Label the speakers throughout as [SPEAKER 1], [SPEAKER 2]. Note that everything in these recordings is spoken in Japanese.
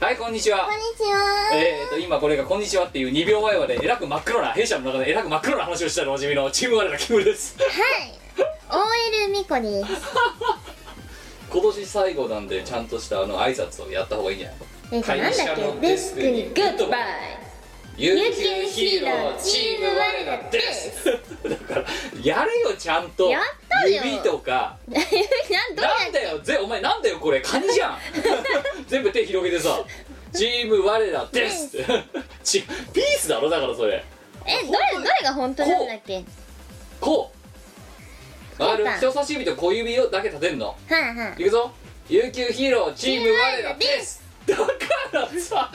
[SPEAKER 1] はいこんにちは
[SPEAKER 2] こんにちは。
[SPEAKER 1] えー、と今これが「こんにちは」っていう2秒前までえらく真っ黒な弊社の中でえらく真っ黒な話をしたのおなじみのチーム我らキムです
[SPEAKER 2] はい。OL みこです。
[SPEAKER 1] 今年最後なんでちゃんとしたあの挨拶をやった方がいいんじゃない
[SPEAKER 2] えっと、なんだっけデスクに グッドバイ。
[SPEAKER 1] 有
[SPEAKER 2] 給ヒーローチーム我らです
[SPEAKER 1] だからやれよちゃんと
[SPEAKER 2] やったよ
[SPEAKER 1] 指とか
[SPEAKER 2] なんどう
[SPEAKER 1] なんだよぜお前なんだよこれカニじゃ ん全部手広げてさチーム我ら ですちピースだろだからそれ
[SPEAKER 2] え、どれ、どれが本当なんだっけはい
[SPEAKER 1] こう
[SPEAKER 2] う
[SPEAKER 1] ある
[SPEAKER 2] か
[SPEAKER 1] 人差し指と小指をだけ立てんの
[SPEAKER 2] はい。
[SPEAKER 1] いくぞ琉球ヒーローチーム我らですだからさ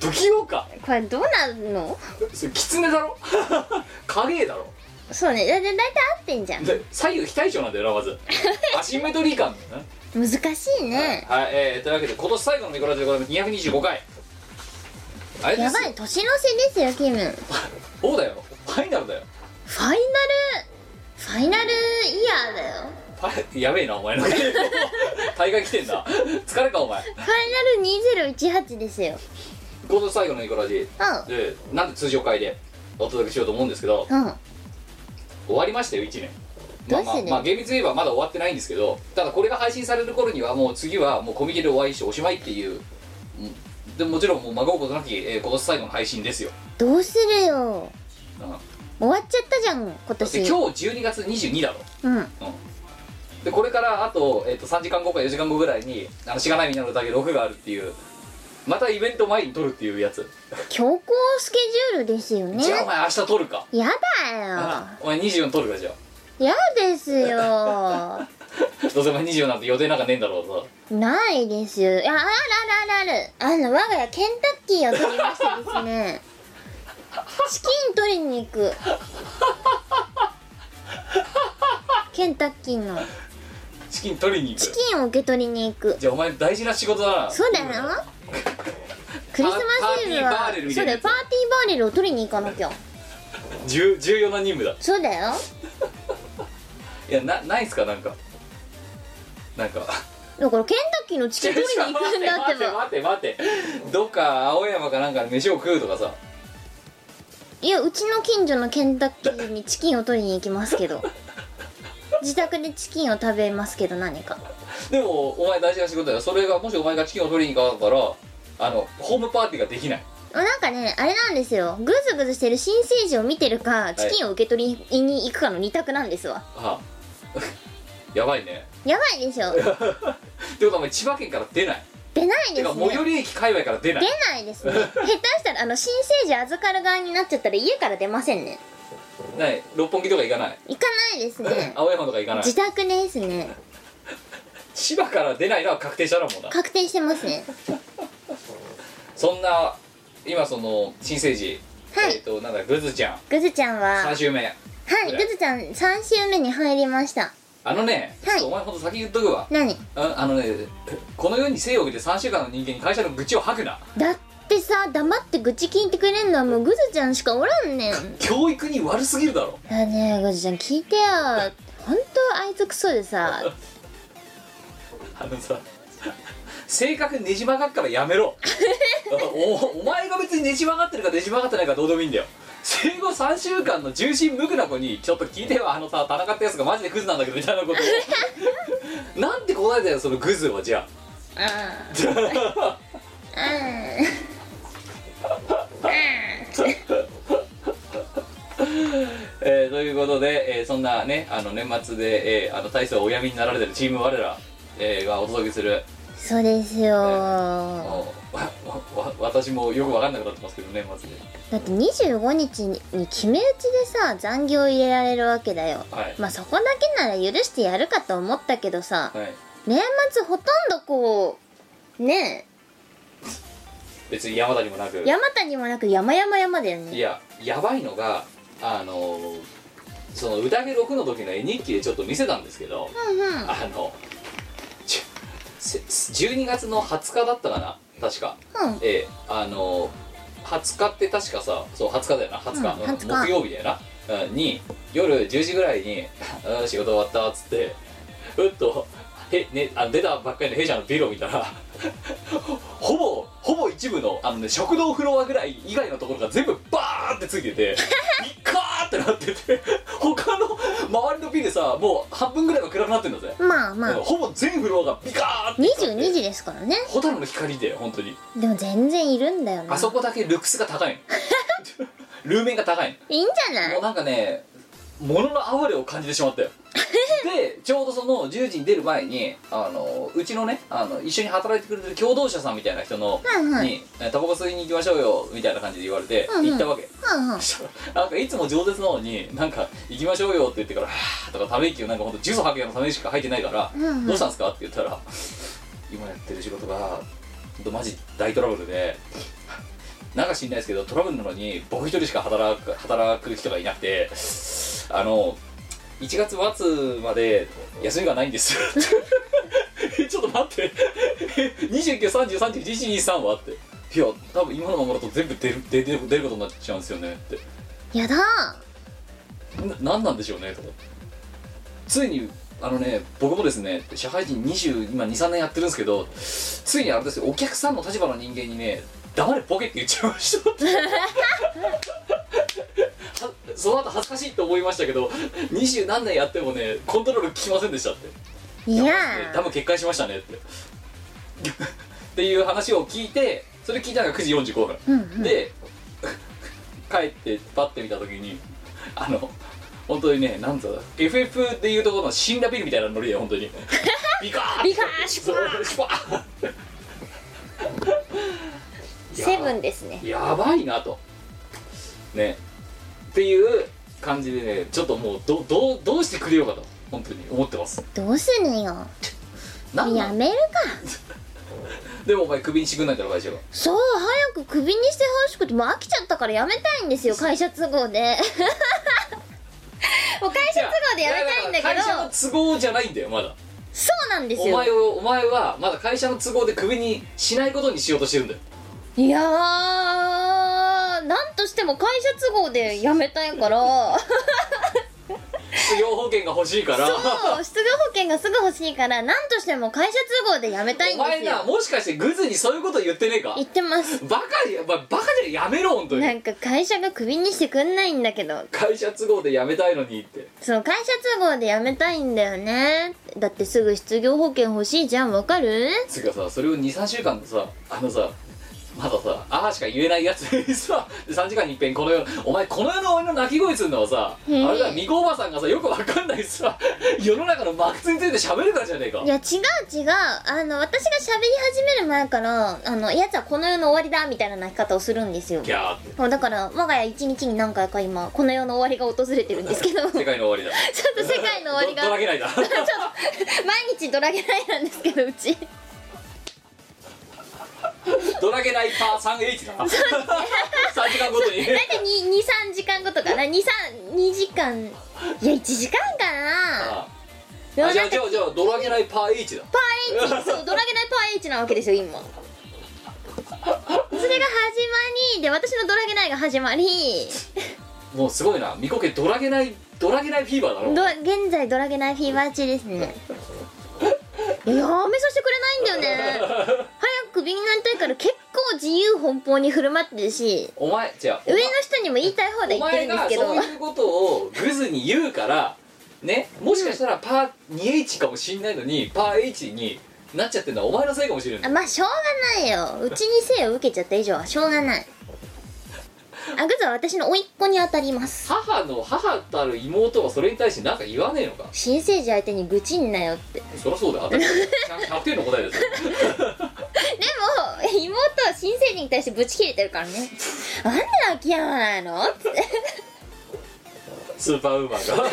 [SPEAKER 1] 不器用か
[SPEAKER 2] これどうなるの
[SPEAKER 1] それ狐だろ 影絵だろ
[SPEAKER 2] そうね。だ、だ、だいたい合ってんじゃん。
[SPEAKER 1] で左右非対称なんだよなま ずアシンメトリー感だよね
[SPEAKER 2] 難しいね。
[SPEAKER 1] はい、えー、というわけで今年最後のミコラジでございます225回あれで
[SPEAKER 2] や
[SPEAKER 1] す
[SPEAKER 2] ば
[SPEAKER 1] よ
[SPEAKER 2] い、年の瀬ですよ、キム。ファイナル、
[SPEAKER 1] そうだよファイナルだよ
[SPEAKER 2] ファイナルイヤーだよ。
[SPEAKER 1] ファイやべえなお 前の大会来てんだ疲れかお前
[SPEAKER 2] ファイナル2018ですよ。
[SPEAKER 1] 今年最後のミコラジ
[SPEAKER 2] う
[SPEAKER 1] でなんで通常会でお届けしようと思うんですけど
[SPEAKER 2] ん。うん。
[SPEAKER 1] 終わりましたよ1年まあま
[SPEAKER 2] ど
[SPEAKER 1] あ、
[SPEAKER 2] うしてね
[SPEAKER 1] まあ、厳密に言えばまだ終わってないんですけどただこれが配信される頃にはもう次はもうコミケでお会いしておしまいっていううんでもちろんもう孫うことなき、えー今年最後の配信ですよ、
[SPEAKER 2] どうするよ。
[SPEAKER 1] うん、だ
[SPEAKER 2] 終わっちゃったじゃん、今
[SPEAKER 1] って
[SPEAKER 2] 年。
[SPEAKER 1] 今日12月22だろ
[SPEAKER 2] うん。
[SPEAKER 1] でこれからあと,、えー、と3時間後か4時間後ぐらいに「あのしがないみんなの宴」6があるっていうまたイベント前に撮るっていうやつ、
[SPEAKER 2] 強行スケジュールですよね
[SPEAKER 1] じゃあお前明日撮るか、
[SPEAKER 2] やだ
[SPEAKER 1] お前24撮るかじゃあ
[SPEAKER 2] よやですよ
[SPEAKER 1] どうせお前24なんて予定なんかねえんだろうさ
[SPEAKER 2] ないですよいやあるあるあるあるあの我が家ケンタッキーを取りましてです ねチキン取りに行くケンタッキーの
[SPEAKER 1] チキン取りに行
[SPEAKER 2] チ
[SPEAKER 1] く
[SPEAKER 2] キンを受け取りに行く
[SPEAKER 1] じゃあお前大事な仕事だな
[SPEAKER 2] そうだよクリスマスイ
[SPEAKER 1] パパーテ
[SPEAKER 2] ブ
[SPEAKER 1] ィーバーレル
[SPEAKER 2] は
[SPEAKER 1] み
[SPEAKER 2] そ
[SPEAKER 1] たいな
[SPEAKER 2] う
[SPEAKER 1] や
[SPEAKER 2] だよ
[SPEAKER 1] つ
[SPEAKER 2] パーティーバーレルを取りに行かなきゃ
[SPEAKER 1] 重重要な任務だ
[SPEAKER 2] そうだよ
[SPEAKER 1] いやなないっすかなんかなんか
[SPEAKER 2] だからケンタッキーのチキン取りに行くんだ
[SPEAKER 1] 待
[SPEAKER 2] って
[SPEAKER 1] て
[SPEAKER 2] ば
[SPEAKER 1] 待て待てどっか青山かなんかで飯を食うとかさ
[SPEAKER 2] いやうちの近所のケンタッキーにチキンを取りに行きま すけど自宅でチキンを食べますけど何か
[SPEAKER 1] でもお前大事な仕事だよそれがもしお前がチキンを取りに行かなかったらあのホームパーティーができない
[SPEAKER 2] あなんかねあれなんですよグズグズしてる新生児を見てるかチキンを受け取りに行くかの二択なんですわ
[SPEAKER 1] あ やばいね
[SPEAKER 2] やばいでしょ
[SPEAKER 1] ってことはお前千葉県から出ない
[SPEAKER 2] 出ない
[SPEAKER 1] て
[SPEAKER 2] で
[SPEAKER 1] か
[SPEAKER 2] す
[SPEAKER 1] 最寄
[SPEAKER 2] ね
[SPEAKER 1] り駅界隈から出な
[SPEAKER 2] 出
[SPEAKER 1] い
[SPEAKER 2] ない ですね下手したらあの新生児預かる側になっちゃったら家から出ませんね
[SPEAKER 1] ない六本木とか行かない
[SPEAKER 2] 行かないで すね
[SPEAKER 1] 青山とか行かない
[SPEAKER 2] 自宅ですね
[SPEAKER 1] 千葉から出ないのは確定したらもうな
[SPEAKER 2] 確定してますね
[SPEAKER 1] そんな今その新生児、
[SPEAKER 2] はい
[SPEAKER 1] えっ、となんだグズちゃん
[SPEAKER 2] グズちゃんはは
[SPEAKER 1] 3週目
[SPEAKER 2] いグズちゃん3週目に入りました
[SPEAKER 1] あのね、
[SPEAKER 2] はい
[SPEAKER 1] ちょっとお前ほんと先言っとくわ
[SPEAKER 2] 何
[SPEAKER 1] ああのねこの世に生を受けて3週間の人間に会社の愚痴を吐くな
[SPEAKER 2] だってさ黙って愚痴聞いてくれんのはもうグズちゃんしかおらんねん
[SPEAKER 1] 教育に悪すぎるだろ
[SPEAKER 2] だねえグズちゃん聞いてよほんとあいつクソでさ
[SPEAKER 1] あのさ性格ねじ曲がっからやめ ろおお前が別にねじ曲がってるかねじ曲がってないかどうでもいいんだよ生後3週間の重心無垢な子にちょっと聞いてよあのさ田中ってやつがマジでクズなんだけどみたいなことを なんて答えたよそのグズはじゃ
[SPEAKER 2] ああ
[SPEAKER 1] あ
[SPEAKER 2] ああ
[SPEAKER 1] えーということで、えーそんなねあの年末で、えーあの体操をおやみになられてるチーム我ら、えーがお届けする
[SPEAKER 2] そうです
[SPEAKER 1] あ
[SPEAKER 2] よ
[SPEAKER 1] のわわわ私もよく分かんなくなってますけど年末で
[SPEAKER 2] だって25日に決め打ちでさ残業入れられるわけだよ
[SPEAKER 1] はい、
[SPEAKER 2] まあそこだけなら許してやるかと思ったけどさ
[SPEAKER 1] はい、
[SPEAKER 2] 年末ほとんどこうね
[SPEAKER 1] 別に山田にもなく
[SPEAKER 2] え山谷もなく山々山だよね
[SPEAKER 1] いややばいのがあのーその宴6の時の絵日記でちょっと見せたんですけど、
[SPEAKER 2] うんうんうん
[SPEAKER 1] あのちゅせ12月の20日だったかな確かええあの20日って確かさそう20日だよな20日,、
[SPEAKER 2] うん20日
[SPEAKER 1] 木曜日だよな、うんに夜10時ぐらいに 「うん仕事終わった」っつってうっとへ、ね、あ出たばっかりの弊社のビルを見たら ほぼほぼ一部のあの、ね、食堂フロアぐらい以外のところが全部バーンってついて てビッカーってなってて他の周りのビルさもう半分ぐらいは暗くなってるんだぜ、
[SPEAKER 2] まあまあ
[SPEAKER 1] ほぼ全フロアがビカーって
[SPEAKER 2] 22時ですからね
[SPEAKER 1] ホタルの光で本当に
[SPEAKER 2] でも全然いるんだよね
[SPEAKER 1] あそこだけルックスが高い のルーメンが高いの
[SPEAKER 2] いいんじゃな
[SPEAKER 1] もう
[SPEAKER 2] い
[SPEAKER 1] なんかね物の哀れを感じてしまった よでちょうどその10時に出る前にあのうちのねあの一緒に働いてくれてる共同者さんみたいな人の、
[SPEAKER 2] はいはい
[SPEAKER 1] にえ「タバコ吸いに行きましょうよ」みたいな感じで言われて、
[SPEAKER 2] うんうん
[SPEAKER 1] 行ったわけ
[SPEAKER 2] はんはん
[SPEAKER 1] そした らなんかいつも饒舌なのになんか「行きましょうよ」って言ってから「はぁ」とかため息をなんかほんと重曹吐くようなため息しか吐いてないから「
[SPEAKER 2] うんうん
[SPEAKER 1] どうしたんですか?」って言ったら「今やってる仕事がほんとマジ大トラブルでなんか知んないですけどトラブルなのに僕一人しか働く働く人がいなくてあの1月末まで休みがないんですって ちょっと待って29303123はっていや多分今のままだと全部出る出る出ることになっちゃうんですよねって
[SPEAKER 2] やだ
[SPEAKER 1] な何なんでしょうねとかついにあのね僕もですね社会人20今23年やってるんですけどついにあれですよお客さんの立場の人間にね黙れボケって言っちゃいました ってはその後恥ずかしいと思いましたけど二十何年やってもねコントロール効きませんでしたって
[SPEAKER 2] いや
[SPEAKER 1] ダム決壊しましたねってっていう話を聞いてそれ聞いたのが9時45分
[SPEAKER 2] うんうん
[SPEAKER 1] で帰ってパッて見た時にあの本当にねなんつうの FF でいうところの死んだビルみたいなノリで本当にビカーッ
[SPEAKER 2] ビカーシュパー
[SPEAKER 1] そうシュパー
[SPEAKER 2] セブンですね
[SPEAKER 1] やばいなとねっていう感じでねちょっともうどどうどうしてくれようかと本当に思ってます
[SPEAKER 2] どうするよ
[SPEAKER 1] なんな
[SPEAKER 2] や
[SPEAKER 1] ん
[SPEAKER 2] めるか
[SPEAKER 1] でもお前クビにしてくんないから会社が
[SPEAKER 2] そう早くクビにしてほしくてもう飽きちゃったからやめたいんですよ会社都 合でもう会社都合でやめたいんだけ
[SPEAKER 1] いやだから
[SPEAKER 2] ど
[SPEAKER 1] 会社の都合じゃないんだよまだ
[SPEAKER 2] そうなんです
[SPEAKER 1] お
[SPEAKER 2] よ
[SPEAKER 1] 前をお前はまだ会社の都合でクビにしないことにしようとしてるんだよ
[SPEAKER 2] いやーなんとしても会社都合で辞めたいから
[SPEAKER 1] 失業保険が欲しいから
[SPEAKER 2] そう失業保険がすぐ欲しいからなんとしても会社都合で辞めた
[SPEAKER 1] お
[SPEAKER 2] いんで
[SPEAKER 1] 前
[SPEAKER 2] す
[SPEAKER 1] な
[SPEAKER 2] よ
[SPEAKER 1] もしかしてグズにそういうこと言ってねえか
[SPEAKER 2] 言っ てます
[SPEAKER 1] バカに、まあ、バカじゃやめろ本当
[SPEAKER 2] な
[SPEAKER 1] に
[SPEAKER 2] んか会社がクビにしてくんないんだけど
[SPEAKER 1] 会社都合で辞めたいのにって
[SPEAKER 2] そう会社都合で辞めたいんだよねだってすぐ失業保険欲しいじゃんわかる
[SPEAKER 1] つうかさそれを23週間のさあのさまださああしか言えないやつにさ3時間に一遍この世お前この世の俺の泣き声するのはさあ
[SPEAKER 2] うん
[SPEAKER 1] れだみこおばさんがさよくわかんないさ世の中のマックスについて喋るからじゃねえか
[SPEAKER 2] いや違う違うあの私が喋り始める前からあのやつはこの世の終わりだみたいな泣き方をするんですよ
[SPEAKER 1] ギャーって
[SPEAKER 2] そうだから我が家一日に何回か今この世の終わりが訪れてるんですけ どちょっと
[SPEAKER 1] 世界の終わりだ
[SPEAKER 2] 世界の終わりが
[SPEAKER 1] どどらけないだ
[SPEAKER 2] ちょっと毎日ドラゲライなんですけどうち
[SPEAKER 1] ドラゲないパー 3H だな3時間ごとに
[SPEAKER 2] 大体23時間後とかな232時間いや1時間かな
[SPEAKER 1] あ
[SPEAKER 2] でも
[SPEAKER 1] あじゃ
[SPEAKER 2] な
[SPEAKER 1] あ
[SPEAKER 2] んか
[SPEAKER 1] じゃあじゃあドラゲないパー H だ
[SPEAKER 2] パー H そうドラゲライパー H なわけですよ今それが始まりで私のドラゲライが始まり
[SPEAKER 1] もうすごいなみこ家ドラゲないドラゲないフィーバーだろ
[SPEAKER 2] ど現在ドラゲライフィーバー中ですねいややめさせてくれないんだよね早くクビになりたいから結構自由奔放に振る舞ってるし
[SPEAKER 1] お前じゃあ
[SPEAKER 2] 上の人にも言いたい放題
[SPEAKER 1] お
[SPEAKER 2] 言って
[SPEAKER 1] 前
[SPEAKER 2] るんです
[SPEAKER 1] が
[SPEAKER 2] けど
[SPEAKER 1] そういうことをグズに言うからねもしかしたらパー 2H かもしんないのにパー H になっちゃってるのはお前のせいかもしれな
[SPEAKER 2] あ
[SPEAKER 1] い
[SPEAKER 2] まあしょうがないようちに生を受けちゃった以上はしょうがないあグズは私の甥っ子に当たります
[SPEAKER 1] 母の母たる妹はそれに対して何か言わねえのか
[SPEAKER 2] 新生児相手に愚痴んなよってで
[SPEAKER 1] そりゃそうだよ当たり前100 100点の答えです よ
[SPEAKER 2] も妹は新生児に対してブチ切れてるからねなんで泣きやまないのって
[SPEAKER 1] スーパーウーマンが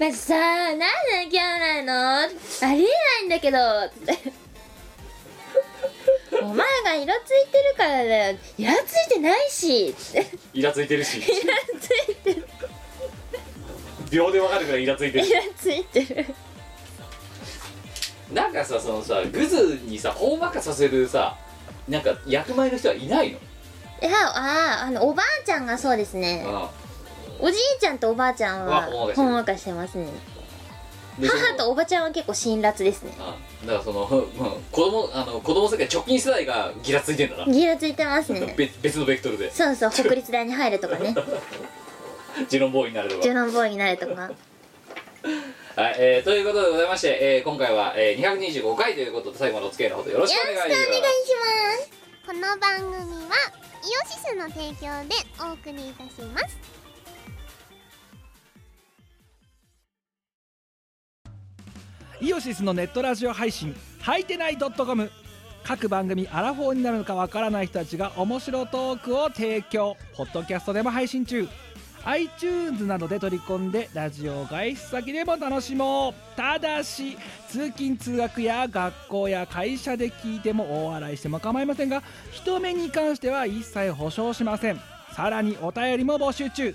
[SPEAKER 2] まずさなんで泣きやまないのありえないんだけどってお前がイラついてるからだよイラついてないしって
[SPEAKER 1] イラついてるし
[SPEAKER 2] イラついてる
[SPEAKER 1] 秒でわかるぐらいイラついてる
[SPEAKER 2] イラついてる
[SPEAKER 1] なんかさそのさグズにさ大まかさせるさなんか役前の人はいないの
[SPEAKER 2] いやあーあのおばあちゃんがそうですね
[SPEAKER 1] あ
[SPEAKER 2] おじいちゃんとおばあちゃん
[SPEAKER 1] あ
[SPEAKER 2] は
[SPEAKER 1] ほんわかしてる
[SPEAKER 2] ほんわかしてますね
[SPEAKER 1] でその
[SPEAKER 2] 母とおばちゃんは結構辛辣ですね
[SPEAKER 1] あだからその、 うんうん子供あの子供世界直近世代がギラついてんだな、
[SPEAKER 2] ギラついてますね
[SPEAKER 1] 別別のベクトルで
[SPEAKER 2] そうそう北立大に入るとか ね
[SPEAKER 1] ジェノンボーイになるとか
[SPEAKER 2] ジュノンボーイになると か
[SPEAKER 1] はい、えーということでございまして、えー今回は、えー225回ということで最後までお付き合いのほどよろしくお願いします
[SPEAKER 3] ますこの番組はイオシスの提供でお送りいたします
[SPEAKER 4] イオシスのネットラジオ配信「はいてない .com」各番組アラフォーになるのかわからない人たちが面白トークを提供ポッドキャストでも配信中 iTunes などで取り込んでラジオを外出先でも楽しもうただし通勤通学や学校や会社で聞いても大笑いしても構いませんが人目に関しては一切保証しませんさらにお便りも募集中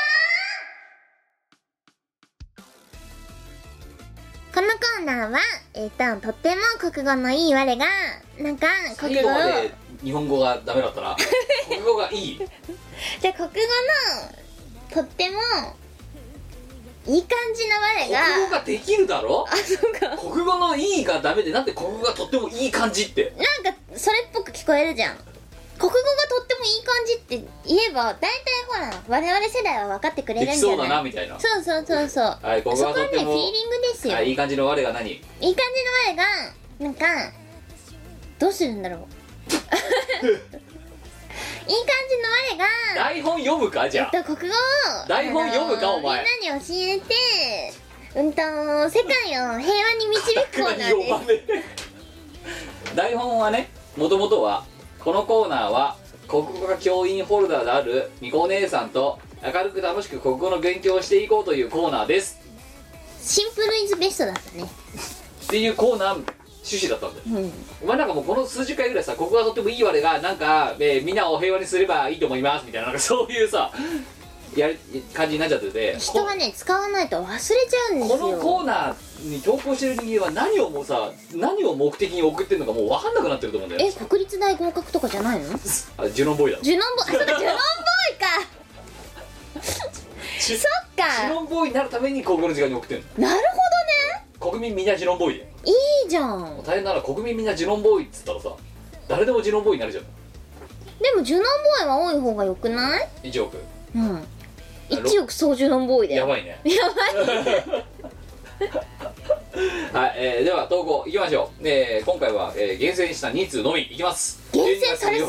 [SPEAKER 2] このコーナーはえっ、ととっても国語のいい我がなんか国
[SPEAKER 1] 最
[SPEAKER 2] 語
[SPEAKER 1] 後
[SPEAKER 2] を
[SPEAKER 1] まで日本語がダメだった ら国語がいい
[SPEAKER 2] じゃあ国語のとってもいい感じの
[SPEAKER 1] 国
[SPEAKER 2] 我
[SPEAKER 1] 語
[SPEAKER 2] が
[SPEAKER 1] ができるだろ
[SPEAKER 2] あそうか
[SPEAKER 1] 国語のいいがダメでなんで国語がとってもいい感じって
[SPEAKER 2] なんかそれっぽく聞こえるじゃん国語がとってもいい感じって言えば大体ほら我々世代は分かってくれ
[SPEAKER 1] で
[SPEAKER 2] る
[SPEAKER 1] き
[SPEAKER 2] んじ
[SPEAKER 1] そ
[SPEAKER 2] ゃ
[SPEAKER 1] うだ
[SPEAKER 2] ない
[SPEAKER 1] なみたいな
[SPEAKER 2] そうそうそうそう
[SPEAKER 1] はい国語
[SPEAKER 2] そ
[SPEAKER 1] は
[SPEAKER 2] ことは
[SPEAKER 1] っ
[SPEAKER 2] ね
[SPEAKER 1] て
[SPEAKER 2] フィ
[SPEAKER 1] も
[SPEAKER 2] ーリングですよ、
[SPEAKER 1] はい
[SPEAKER 2] い、
[SPEAKER 1] いい感じの我が何
[SPEAKER 2] い感じの我がなんかどうするんだ ろういい感じの我が
[SPEAKER 1] 台本読むかじゃあ
[SPEAKER 2] えっと国語を
[SPEAKER 1] 台本読むか
[SPEAKER 2] あのー
[SPEAKER 1] お前
[SPEAKER 2] みんなに教えてうんと世界を平和に導くコー
[SPEAKER 1] 何
[SPEAKER 2] ナーです
[SPEAKER 1] 読まねえ 台本はねもともとはこのコーナーは国語が教員ホルダーであるみこお姉さんと明るく楽しく国語の勉強をしていこうというコーナーです
[SPEAKER 2] シンプルイズベストだったね
[SPEAKER 1] っていうコーナー趣旨だったんだよ
[SPEAKER 2] うん
[SPEAKER 1] お前なんかもうこの数十回ぐらいさ国語がとってもいい我がなんか、えーみんなを平和にすればいいと思いますみたいななんかそういうさやり感じになっちゃってて
[SPEAKER 2] 人はね使わないと忘れちゃうんです
[SPEAKER 1] こ
[SPEAKER 2] よ
[SPEAKER 1] のコーナーに投稿してる人間は何をもうさ何を目的に送ってるのかもう分かんなくなってると思うんだよ
[SPEAKER 2] え国立大合格とかじゃないの
[SPEAKER 1] あジュノンボーイだ
[SPEAKER 2] ジュノンボーイあそうかジュノンボーイ
[SPEAKER 1] ジ
[SPEAKER 2] かそ
[SPEAKER 1] ュジ
[SPEAKER 2] っ
[SPEAKER 1] ュ
[SPEAKER 2] か
[SPEAKER 1] ノンボーイになるために国語の時間に送ってる
[SPEAKER 2] なる
[SPEAKER 1] の国民みんなジュノンボーイで
[SPEAKER 2] ほどいいじゃん
[SPEAKER 1] 大変なら国民みんなジュノンボーイっつったらさ誰でもジュノンボーイになるじゃん
[SPEAKER 2] でもジュノンボーイは多い方がよくない
[SPEAKER 1] 1億
[SPEAKER 2] うん一億総ジュノンボーイだ
[SPEAKER 1] や
[SPEAKER 2] よ
[SPEAKER 1] ばいねやばい はい、えーでは投稿いきましょう、えー今回は、えー厳選した2通のみいきます
[SPEAKER 2] 厳選されす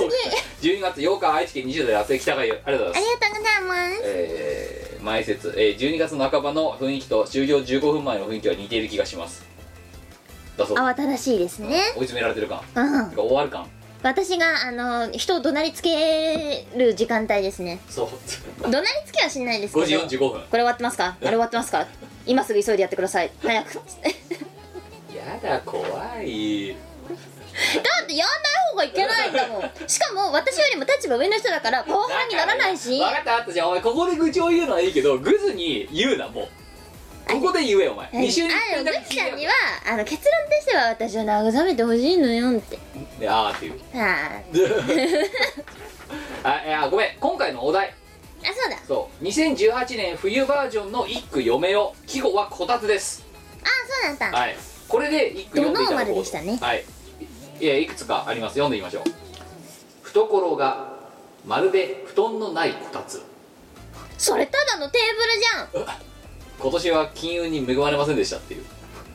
[SPEAKER 2] ぎ
[SPEAKER 1] 12月8日愛知県20代厚生北海ありがとうございます
[SPEAKER 2] ありがとうございます
[SPEAKER 1] えー前説、えー12月の半ばの雰囲気と終了15分前の雰囲気は似ている気がしますだそう
[SPEAKER 2] 慌ただしいですね
[SPEAKER 1] 追い詰められてる感
[SPEAKER 2] うん
[SPEAKER 1] てか終わる感
[SPEAKER 2] 私があの人を怒鳴りつける時間帯ですね
[SPEAKER 1] そう
[SPEAKER 2] 怒鳴りつけはしないですけど
[SPEAKER 1] 5時45分
[SPEAKER 2] これ終わってますかあれ終わってますか今すぐ急いでやってください早くだ
[SPEAKER 1] やだ怖い
[SPEAKER 2] ってやんない方がいけないんだもんしかも私よりも立場上の人だからパワハラにならないし
[SPEAKER 1] 分かったあったじゃあお前ここで愚痴を言うのはいいけどグズに言うなもうここで言えよお前
[SPEAKER 2] あの
[SPEAKER 1] 2週に1回だ
[SPEAKER 2] グ
[SPEAKER 1] け聞い
[SPEAKER 2] チさ
[SPEAKER 1] て
[SPEAKER 2] ん
[SPEAKER 1] よ
[SPEAKER 2] にはあの結論としては私を慰めてほしいのよって
[SPEAKER 1] ねあーっていう
[SPEAKER 2] あ あ
[SPEAKER 1] あいやごめん今回のお題
[SPEAKER 2] あそうだ
[SPEAKER 1] そう2018年冬バージョンの一句読めよ季語はこたつです
[SPEAKER 2] あそうだった
[SPEAKER 1] はいこれで一句読んでいただ
[SPEAKER 2] ドノーマ
[SPEAKER 1] こ
[SPEAKER 2] ル
[SPEAKER 1] う
[SPEAKER 2] でしたね
[SPEAKER 1] はいいやいくつかあります読んでみましょう懐がまるで布団のないこたつ
[SPEAKER 2] それただのテーブルじゃん
[SPEAKER 1] 今年は金運に恵まれませんでしたっていう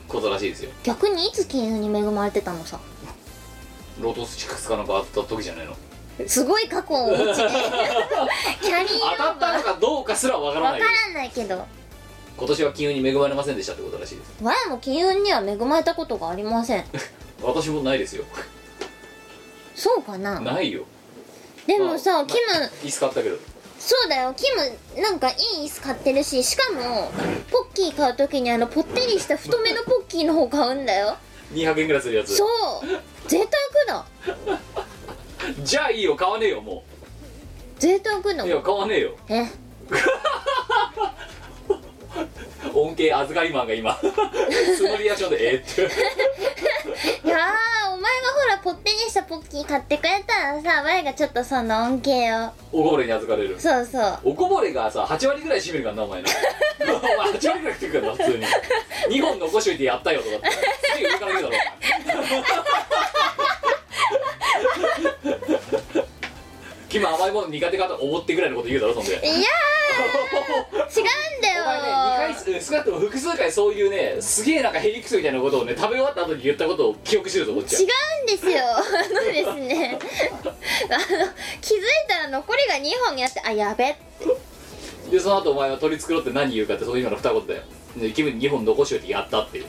[SPEAKER 1] ことらしいですよ
[SPEAKER 2] 逆にいつ金運に恵まれてたのさ
[SPEAKER 1] ロトス6かなんか当たった時じゃないの
[SPEAKER 2] すごい過去をお持ち でキャリー
[SPEAKER 1] 当た
[SPEAKER 2] オ
[SPEAKER 1] った
[SPEAKER 2] ーバ
[SPEAKER 1] の
[SPEAKER 2] ー
[SPEAKER 1] かどうかすらわからな
[SPEAKER 2] わ
[SPEAKER 1] い
[SPEAKER 2] からないけど
[SPEAKER 1] 今年は金運に恵まれませんでしたってことらしいです
[SPEAKER 2] 我も金運には恵まれたことがありません
[SPEAKER 1] 私もないですよ
[SPEAKER 2] そうかな
[SPEAKER 1] ないよ
[SPEAKER 2] でも
[SPEAKER 1] ま
[SPEAKER 2] さ
[SPEAKER 1] あ
[SPEAKER 2] キム
[SPEAKER 1] 椅子買ったけど
[SPEAKER 2] そうだよキムなんかいい椅子買ってるししかもポッキー買う時にあのぽってりした太めのポッキーの方買うんだよ
[SPEAKER 1] 200円ぐらいするやつ
[SPEAKER 2] そう贅沢だ
[SPEAKER 1] じゃあいいよ買わねえよも
[SPEAKER 2] 絶対送る
[SPEAKER 1] う
[SPEAKER 2] の
[SPEAKER 1] いや買わねえよ
[SPEAKER 2] え
[SPEAKER 1] 恩恵預かりマンが 今そのリアクションでえーって
[SPEAKER 2] いやーお前がほらぽってりしたポッキー買ってくれたらさ前がちょっとその恩恵を
[SPEAKER 1] おこぼれに預かれる
[SPEAKER 2] そうそう
[SPEAKER 1] おこぼれがさ8割ぐらい占めるからなお前なお前8割ぐらい食ってくるからな普通に2本残しといてやったよとかってすげえ上から言うだろお前君甘いもの苦手かと思ってぐらいのこと言うだろそんで
[SPEAKER 2] いやー違うんだ
[SPEAKER 1] お前ね2回
[SPEAKER 2] よ
[SPEAKER 1] すうん少なくとも複数回そういうねすげえなんかヘリクソみたいなことをね食べ終わった後に言ったことを記憶してるぞこっちは
[SPEAKER 2] 違うんですよあのですねあの気づいたら残りが2本やってあやべっ
[SPEAKER 1] でその後お前は取り繕って何言うかってその今の二言だよでキムに2本残しといてやった っていうう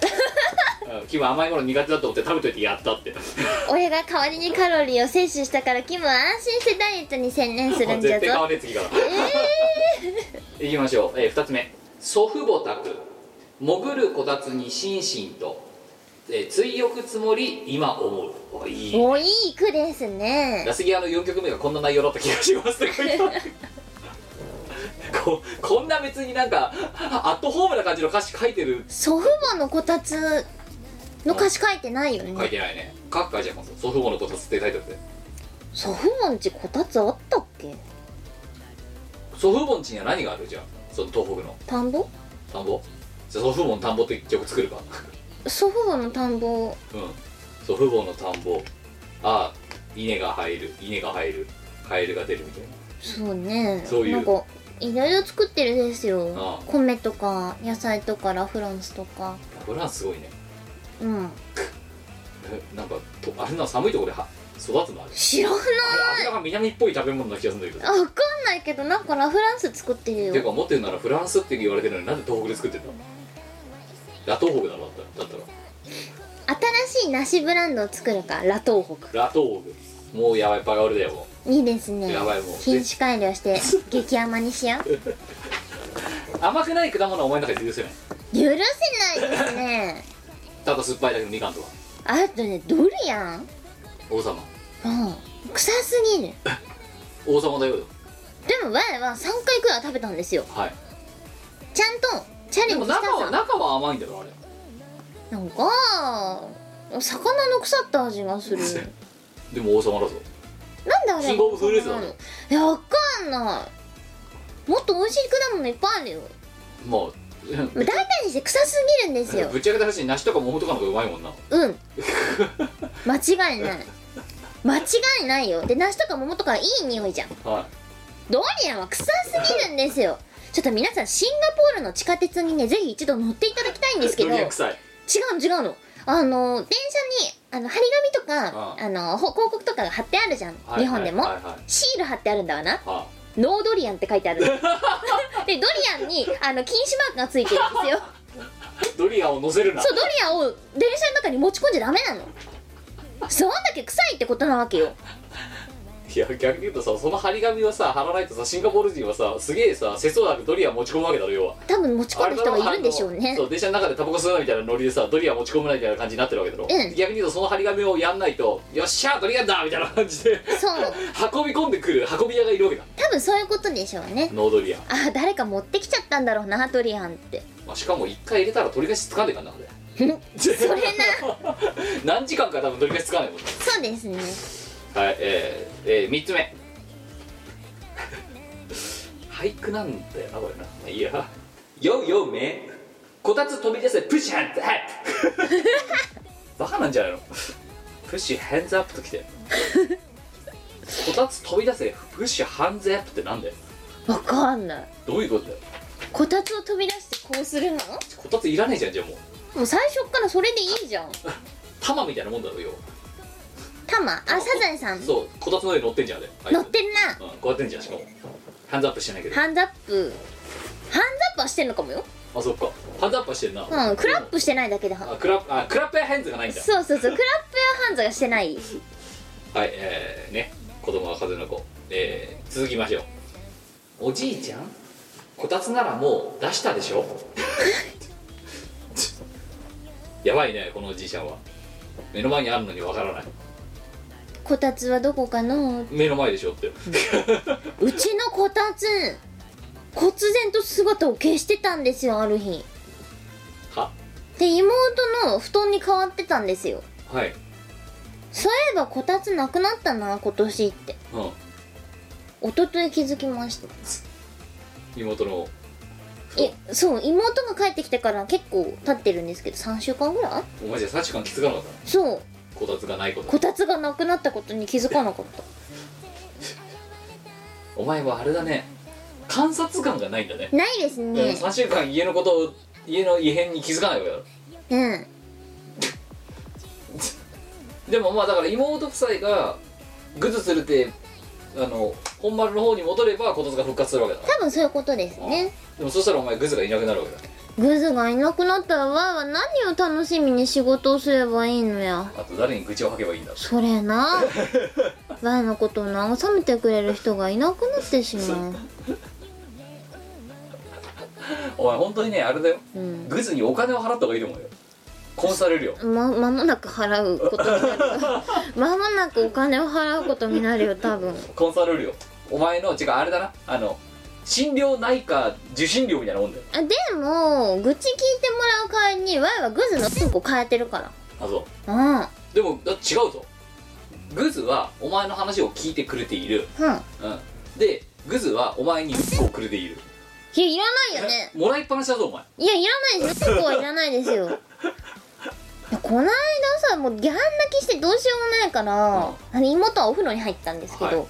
[SPEAKER 1] んキム甘いもの苦手だと思って食べといてやったって
[SPEAKER 2] 俺が代わりにカロリーを摂取したからキムは安心してダイエットに専念するんじ
[SPEAKER 1] 絶
[SPEAKER 2] ゃ
[SPEAKER 1] 対買わ
[SPEAKER 2] ぞ
[SPEAKER 1] ねえ次から、えいきましょう、えー、2つ目祖父母宅潜るこたつに心身と、えー、追憶つもり今思うおいいね
[SPEAKER 2] もういい句ですね
[SPEAKER 1] ラスギアの4曲目がこんな内容だった気がし ますねここんな別になんかアットホームな感じの歌詞書いてる
[SPEAKER 2] 祖父母のこたつの歌詞書いてないよ
[SPEAKER 1] 書い
[SPEAKER 2] ね
[SPEAKER 1] てないね書くかじゃあ祖父母のこたつってタイトルで
[SPEAKER 2] 祖父母んちこたつあったっけ
[SPEAKER 1] 祖父母んちには何があるじゃあその東北の
[SPEAKER 2] 田んぼ
[SPEAKER 1] 田んぼじゃあ祖父母の田んぼって曲作るか
[SPEAKER 2] 祖父母の田んぼ
[SPEAKER 1] うん祖父母の田んぼああ稲が入る稲が入るカエルが出るみたいな
[SPEAKER 2] そうね
[SPEAKER 1] そういう
[SPEAKER 2] なんかいろいろ作ってるですよ
[SPEAKER 1] ああ
[SPEAKER 2] 米とか野菜とかラ・フランスとか
[SPEAKER 1] これはすごいね
[SPEAKER 2] うん
[SPEAKER 1] えなんかとあれな寒いところでは育つのあれ
[SPEAKER 2] 知らない
[SPEAKER 1] あれ明らかに南っぽい食べ物な気がするんだけど
[SPEAKER 2] あわかんないけどなんかラ・フランス作って
[SPEAKER 1] てい
[SPEAKER 2] る
[SPEAKER 1] う
[SPEAKER 2] よ
[SPEAKER 1] か持ってるならフランスって言われてるのになんで東北で作ってるのラ東北だろだったらだった
[SPEAKER 2] 新しい梨ブランドを作るかラ東北
[SPEAKER 1] らラ東北もうやばいバカ売れだよも
[SPEAKER 2] いいですね
[SPEAKER 1] やばいもう
[SPEAKER 2] 品種改良して激甘にしよう
[SPEAKER 1] う甘くない果物はお前の中で許せない
[SPEAKER 2] 許せないですね
[SPEAKER 1] ただ酸っぱいだけのみかんとか
[SPEAKER 2] あとねドリアン
[SPEAKER 1] 王様
[SPEAKER 2] うん臭すぎる
[SPEAKER 1] 王様だよ
[SPEAKER 2] でもわいは3回くらいは食べたんですよ
[SPEAKER 1] はい
[SPEAKER 2] ちゃんとチャレ
[SPEAKER 1] で
[SPEAKER 2] ン
[SPEAKER 1] も
[SPEAKER 2] ジした
[SPEAKER 1] 中は
[SPEAKER 2] さ
[SPEAKER 1] 中は甘いんだろあれ
[SPEAKER 2] なんか魚の腐った 味がする
[SPEAKER 1] でも王様だぞ
[SPEAKER 2] なんであれ
[SPEAKER 1] キングオブフルーツだ
[SPEAKER 2] なのいやわかんないもっと美味しい果物いっぱいあるよ
[SPEAKER 1] まあ
[SPEAKER 2] 大体にして臭すぎるんですよ
[SPEAKER 1] ぶっちゃけた話梨とか桃とかの方がうまいもんな
[SPEAKER 2] うん 間違いない間違いないよで梨とか桃とかいい匂いじゃん
[SPEAKER 1] は
[SPEAKER 2] ドリアンは臭すぎるんですよちょっと皆さんシンガポールの地下鉄にねぜひ一度乗っていただきたいんです
[SPEAKER 1] い
[SPEAKER 2] け
[SPEAKER 1] ド
[SPEAKER 2] ど違
[SPEAKER 1] リア
[SPEAKER 2] う
[SPEAKER 1] ン臭い
[SPEAKER 2] の違うのあの電車にあの張り紙とか
[SPEAKER 1] あ
[SPEAKER 2] あのほ広告とかが貼ってあるじゃん、
[SPEAKER 1] はい
[SPEAKER 2] 日本でも、
[SPEAKER 1] はいはいはい
[SPEAKER 2] シール貼ってあるんだわな
[SPEAKER 1] は
[SPEAKER 2] ノードリアンって書 いてあるでドリアンにあの禁止マークがついてるんです よ
[SPEAKER 1] いドリアンを乗せるな
[SPEAKER 2] そうドリアンを電車の中に持ち込んじゃダメなのそんだけ臭いってことなわけよ
[SPEAKER 1] いや逆に言うとさその張り紙はさ貼らないとさシンガポール人はさすげえさ世相なくドリアン持ち込むわけだろ要は
[SPEAKER 2] 多分持ち込む人がいるんでしょう
[SPEAKER 1] あれだろあの
[SPEAKER 2] ね
[SPEAKER 1] そう電車の中でタバコ吸うなみたいなノリでさドリアン持ち込むなみたいな感じになってるわけだろ、
[SPEAKER 2] うん
[SPEAKER 1] 逆に言うとその張り紙をやんないとよっしゃドリアンだみたいな感じで
[SPEAKER 2] そう
[SPEAKER 1] 運び込んでくる運び屋がいるわけだ
[SPEAKER 2] 多分そういうことでしょうね
[SPEAKER 1] ノードリアン、
[SPEAKER 2] あ誰か持ってきちゃったんだろうなドリアンって
[SPEAKER 1] まあ、しかも一回入れたら取り返しつかんでかんなあれ そ
[SPEAKER 2] それ
[SPEAKER 1] 何時間か多分取り返しつかないもんね
[SPEAKER 2] そうですね
[SPEAKER 1] はいえーえ3つ目俳句なんだよなこれなまあいいやよよめこたつ飛び出せプッシュハンズアッ プバカなんじゃないのプッシュハンズアップとき てこたつ飛び出せプッシュハンズアップってなんだよ
[SPEAKER 2] わかんない
[SPEAKER 1] どういうことだよ
[SPEAKER 2] こたつを飛び出してこうするの
[SPEAKER 1] こたついらないじゃんじゃあもう
[SPEAKER 2] もう最初っからそれでいいじゃん
[SPEAKER 1] 玉みたいなもんだろよ
[SPEAKER 2] タマあサザエさん
[SPEAKER 1] そうこたつの上に乗ってんじゃんあれあいつ
[SPEAKER 2] 乗ってんな
[SPEAKER 1] うんこうやってんじゃんしかもハンズアップしてないけど
[SPEAKER 2] ハンズアップハンズアップはしてんのかもよ
[SPEAKER 1] あそっかハンズアップはしてんな
[SPEAKER 2] うんクラップしてないだけで
[SPEAKER 1] あクラップあクラップやハンズがないんだ
[SPEAKER 2] そうそうそうクラップやハンズがしてない
[SPEAKER 1] はいえー、ね子供は風の子えー、続きましょうおじいちゃんこたつならもう出したでしょ やばいねこのおじいちゃんは目の前にあるのにわからない
[SPEAKER 2] こたつはどこかの
[SPEAKER 1] 目の前でしょ って
[SPEAKER 2] うちのこたつ忽然と姿を消してたんですよある日
[SPEAKER 1] は
[SPEAKER 2] で妹の布団に変わってたんですよ
[SPEAKER 1] はい
[SPEAKER 2] そういえばこたつなくなったな今年って
[SPEAKER 1] うん
[SPEAKER 2] 一昨日気づきました
[SPEAKER 1] 妹の
[SPEAKER 2] えそう妹が帰ってきてから結構経ってるんですけど3週間ぐらい
[SPEAKER 1] お前じゃあ幸感気づかなかったの
[SPEAKER 2] そう
[SPEAKER 1] こたつがないこと
[SPEAKER 2] こたつがなくなったことに気づかなかった
[SPEAKER 1] お前はあれだね観察感がないんだね、
[SPEAKER 2] ないです
[SPEAKER 1] う
[SPEAKER 2] ね
[SPEAKER 1] 3週間家のことを家の異変に気づかないわけだろ
[SPEAKER 2] うん
[SPEAKER 1] でもまあだから妹夫妻がグズするってあの本丸の方に戻ればこたつが復活するわけだから
[SPEAKER 2] 多分そういうことですね
[SPEAKER 1] でもそしたらお前グズがいなくなるわけだ
[SPEAKER 2] グズがいなくなったらわーは何を楽しみに仕事をすればいいのや
[SPEAKER 1] あと誰に愚痴を吐けばいいんだ
[SPEAKER 2] それ なわーのことを慰めてくれる人がいなくなってしまう
[SPEAKER 1] お前本当にねあれだよ
[SPEAKER 2] うん
[SPEAKER 1] グズにお金を払った方がいいと思うよコンサル料
[SPEAKER 2] ま 間もなく払うことになる よ間もなくお金を払うことになるよ多分
[SPEAKER 1] コンサル料お前の違うあれだなあの診療内科受診料みたいなもんだよ
[SPEAKER 2] あでも愚痴聞いてもらう代わりにわーはグズのピンコ変えてるから
[SPEAKER 1] あそう
[SPEAKER 2] うん
[SPEAKER 1] でもだ違うぞグズはお前の話を聞いてくれている、
[SPEAKER 2] うん
[SPEAKER 1] うん、でグズはお前に服をくれている
[SPEAKER 2] いやいらないよね
[SPEAKER 1] もらいっぱなしだぞお前
[SPEAKER 2] いやいらないですよピンコはいらないですよ いやこの間さもうギャン泣きしてどうしようもないから、あの妹はお風呂に入ったんですけど、
[SPEAKER 1] はい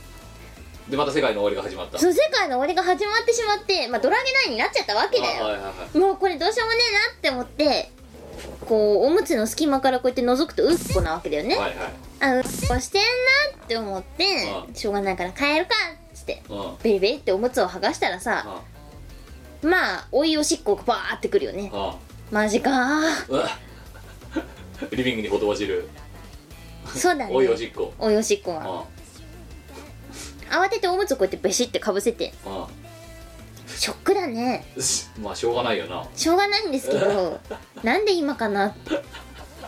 [SPEAKER 1] でまた世界の終わりが始まった
[SPEAKER 2] そう世界の終わりが始まってしまって、まあ、ドラゲナインになっちゃったわけだ
[SPEAKER 1] あはい
[SPEAKER 2] よ
[SPEAKER 1] はいはい
[SPEAKER 2] もうこれどうしようもねえなって思ってこうおむつの隙間からこうやって覗くとうっこなわけだよね、
[SPEAKER 1] はいはい
[SPEAKER 2] あうっこしてんなって思って
[SPEAKER 1] あ
[SPEAKER 2] しょうがないから帰るかっつって
[SPEAKER 1] うん
[SPEAKER 2] ベリベリっておむつを剥がしたらさ
[SPEAKER 1] あ
[SPEAKER 2] まあおいおしっこがバーってくるよね
[SPEAKER 1] あ
[SPEAKER 2] マジかー
[SPEAKER 1] うわ リビングにほとばしる
[SPEAKER 2] そうだね
[SPEAKER 1] おいおしっこ
[SPEAKER 2] おいおしっこが
[SPEAKER 1] あ
[SPEAKER 2] 慌てておむつをこうやってベシってかぶせて
[SPEAKER 1] あ
[SPEAKER 2] ショックだね
[SPEAKER 1] まあしょうがないよな
[SPEAKER 2] しょうがないんですけどなんで今かな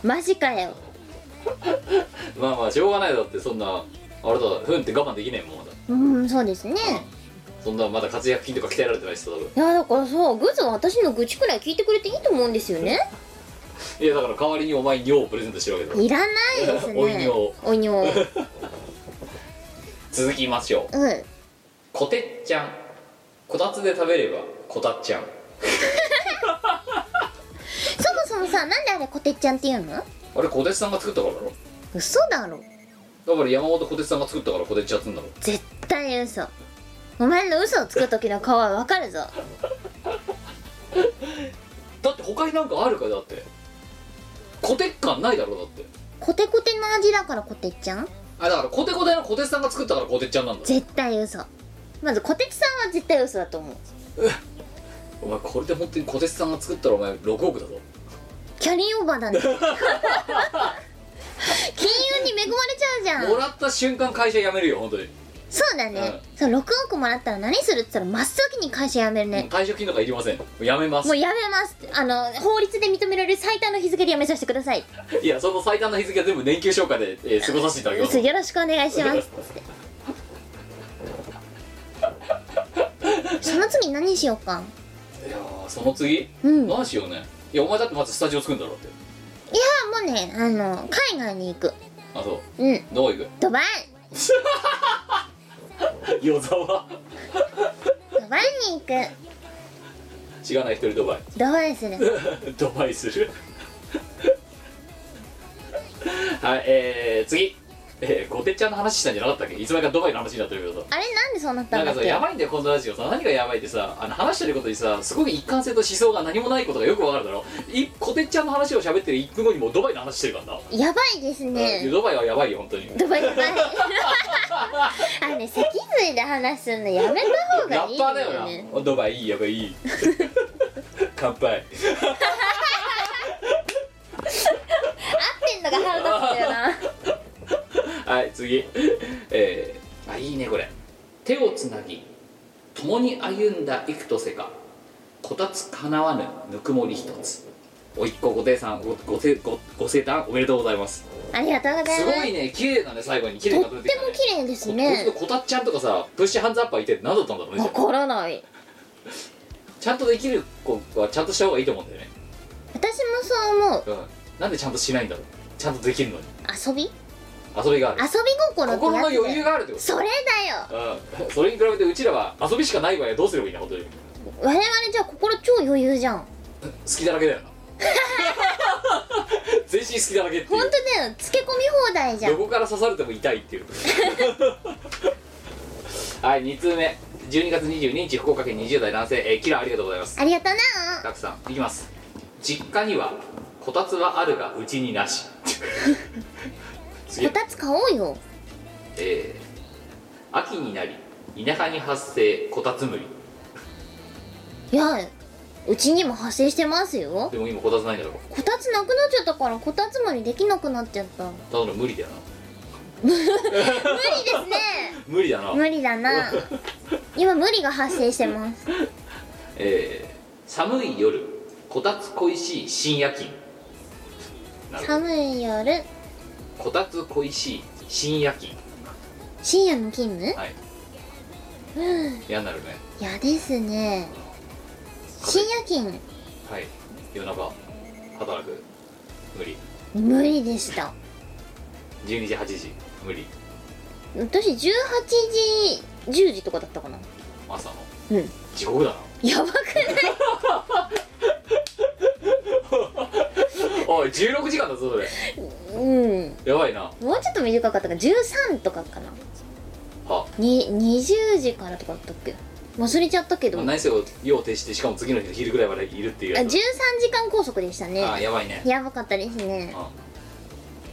[SPEAKER 2] マジかよ
[SPEAKER 1] まあまあしょうがないだってそんなあれだふんって我慢できないもんまだ
[SPEAKER 2] うーんそうですね
[SPEAKER 1] そんなまだ活躍金とか鍛えられてないしさ多分
[SPEAKER 2] いやだからさグズは私の愚痴くらい聞いてくれていいと思うんですよね
[SPEAKER 1] いやだから代わりにお前に尿をプレゼントしてるわけだろ
[SPEAKER 2] いらないですね
[SPEAKER 1] おい尿
[SPEAKER 2] おい尿
[SPEAKER 1] 続きましょう
[SPEAKER 2] うん
[SPEAKER 1] こてっちゃんこたつで食べればこたっちゃん
[SPEAKER 2] そもそもさなんであれこてっちゃんっていうの
[SPEAKER 1] あれこてつさんが作ったからだろ
[SPEAKER 2] 嘘だろ
[SPEAKER 1] だから山本こてつさんが作ったからこてっちゃんって言うんだろ
[SPEAKER 2] 絶対嘘お前の嘘をつく時の顔はわかるぞ
[SPEAKER 1] だって他になんかあるかだってコテ感ないだろだって
[SPEAKER 2] コテコテの味だからこてっちゃん
[SPEAKER 1] あだからコテコテのコテツさんが作ったからコテちゃんなんだ
[SPEAKER 2] 絶対嘘まずこてつさんは絶対嘘だと思う
[SPEAKER 1] お前これで本当にコテツさんが作ったらお前6億だぞ
[SPEAKER 2] キャリーオーバーだね金融に恵まれちゃうじゃ
[SPEAKER 1] も
[SPEAKER 2] ん
[SPEAKER 1] らった瞬間会社辞めるよ本当に、
[SPEAKER 2] そうだね、そう6億もらったら何するって言ったら真っ先に会社辞めるね、
[SPEAKER 1] 退職金とかいりませんもう辞めます
[SPEAKER 2] もう辞めますってあの法律で認められる最短の日付で辞めさせてください
[SPEAKER 1] いやその最短の日付は全部年休消化で、えー過ごさせていただきます
[SPEAKER 2] 嘘よろしくお願いしますって その次何しようか
[SPEAKER 1] いやーその次、
[SPEAKER 2] うん
[SPEAKER 1] 何しようねいやお前だってまずスタジオ作るんだろって
[SPEAKER 2] いやもうねあの海外に行く
[SPEAKER 1] あそう
[SPEAKER 2] うん
[SPEAKER 1] どこ行く
[SPEAKER 2] ドバイ
[SPEAKER 1] 与沢
[SPEAKER 2] ドバイに行く
[SPEAKER 1] 知らない一人ドバイ
[SPEAKER 2] ドバイする
[SPEAKER 1] ドバイするはいえー、次えー、コテちゃんの話したんじゃなかったっけいつまでかドバイの話になってるけどさ
[SPEAKER 2] あれなんでそうなった
[SPEAKER 1] なんん
[SPEAKER 2] だ
[SPEAKER 1] か
[SPEAKER 2] っ
[SPEAKER 1] さ
[SPEAKER 2] け
[SPEAKER 1] やばいんだよこのラジオさ何がやばいってさあの話してることにさすごく一貫性と思想が何もないことがよくわかるだろいこてっちゃんの話を喋ってる1分後にもうドバイの話してるからな、
[SPEAKER 2] やばいですね
[SPEAKER 1] うんドバイはやばいよ本当に
[SPEAKER 2] ドバイ やばいあのね脊髄で話すのやめた方が
[SPEAKER 1] ラ
[SPEAKER 2] い
[SPEAKER 1] ッ
[SPEAKER 2] い
[SPEAKER 1] パーだよ
[SPEAKER 2] よ
[SPEAKER 1] な
[SPEAKER 2] ね
[SPEAKER 1] おドバイいいやばいい い乾杯
[SPEAKER 2] 合ってんのが腹立つんだ よな
[SPEAKER 1] はい次 えー、あいいねこれ手をつなぎ共に歩んだ幾とせかこたつかなわぬぬくもり一つお一個ごてさんごごてごご生誕おめでとうございます
[SPEAKER 2] ありがとうござい
[SPEAKER 1] す
[SPEAKER 2] ます
[SPEAKER 1] ごいね綺麗だね最後に綺麗
[SPEAKER 2] と
[SPEAKER 1] な
[SPEAKER 2] っても
[SPEAKER 1] 出てきたね
[SPEAKER 2] 綺麗です
[SPEAKER 1] こいつの
[SPEAKER 2] ね
[SPEAKER 1] こたっちゃんとかさプッシュハンズアッパーいて何だったんだろうね
[SPEAKER 2] わからない
[SPEAKER 1] ちゃんとできる子はちゃんとした方がいいと思うんだよね、
[SPEAKER 2] 私もそう思う
[SPEAKER 1] うん、なんでちゃんとしないんだろうちゃんとできるのに
[SPEAKER 2] 遊び遊び
[SPEAKER 1] 遊びがある
[SPEAKER 2] 心って
[SPEAKER 1] 心の
[SPEAKER 2] やつ
[SPEAKER 1] 余裕
[SPEAKER 2] で
[SPEAKER 1] があるってこと
[SPEAKER 2] それだよ
[SPEAKER 1] うんそれに比べてうちらは遊びしかない場合はどうすればいいんだ本当に好
[SPEAKER 2] 我々じゃあ心超余裕じゃん
[SPEAKER 1] きだらけ だよな全身好きだらけってい
[SPEAKER 2] 本当
[SPEAKER 1] う
[SPEAKER 2] だよつけ込み放題じゃん
[SPEAKER 1] どこから刺されても痛いっていう はい2通目12月22日福岡県20代男性、えーキラーありがとうございます
[SPEAKER 2] ありがとう
[SPEAKER 1] たくさんいきます実家にはこたつはあるがうちになし次
[SPEAKER 2] なこたつ買おうよ
[SPEAKER 1] えー秋になり田舎に発生こたつむり
[SPEAKER 2] いやうちにも発生してますよ
[SPEAKER 1] でも今こたつないんだろ
[SPEAKER 2] こたつなくなっちゃったからこたつ盛りできなくなっちゃった無
[SPEAKER 1] ただの無理だよな
[SPEAKER 2] 理ですね
[SPEAKER 1] 無理だな
[SPEAKER 2] 無理だな今無理が発生してます
[SPEAKER 1] えー寒い夜こたつ恋しい深夜勤なるほど
[SPEAKER 2] 寒い夜
[SPEAKER 1] こたつ恋しい深夜勤
[SPEAKER 2] 深夜の勤務
[SPEAKER 1] はい
[SPEAKER 2] うん
[SPEAKER 1] 嫌になるね
[SPEAKER 2] 嫌ですね深夜勤
[SPEAKER 1] はい夜中働く無理
[SPEAKER 2] 無理でした
[SPEAKER 1] 12時8時無理
[SPEAKER 2] 私18時10時とかだったかな
[SPEAKER 1] 朝の
[SPEAKER 2] うん
[SPEAKER 1] 地獄だな
[SPEAKER 2] やばくない
[SPEAKER 1] おい16時間だぞそれ
[SPEAKER 2] うん
[SPEAKER 1] やばいな
[SPEAKER 2] もうちょっと短かったかな13とかかな
[SPEAKER 1] は
[SPEAKER 2] に20時からとかだったっけ忘れちゃったけど
[SPEAKER 1] まあ
[SPEAKER 2] あ
[SPEAKER 1] 何せよ要徹してしかも次の日の昼ぐらいまでいるっていう
[SPEAKER 2] 13
[SPEAKER 1] やつ
[SPEAKER 2] 時間拘束でしたね
[SPEAKER 1] あやばいね
[SPEAKER 2] やばかったですね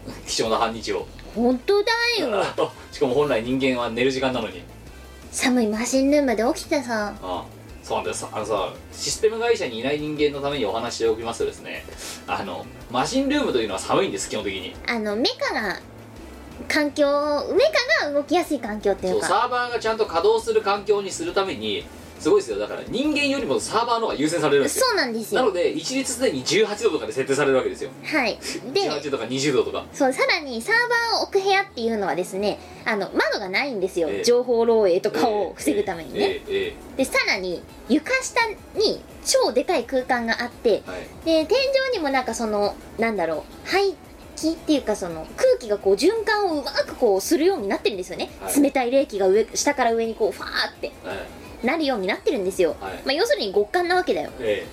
[SPEAKER 1] うん貴重な半日を
[SPEAKER 2] 本当だよ
[SPEAKER 1] しかも本来人間は寝る時間なのに
[SPEAKER 2] 寒いマシンルームで起きてさ
[SPEAKER 1] あそうなんですあのさシステム会社にいない人間のためにお話しておきますとですねあのマシンルームというのは寒いんです基本的に
[SPEAKER 2] あのメカが環境メカが動きやすい環境ってい
[SPEAKER 1] そうう
[SPEAKER 2] か
[SPEAKER 1] サーバーがちゃんと稼働する環境にするためにすごいですよだから人間よりもサーバーの方が優先されるんですよ
[SPEAKER 2] そうなんです
[SPEAKER 1] なの
[SPEAKER 2] よ
[SPEAKER 1] で一律すでに18度とかで設定されるわけですよ
[SPEAKER 2] はいで
[SPEAKER 1] 18度とか20度とか
[SPEAKER 2] そうさらにサーバーを置く部屋っていうのはですねあの窓がないんですよ、
[SPEAKER 1] ええ
[SPEAKER 2] 情報漏洩とかを防ぐためにね、
[SPEAKER 1] えええ
[SPEAKER 2] でさらに床下に超でかい空間があって
[SPEAKER 1] えはい
[SPEAKER 2] で天井にもなんかそのなんだろう排気っていうかその空気がこう循環をうまくこうするようになってるんですよね、
[SPEAKER 1] はい
[SPEAKER 2] 冷たい冷気が上下から上にこうファーって
[SPEAKER 1] はい
[SPEAKER 2] なるようになってるんですよ、
[SPEAKER 1] はい
[SPEAKER 2] まあ、要するに極寒なわけだよ
[SPEAKER 1] え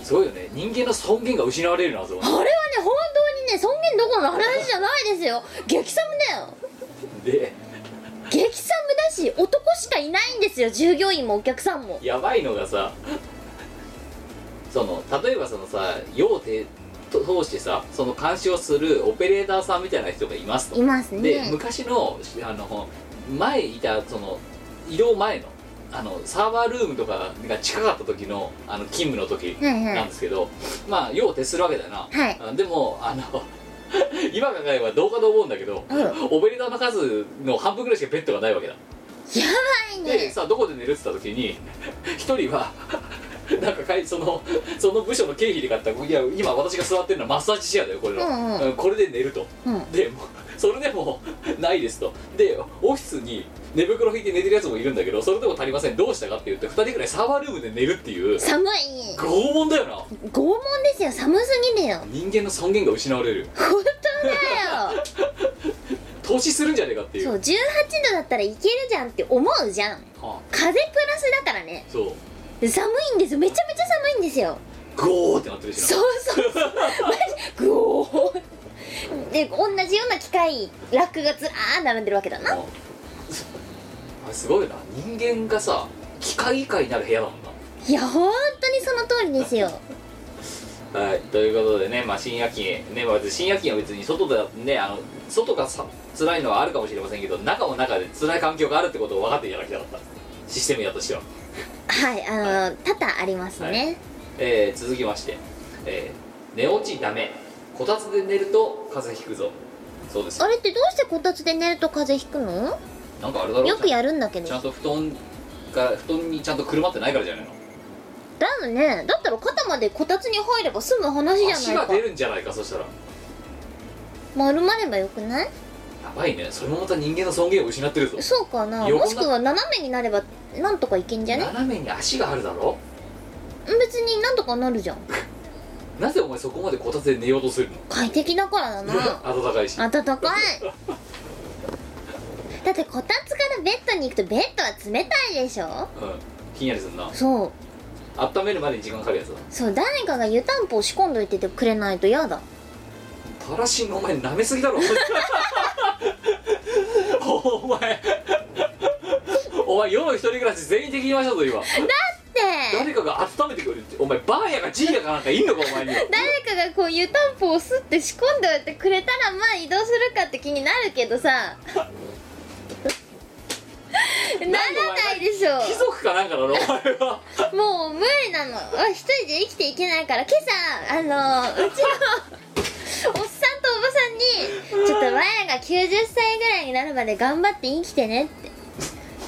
[SPEAKER 1] えすごいよね人間の尊厳が失われるなと
[SPEAKER 2] あ れはね本当にね尊厳どころの話じゃないですよ激寒だよ
[SPEAKER 1] で
[SPEAKER 2] 激寒だし男しかいないんですよ従業員もお客さんも
[SPEAKER 1] やばいのがさその例えばそのさ要手と通してさその監視をするオペレーターさんみたいな人がいますと
[SPEAKER 2] います
[SPEAKER 1] で
[SPEAKER 2] ね
[SPEAKER 1] 昔のあの前いたその移動前のあのサーバールームとかが近かった時のあの勤務の時
[SPEAKER 2] はいは
[SPEAKER 1] なん
[SPEAKER 2] い
[SPEAKER 1] ですけど、まあ要徹するわけだよな、
[SPEAKER 2] はい
[SPEAKER 1] あでもあの 今考えればどうかと思うんだけど、
[SPEAKER 2] うん
[SPEAKER 1] オペレーターの数の半分ぐらいしかベッドがないわけだ
[SPEAKER 2] やばい
[SPEAKER 1] で
[SPEAKER 2] ね
[SPEAKER 1] さあどこで寝るって言った時に 一人は なんかかいそのその部署の経費で買ったいや今私が座ってるのはマッサージチェアだよこれの、
[SPEAKER 2] うんうん
[SPEAKER 1] うんこれで寝ると
[SPEAKER 2] うん
[SPEAKER 1] でもうそれでもないですとでオフィスに寝袋引いて寝てるやつもいるんだけどそれでも足りませんどうしたかって言って2人ぐらいサーバールームで寝るっていう
[SPEAKER 2] 寒い
[SPEAKER 1] 拷問だよな
[SPEAKER 2] 拷問ですよ寒すぎるよ
[SPEAKER 1] 人間の尊厳が失われる
[SPEAKER 2] 本当 だよ
[SPEAKER 1] 投資するんじゃねえかっていう
[SPEAKER 2] そう18度だったらいけるじゃんって思うじゃん
[SPEAKER 1] は
[SPEAKER 2] 風プラスだからね
[SPEAKER 1] あそう
[SPEAKER 2] で寒いんですよめちゃめちゃ寒いんですよ
[SPEAKER 1] ゴーってなってるし
[SPEAKER 2] そ
[SPEAKER 1] な
[SPEAKER 2] うそう そうマジグオーで同じような機械ラックがずらー並んでるわけだ な
[SPEAKER 1] うんあすごいな人間がさ機械以下になる部屋だもん
[SPEAKER 2] いや本当にその通りですよ
[SPEAKER 1] なはいということでね、まあ、深夜勤ね、まあ、深夜勤は別に外でねあの外がさ辛いのはあるかもしれませんけど中も中で辛い環境があるってことを分かっていただきたかったシステムやとしては、
[SPEAKER 2] はいあの、多々ありますね、
[SPEAKER 1] えー続きまして、えー寝落ちダメこたつで寝ると風邪ひくぞそうですよ
[SPEAKER 2] あれってどうしてこたつで寝ると風邪ひくの
[SPEAKER 1] なんかあれだろ
[SPEAKER 2] よくやるんだけど
[SPEAKER 1] ちゃんと布団が布団にちゃんとくるまってないからじゃないの
[SPEAKER 2] だよねだったら肩までこたつに入れば済む話じ
[SPEAKER 1] 足
[SPEAKER 2] ゃな
[SPEAKER 1] が
[SPEAKER 2] いか
[SPEAKER 1] 出るんじゃないかそしたら
[SPEAKER 2] 丸まればよくない
[SPEAKER 1] やばいねそれもまた人間の尊厳を失ってるぞ
[SPEAKER 2] そうかな
[SPEAKER 1] 横な
[SPEAKER 2] もしくは斜めになればなんとかいけんじゃね
[SPEAKER 1] 斜めに足があるだろ
[SPEAKER 2] 別になんとかなるじゃん
[SPEAKER 1] なぜお前そこまでこたつで寝ようとするの
[SPEAKER 2] 快適だからだな
[SPEAKER 1] 暖かいし
[SPEAKER 2] 暖かい だってこたつからベッドに行くとベッドは冷たいでしょ
[SPEAKER 1] うんひんやりするな
[SPEAKER 2] そう
[SPEAKER 1] 温めるまでに時間かかるやつだ
[SPEAKER 2] そう誰かが湯たんぽを仕込んどいててくれないと嫌だ
[SPEAKER 1] パラシンお前舐めすぎだろお前お前世の一人暮らし全員できましたぞ今
[SPEAKER 2] で
[SPEAKER 1] 誰かが温めてくれるってお前バーヤかジーヤかなんかいんのかお前には
[SPEAKER 2] 誰かがこう湯たんぽをすって仕込んでおいてくれたらまあ移動するかって気になるけど さならないでしょ
[SPEAKER 1] 貴族かなんかだろお前は
[SPEAKER 2] もう無理なのわ一人で生きていけないから今朝あのうちのおっさんとおばさんに「ちょっとわやが90歳ぐらいになるまで頑張って生きてね」って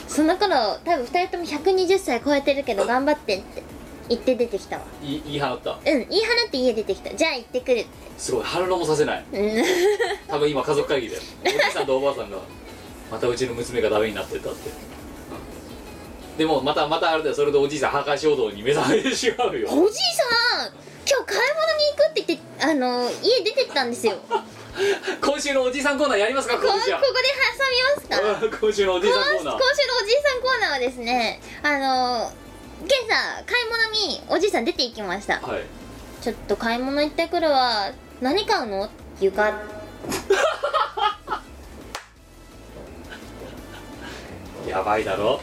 [SPEAKER 2] その頃多分2人とも120歳超えてるけど頑張ってって言って出てきたわ
[SPEAKER 1] い言い放った
[SPEAKER 2] うん言い放って家出てきたじゃあ行ってくるって
[SPEAKER 1] すごい反論もさせない
[SPEAKER 2] うん
[SPEAKER 1] 多分今家族会議でおじさんとおばあさんがまたうちの娘がダメになってたってでもまたまたあれだよそれでおじいさん破壊衝動に目覚めてしまうよ
[SPEAKER 2] おじいさん今日買い物に行くって言ってあの家出てった んですよここ
[SPEAKER 1] 今週のおじいさんコーナーやりますか
[SPEAKER 2] こ
[SPEAKER 1] 今
[SPEAKER 2] こで
[SPEAKER 1] 週は
[SPEAKER 2] 挟みますか
[SPEAKER 1] 今週のおじいさんコーナー
[SPEAKER 2] 今週のおじいさんコーナーはですねあの今朝買い物におじいさん出て行きました
[SPEAKER 1] はい
[SPEAKER 2] ちょっと買い物行ってくるわ何買うのっていうか
[SPEAKER 1] やばいだろ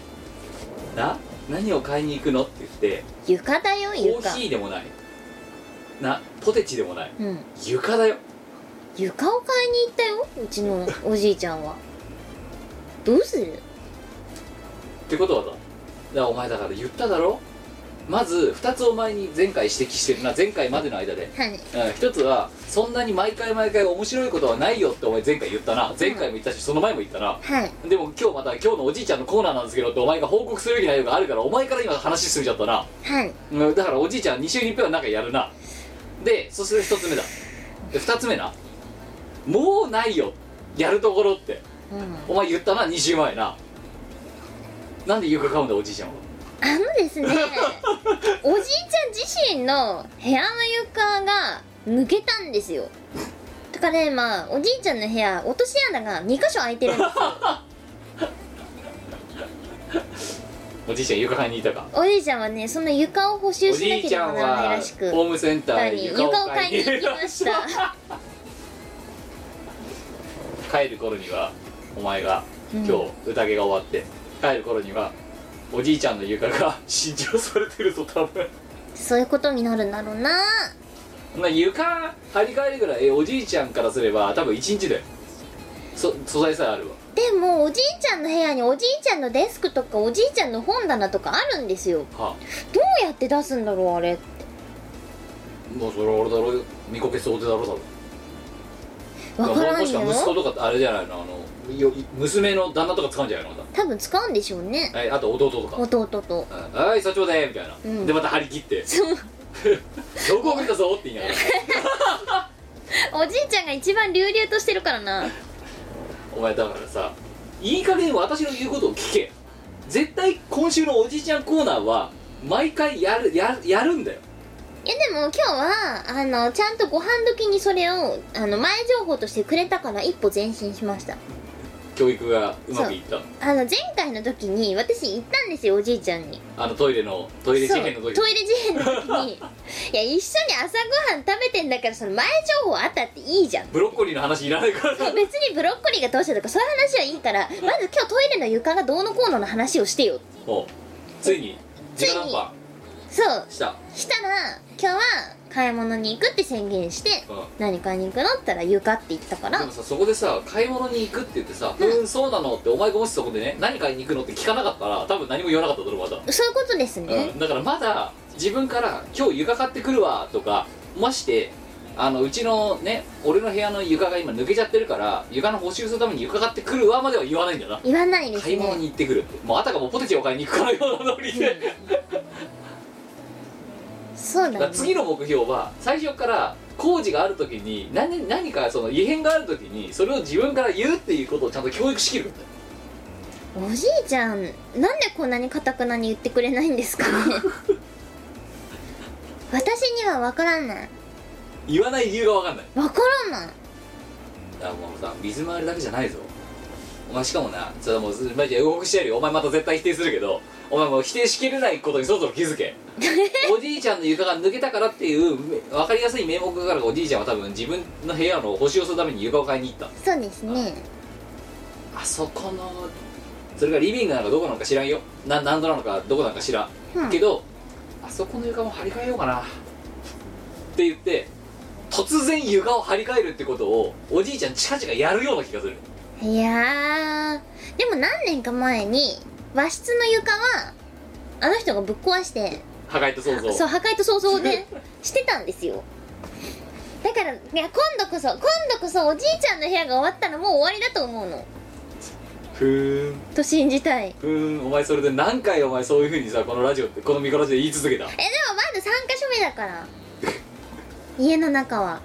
[SPEAKER 1] な何を買いに行くのって言って
[SPEAKER 2] 床だよ
[SPEAKER 1] コ
[SPEAKER 2] 床
[SPEAKER 1] ーヒーでもないなポテチでもない
[SPEAKER 2] うん
[SPEAKER 1] 床だよ
[SPEAKER 2] 床を買いに行ったようちのおじいちゃんはどうする
[SPEAKER 1] ってことはだだからお前だから言っただろまず2つお前に前回指摘してるな前回までの間で
[SPEAKER 2] はい
[SPEAKER 1] うん1つはそんなに毎回毎回面白いことはないよってお前前回言ったな前回も言ったしその前も言ったな
[SPEAKER 2] はい
[SPEAKER 1] でも今日また今日のおじいちゃんのコーナーなんですけどってお前が報告するべき内容があるからお前から今話進んじゃったな
[SPEAKER 2] はい
[SPEAKER 1] うんだからおじいちゃん2週に1回はなんかやるなでそして1つ目だで2つ目なもうないよやるところって
[SPEAKER 2] うん
[SPEAKER 1] お前言ったな2週前ななんで床買うんだおじいちゃんは
[SPEAKER 2] あので すねおじいちゃん自身の部屋の床が抜けたんですよだからねまあおじいちゃんの部屋落とし穴が2箇所開いてるんです
[SPEAKER 1] おじいちゃん床買いにいたか
[SPEAKER 2] おじいちゃんはねその床を補
[SPEAKER 1] お
[SPEAKER 2] 修し
[SPEAKER 1] じ
[SPEAKER 2] ないけ
[SPEAKER 1] ち
[SPEAKER 2] れ
[SPEAKER 1] ゃ
[SPEAKER 2] ば
[SPEAKER 1] ん
[SPEAKER 2] ならない
[SPEAKER 1] は
[SPEAKER 2] らしく
[SPEAKER 1] ホームセンターに
[SPEAKER 2] 床
[SPEAKER 1] 床
[SPEAKER 2] を
[SPEAKER 1] を
[SPEAKER 2] 買
[SPEAKER 1] 買
[SPEAKER 2] い
[SPEAKER 1] い
[SPEAKER 2] に
[SPEAKER 1] に
[SPEAKER 2] 行
[SPEAKER 1] 行
[SPEAKER 2] き
[SPEAKER 1] き
[SPEAKER 2] ま
[SPEAKER 1] ま
[SPEAKER 2] し
[SPEAKER 1] したた帰る頃にはお前が今日宴が終わって帰る頃にはおじいちゃんの床が新調されてると多分
[SPEAKER 2] そういうことになるんだろうな
[SPEAKER 1] まあ床張り替えるぐらいえおじいちゃんからすれば多分1日だよそ素材さえあるわ
[SPEAKER 2] でもおじいちゃんの部屋におじいちゃんのデスクとかおじいちゃんの本棚とかあるんですよ
[SPEAKER 1] は
[SPEAKER 2] どうやって出すんだろうあれ
[SPEAKER 1] あもうそれは俺だろう見こけそうでだろう多
[SPEAKER 2] わ
[SPEAKER 1] 分
[SPEAKER 2] から
[SPEAKER 1] も
[SPEAKER 2] ん
[SPEAKER 1] しか息子
[SPEAKER 2] よ
[SPEAKER 1] とかってあれじゃないのあのよ娘の旦那とか使うんじゃないのま
[SPEAKER 2] 多分使うんでしょうね
[SPEAKER 1] たはいあと弟とか
[SPEAKER 2] 弟
[SPEAKER 1] 「
[SPEAKER 2] と
[SPEAKER 1] うんはい社長で」みたいな、
[SPEAKER 2] うん
[SPEAKER 1] でまた張り切って
[SPEAKER 2] そう
[SPEAKER 1] 「どこ見たぞ」って言いながら
[SPEAKER 2] おじいちゃんが一番隆々としてるからな
[SPEAKER 1] お前だからさいい加減私の言うことを聞け絶対今週のおじいちゃんコーナーは毎回やるややるんだよ
[SPEAKER 2] いやでも今日はあのちゃんとご飯時にそれをあの前情報としてくれたから一歩前進しました
[SPEAKER 1] 教育がうまくいった
[SPEAKER 2] あの前回の時に私行ったんですよおじいちゃんに
[SPEAKER 1] あのトイレのトイレ事件の
[SPEAKER 2] そう
[SPEAKER 1] 時
[SPEAKER 2] トイレ事変の時にいや一緒に朝ごはん食べてんだからその前情報あったっていいじゃん
[SPEAKER 1] ブロッコリーの話いらないから
[SPEAKER 2] そう別にブロッコリーがどうしたとかそういう話はいいからまず今日トイレの床がどうのこうのの話をしてよ
[SPEAKER 1] おついに
[SPEAKER 2] ついに
[SPEAKER 1] 直談判
[SPEAKER 2] そう
[SPEAKER 1] した
[SPEAKER 2] したら今日は買い物に行くって宣言して、
[SPEAKER 1] うん
[SPEAKER 2] 何買いに行くのって言ったら床って言ったから
[SPEAKER 1] でもさそこでさ買い物に行くって言ってさ「うんそうなの」ってお前がもしそこでね何買いに行くのって聞かなかったら多分何も言わなかっただろまだ
[SPEAKER 2] そういうことですね
[SPEAKER 1] うん、だからまだ自分から「今日床買ってくるわ」とかましてあのうちのね俺の部屋の床が今抜けちゃってるから床の補修するために床買ってくるわまでは言わないんだよな
[SPEAKER 2] 言わないです
[SPEAKER 1] 買い物
[SPEAKER 2] ね
[SPEAKER 1] に行ってくるってもうあたかもポテチを買いに行くかのようなノリで、
[SPEAKER 2] そ
[SPEAKER 1] だ
[SPEAKER 2] うだ
[SPEAKER 1] から
[SPEAKER 2] ね
[SPEAKER 1] 次の目標は最初から工事がある時に何何かその異変がある時にそれを自分から言うっていうことをちゃんと教育しきるんだよ
[SPEAKER 2] おじいちゃんなんでこんなにかたくなに言ってくれないんで すかね私には分からない
[SPEAKER 1] 言わない理由が分かんない
[SPEAKER 2] 分からない
[SPEAKER 1] だからもうさ水回りだけじゃないぞお前しかもなそれもうマジで動くしてやるよお前また絶対否定するけどお前もう否定しきれないことにそろそろ気づ けおじいちゃんの床が抜けたからっていうめ分かりやすい名目からかおじいちゃんは多分自分の部屋の星をするために床を買いに行った
[SPEAKER 2] そうですね
[SPEAKER 1] あそこのそれがリビングなのかどこなのか知らんよな何度なのかどこなのか知らん、
[SPEAKER 2] うん
[SPEAKER 1] けどあそこの床も張り替えようかなって言って突然床を張り替えるってことをおじいちゃん近々やるような気がする
[SPEAKER 2] いやーでも何年か前に和室の床はあの人がぶっ壊して
[SPEAKER 1] 破壊と想像
[SPEAKER 2] そう破壊と想 像ねしてたんですよだからいや今度こそ今度こそおじいちゃんの部屋が終わったらもう終わりだと思うの
[SPEAKER 1] ふーん
[SPEAKER 2] と信じたいえで
[SPEAKER 1] ふーんお前それで何回お前そういうふうにさこのラジオってこのミコラジオで言い続けたい
[SPEAKER 2] もまだ3箇所目だから家の中は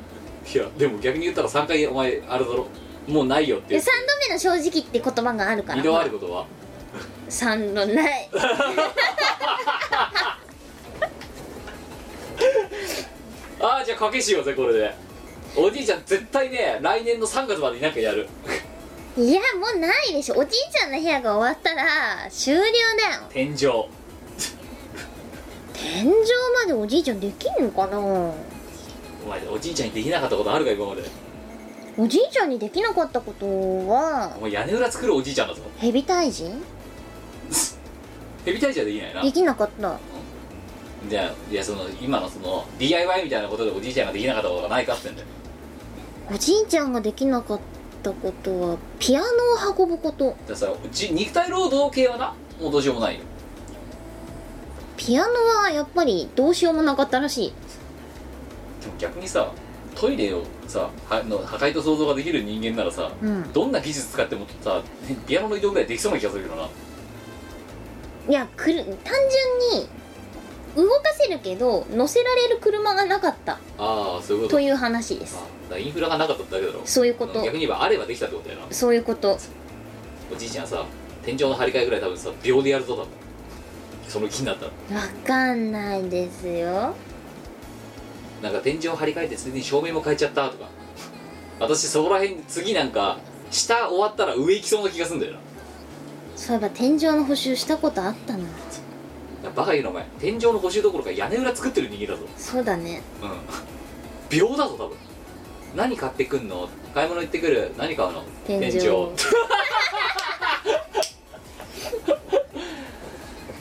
[SPEAKER 1] やでも逆に言ったら3回お前あれだろもうないよって
[SPEAKER 2] で3度目の正直って言葉があるから
[SPEAKER 1] 二度あることは
[SPEAKER 2] 3度ない
[SPEAKER 1] ああじゃあ賭けしようぜこれでおじいちゃん絶対ね来年の3月までになんかやる
[SPEAKER 2] いやもうないでしょおじいちゃんの部屋が終わったら終了だよ
[SPEAKER 1] 天井
[SPEAKER 2] 天井までおじいちゃんできんのかな
[SPEAKER 1] お前おじいちゃんにできなかったことあるか今まで
[SPEAKER 2] おじいちゃんにできなかったことは
[SPEAKER 1] お前屋根裏作るおじいちゃんだぞ
[SPEAKER 2] ヘビ退治
[SPEAKER 1] ヘビ退治はできないな
[SPEAKER 2] できなかった
[SPEAKER 1] じゃあいやその今のその DIY みたいなことでおじいちゃんができなかったことがないかってんだよ
[SPEAKER 2] おじいちゃんができなかったことはピアノを運ぶこと
[SPEAKER 1] だからさうち肉体労働系はなもうどうしようもないよ
[SPEAKER 2] ピアノはやっぱりどうしようもなかったらしい
[SPEAKER 1] でも逆にさトイレをさはの破壊と想像ができる人間ならさ、
[SPEAKER 2] うん
[SPEAKER 1] どんな技術使ってもさピアノの移動ぐらいできそうな気がするけどない
[SPEAKER 2] やくる単純に動かせるけど乗せられる車がなかった
[SPEAKER 1] ああそういうこと
[SPEAKER 2] という話です
[SPEAKER 1] あだからインフラがなかっただけだろ
[SPEAKER 2] そういうこと
[SPEAKER 1] 逆に言えばあればできたってことだよな
[SPEAKER 2] そういうこと
[SPEAKER 1] おじいちゃんさ天井の張り替えぐらい多分さ秒でやるぞ多分その気になったら
[SPEAKER 2] わかんないですよ
[SPEAKER 1] なんか天井張り替えてついでに照明も変えちゃったとか私そこら辺次なんか下終わったら上行きそうな気がするんだよな
[SPEAKER 2] そういえば天井の補修したことあったな
[SPEAKER 1] バカ言うなお前天井の補修どころか屋根裏作ってる人間だぞ
[SPEAKER 2] そうだね
[SPEAKER 1] うん秒だぞ多分何買ってくんの買い物行ってくる何買うの
[SPEAKER 2] 天井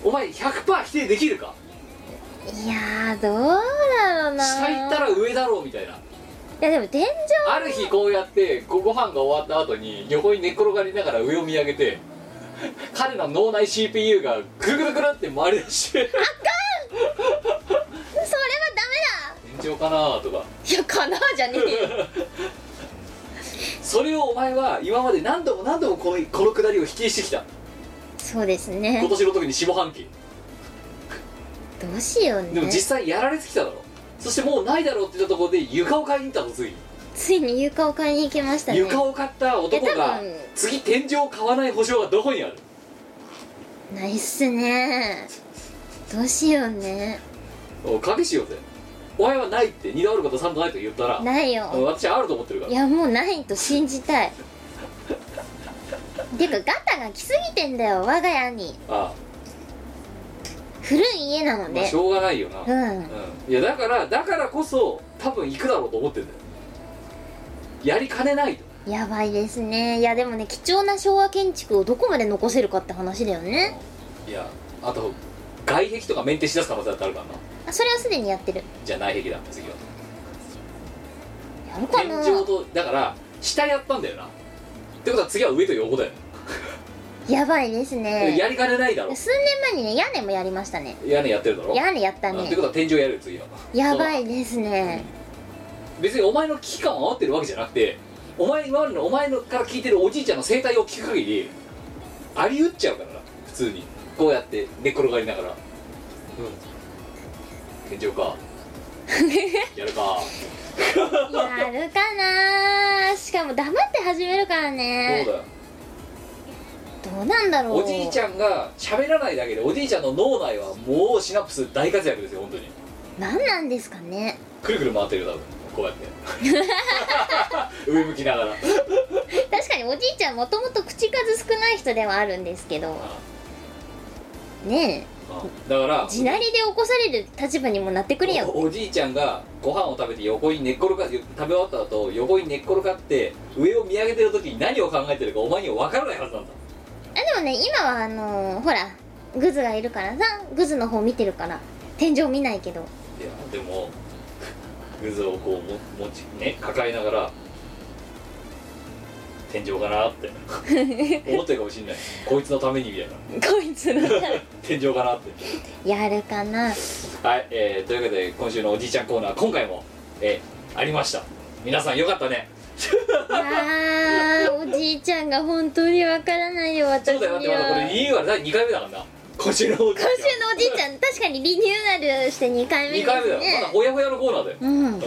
[SPEAKER 1] お前100%否定できるか
[SPEAKER 2] いやーどうだろうな
[SPEAKER 1] 下行ったら上だろうみたいない
[SPEAKER 2] やでも天井
[SPEAKER 1] ある日こうやってごご飯が終わった後に横に寝っ転がりながら上を見上げて彼の脳内 CPU がぐるぐるぐるって回り出 して
[SPEAKER 2] それはダメ
[SPEAKER 1] 天井かなとか
[SPEAKER 2] だいやかなじゃねえよ
[SPEAKER 1] それをお前は今まで何度も何度もこのこの下りを否定してきた
[SPEAKER 2] そうです
[SPEAKER 1] 今
[SPEAKER 2] ね
[SPEAKER 1] 年の時に下半期
[SPEAKER 2] どうしようね
[SPEAKER 1] でも実際やられてきただろそしてもうないだろうって言ったところで床を買いに行ったのついに
[SPEAKER 2] ついに床を買いに行きましたね
[SPEAKER 1] 床を買った男
[SPEAKER 2] いや多
[SPEAKER 1] が
[SPEAKER 2] 分
[SPEAKER 1] 次天井を買わない保証がどこにある
[SPEAKER 2] ないっすねどうしようね
[SPEAKER 1] おかけしようぜお前はないって二度あること三度ないと言ったら
[SPEAKER 2] ない
[SPEAKER 1] うん
[SPEAKER 2] よ
[SPEAKER 1] 私はあると思ってるから
[SPEAKER 2] いやもうないと信じたいてかガタが来すぎてんだよ我が家に
[SPEAKER 1] あ
[SPEAKER 2] 古い家な
[SPEAKER 1] あ
[SPEAKER 2] の
[SPEAKER 1] まあ
[SPEAKER 2] で
[SPEAKER 1] しょうがないよな、
[SPEAKER 2] う
[SPEAKER 1] うん
[SPEAKER 2] ん
[SPEAKER 1] いやだからだからこそ多分行くだろうと思ってんだよやりかねないと
[SPEAKER 2] やばいですねいやでもね貴重な昭和建築をどこまで残せるかって話だよね
[SPEAKER 1] いやあと外壁とかメンテしだす可能性だってあるからな
[SPEAKER 2] あそれはすでにやってる
[SPEAKER 1] じゃあ内壁だ次は
[SPEAKER 2] やるか
[SPEAKER 1] 天
[SPEAKER 2] な
[SPEAKER 1] 井とだから下やったんだよなってことは次は上と横だよ、
[SPEAKER 2] やばいですね
[SPEAKER 1] やりかねないだろ
[SPEAKER 2] 数年前にね屋根もやりましたね
[SPEAKER 1] 屋根やってるだろ
[SPEAKER 2] 屋根やった
[SPEAKER 1] あって
[SPEAKER 2] ね
[SPEAKER 1] ことは天井やるよ次は
[SPEAKER 2] やば
[SPEAKER 1] その
[SPEAKER 2] いですね
[SPEAKER 1] 別にお前の危機感を煽ってるわけじゃなくてお前今までのお前のから聞いてるおじいちゃんの生態を聞く限りありうっちゃうからな普通にこうやって寝っ転がりながらうん天井かやるか
[SPEAKER 2] やるかなーしかも黙って始めるから
[SPEAKER 1] そうだ
[SPEAKER 2] ね
[SPEAKER 1] よ
[SPEAKER 2] どうなんだろう
[SPEAKER 1] おじいちゃんが喋らないだけでおじいちゃんの脳内はもうシナプス大活躍ですよ本当に
[SPEAKER 2] 何なんですかね
[SPEAKER 1] くるくる回ってるよ多分こうやって上向きながら
[SPEAKER 2] 確かにおじいちゃんもともと口数少ない人ではあるんですけどね
[SPEAKER 1] うんだから
[SPEAKER 2] え地鳴りで起こされる立場にもなってくれよ
[SPEAKER 1] おおじいちゃんがご飯を食べて横に寝っ転がって食べ終わった後横に寝っ転がって上を見上げてる時に何を考えてるかお前には分からないはずなんだ
[SPEAKER 2] あでもね今はあのーほらグズがいるからさグズの方見てるから天井見ないけど
[SPEAKER 1] いやでもグズをこうも持ちね抱えながら天井かなって思ってるかもしんないこいつのためにみたいな
[SPEAKER 2] こいつの
[SPEAKER 1] 天井かなって
[SPEAKER 2] やるか な
[SPEAKER 1] はい、えーというわけで今週のおじいちゃんコーナー今回も、えーありました皆さんよかった ね
[SPEAKER 2] あーおじいちゃんが本当にわからないよ
[SPEAKER 1] ち
[SPEAKER 2] 私
[SPEAKER 1] ょっと
[SPEAKER 2] には
[SPEAKER 1] 待って
[SPEAKER 2] 今週
[SPEAKER 1] まだこれリニューアル第2回目だからな今週のおじいちゃん
[SPEAKER 2] のおじいちゃん確かにリニューアルして2回目で
[SPEAKER 1] 2回目だ
[SPEAKER 2] す
[SPEAKER 1] よまだ
[SPEAKER 2] ね
[SPEAKER 1] ほやほやのコーナーだよ、
[SPEAKER 2] うん
[SPEAKER 1] うん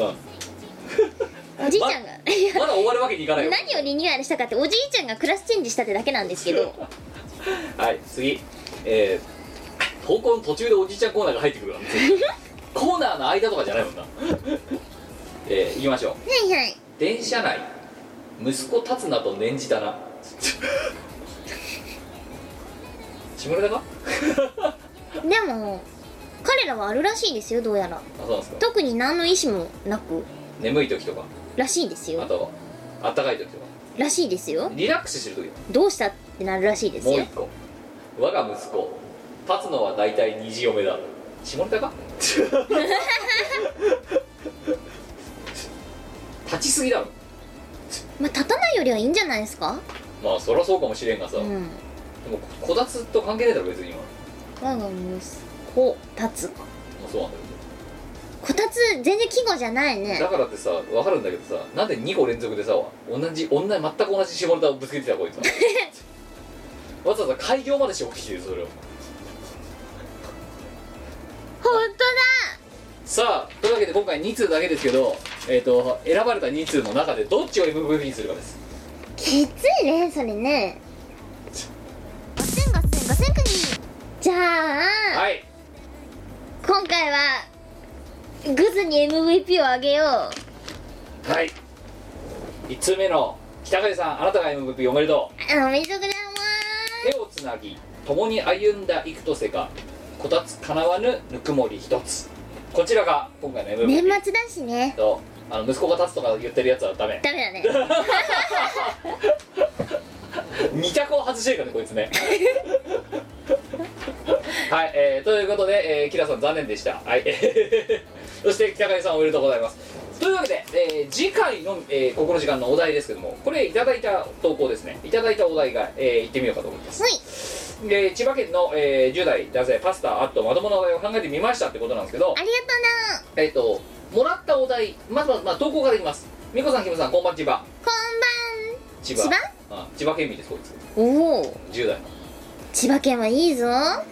[SPEAKER 2] おじいちゃんが いや
[SPEAKER 1] まだ終わるわけにいかないよ
[SPEAKER 2] 何をリニューアルしたかっておじいちゃんがクラスチェンジしたってだけなんですけど
[SPEAKER 1] はい次えー、投稿の途中でおじいちゃんコーナーが入ってくるからコーナーの間とかじゃないもんなえー、行きましょう
[SPEAKER 2] はいはい
[SPEAKER 1] 電車内息子立つなと念じたな下ネタかあ
[SPEAKER 2] でも彼らはあるらしいですよどうやら
[SPEAKER 1] そうなんですか
[SPEAKER 2] 特に何の意思もなく
[SPEAKER 1] 眠い時とから
[SPEAKER 2] しいです
[SPEAKER 1] あ
[SPEAKER 2] よ
[SPEAKER 1] とはあったかい時とから
[SPEAKER 2] しいですよ
[SPEAKER 1] リラックスしてる時
[SPEAKER 2] どうしたってなるらしいです
[SPEAKER 1] もう
[SPEAKER 2] よ
[SPEAKER 1] 一個我が息子立つのは大体虹嫁だ下ネタ か立ちすぎだろ
[SPEAKER 2] まあ立たないよりはいいんじゃないですか
[SPEAKER 1] まあそりゃそうかもしれんがさ、
[SPEAKER 2] う
[SPEAKER 1] で
[SPEAKER 2] ん
[SPEAKER 1] もこたつと関係ないだろ別に今も
[SPEAKER 2] 我が息子立つ
[SPEAKER 1] うそうなんだよ
[SPEAKER 2] こたつ全然季語じゃないね
[SPEAKER 1] だからってさ分かるんだけどさなんで2個連続でさ同じ同じ全く同じ下ネタをぶつけてきたこいつ はわざわざ開業までして起きてるそれを
[SPEAKER 2] 本
[SPEAKER 1] さあというわけで今回2通だけですけど、えっと選ばれた2通の中でどっちを MVP にするかです
[SPEAKER 2] 当だきついねそれね
[SPEAKER 3] ガセンガセンガセンクニー
[SPEAKER 2] じゃあ
[SPEAKER 1] はい
[SPEAKER 2] 今回はグズに MVP をあげよう
[SPEAKER 1] はい1通目の北上さんあなたが MVP おめでと
[SPEAKER 2] あおめでとうございう
[SPEAKER 1] 手をつなぎ共に歩んだ幾とせかこたつかなわぬぬくもり一つこちらが今回の
[SPEAKER 2] ます年
[SPEAKER 1] MVP
[SPEAKER 2] 末だしね
[SPEAKER 1] とあの息子が立つとか言ってるやつはダメ
[SPEAKER 2] ダメだね
[SPEAKER 1] 2着を外してるからねこいつねはい、えーということで、えーキラさん残念でしたはい そして北上さんおめでとうございますというわけで、えー次回の、えーここの時間のお題ですけどもこれいただいた投稿ですねいただいたお題が、えー行ってみようかと思います
[SPEAKER 2] はい
[SPEAKER 1] で千葉県の、えー10代男性パスタあとまともなお題を考えてみましたってことなんですけど
[SPEAKER 2] ありがとうな
[SPEAKER 1] えっ、ともらったお題まずまず、まあ、投稿からいきますみこさんきむさんこんばんちば
[SPEAKER 2] こ
[SPEAKER 1] 千
[SPEAKER 2] んばん
[SPEAKER 1] 葉あ千葉県民ですこいつ
[SPEAKER 2] 千葉おお
[SPEAKER 1] 10代
[SPEAKER 2] 千葉県はいいぞは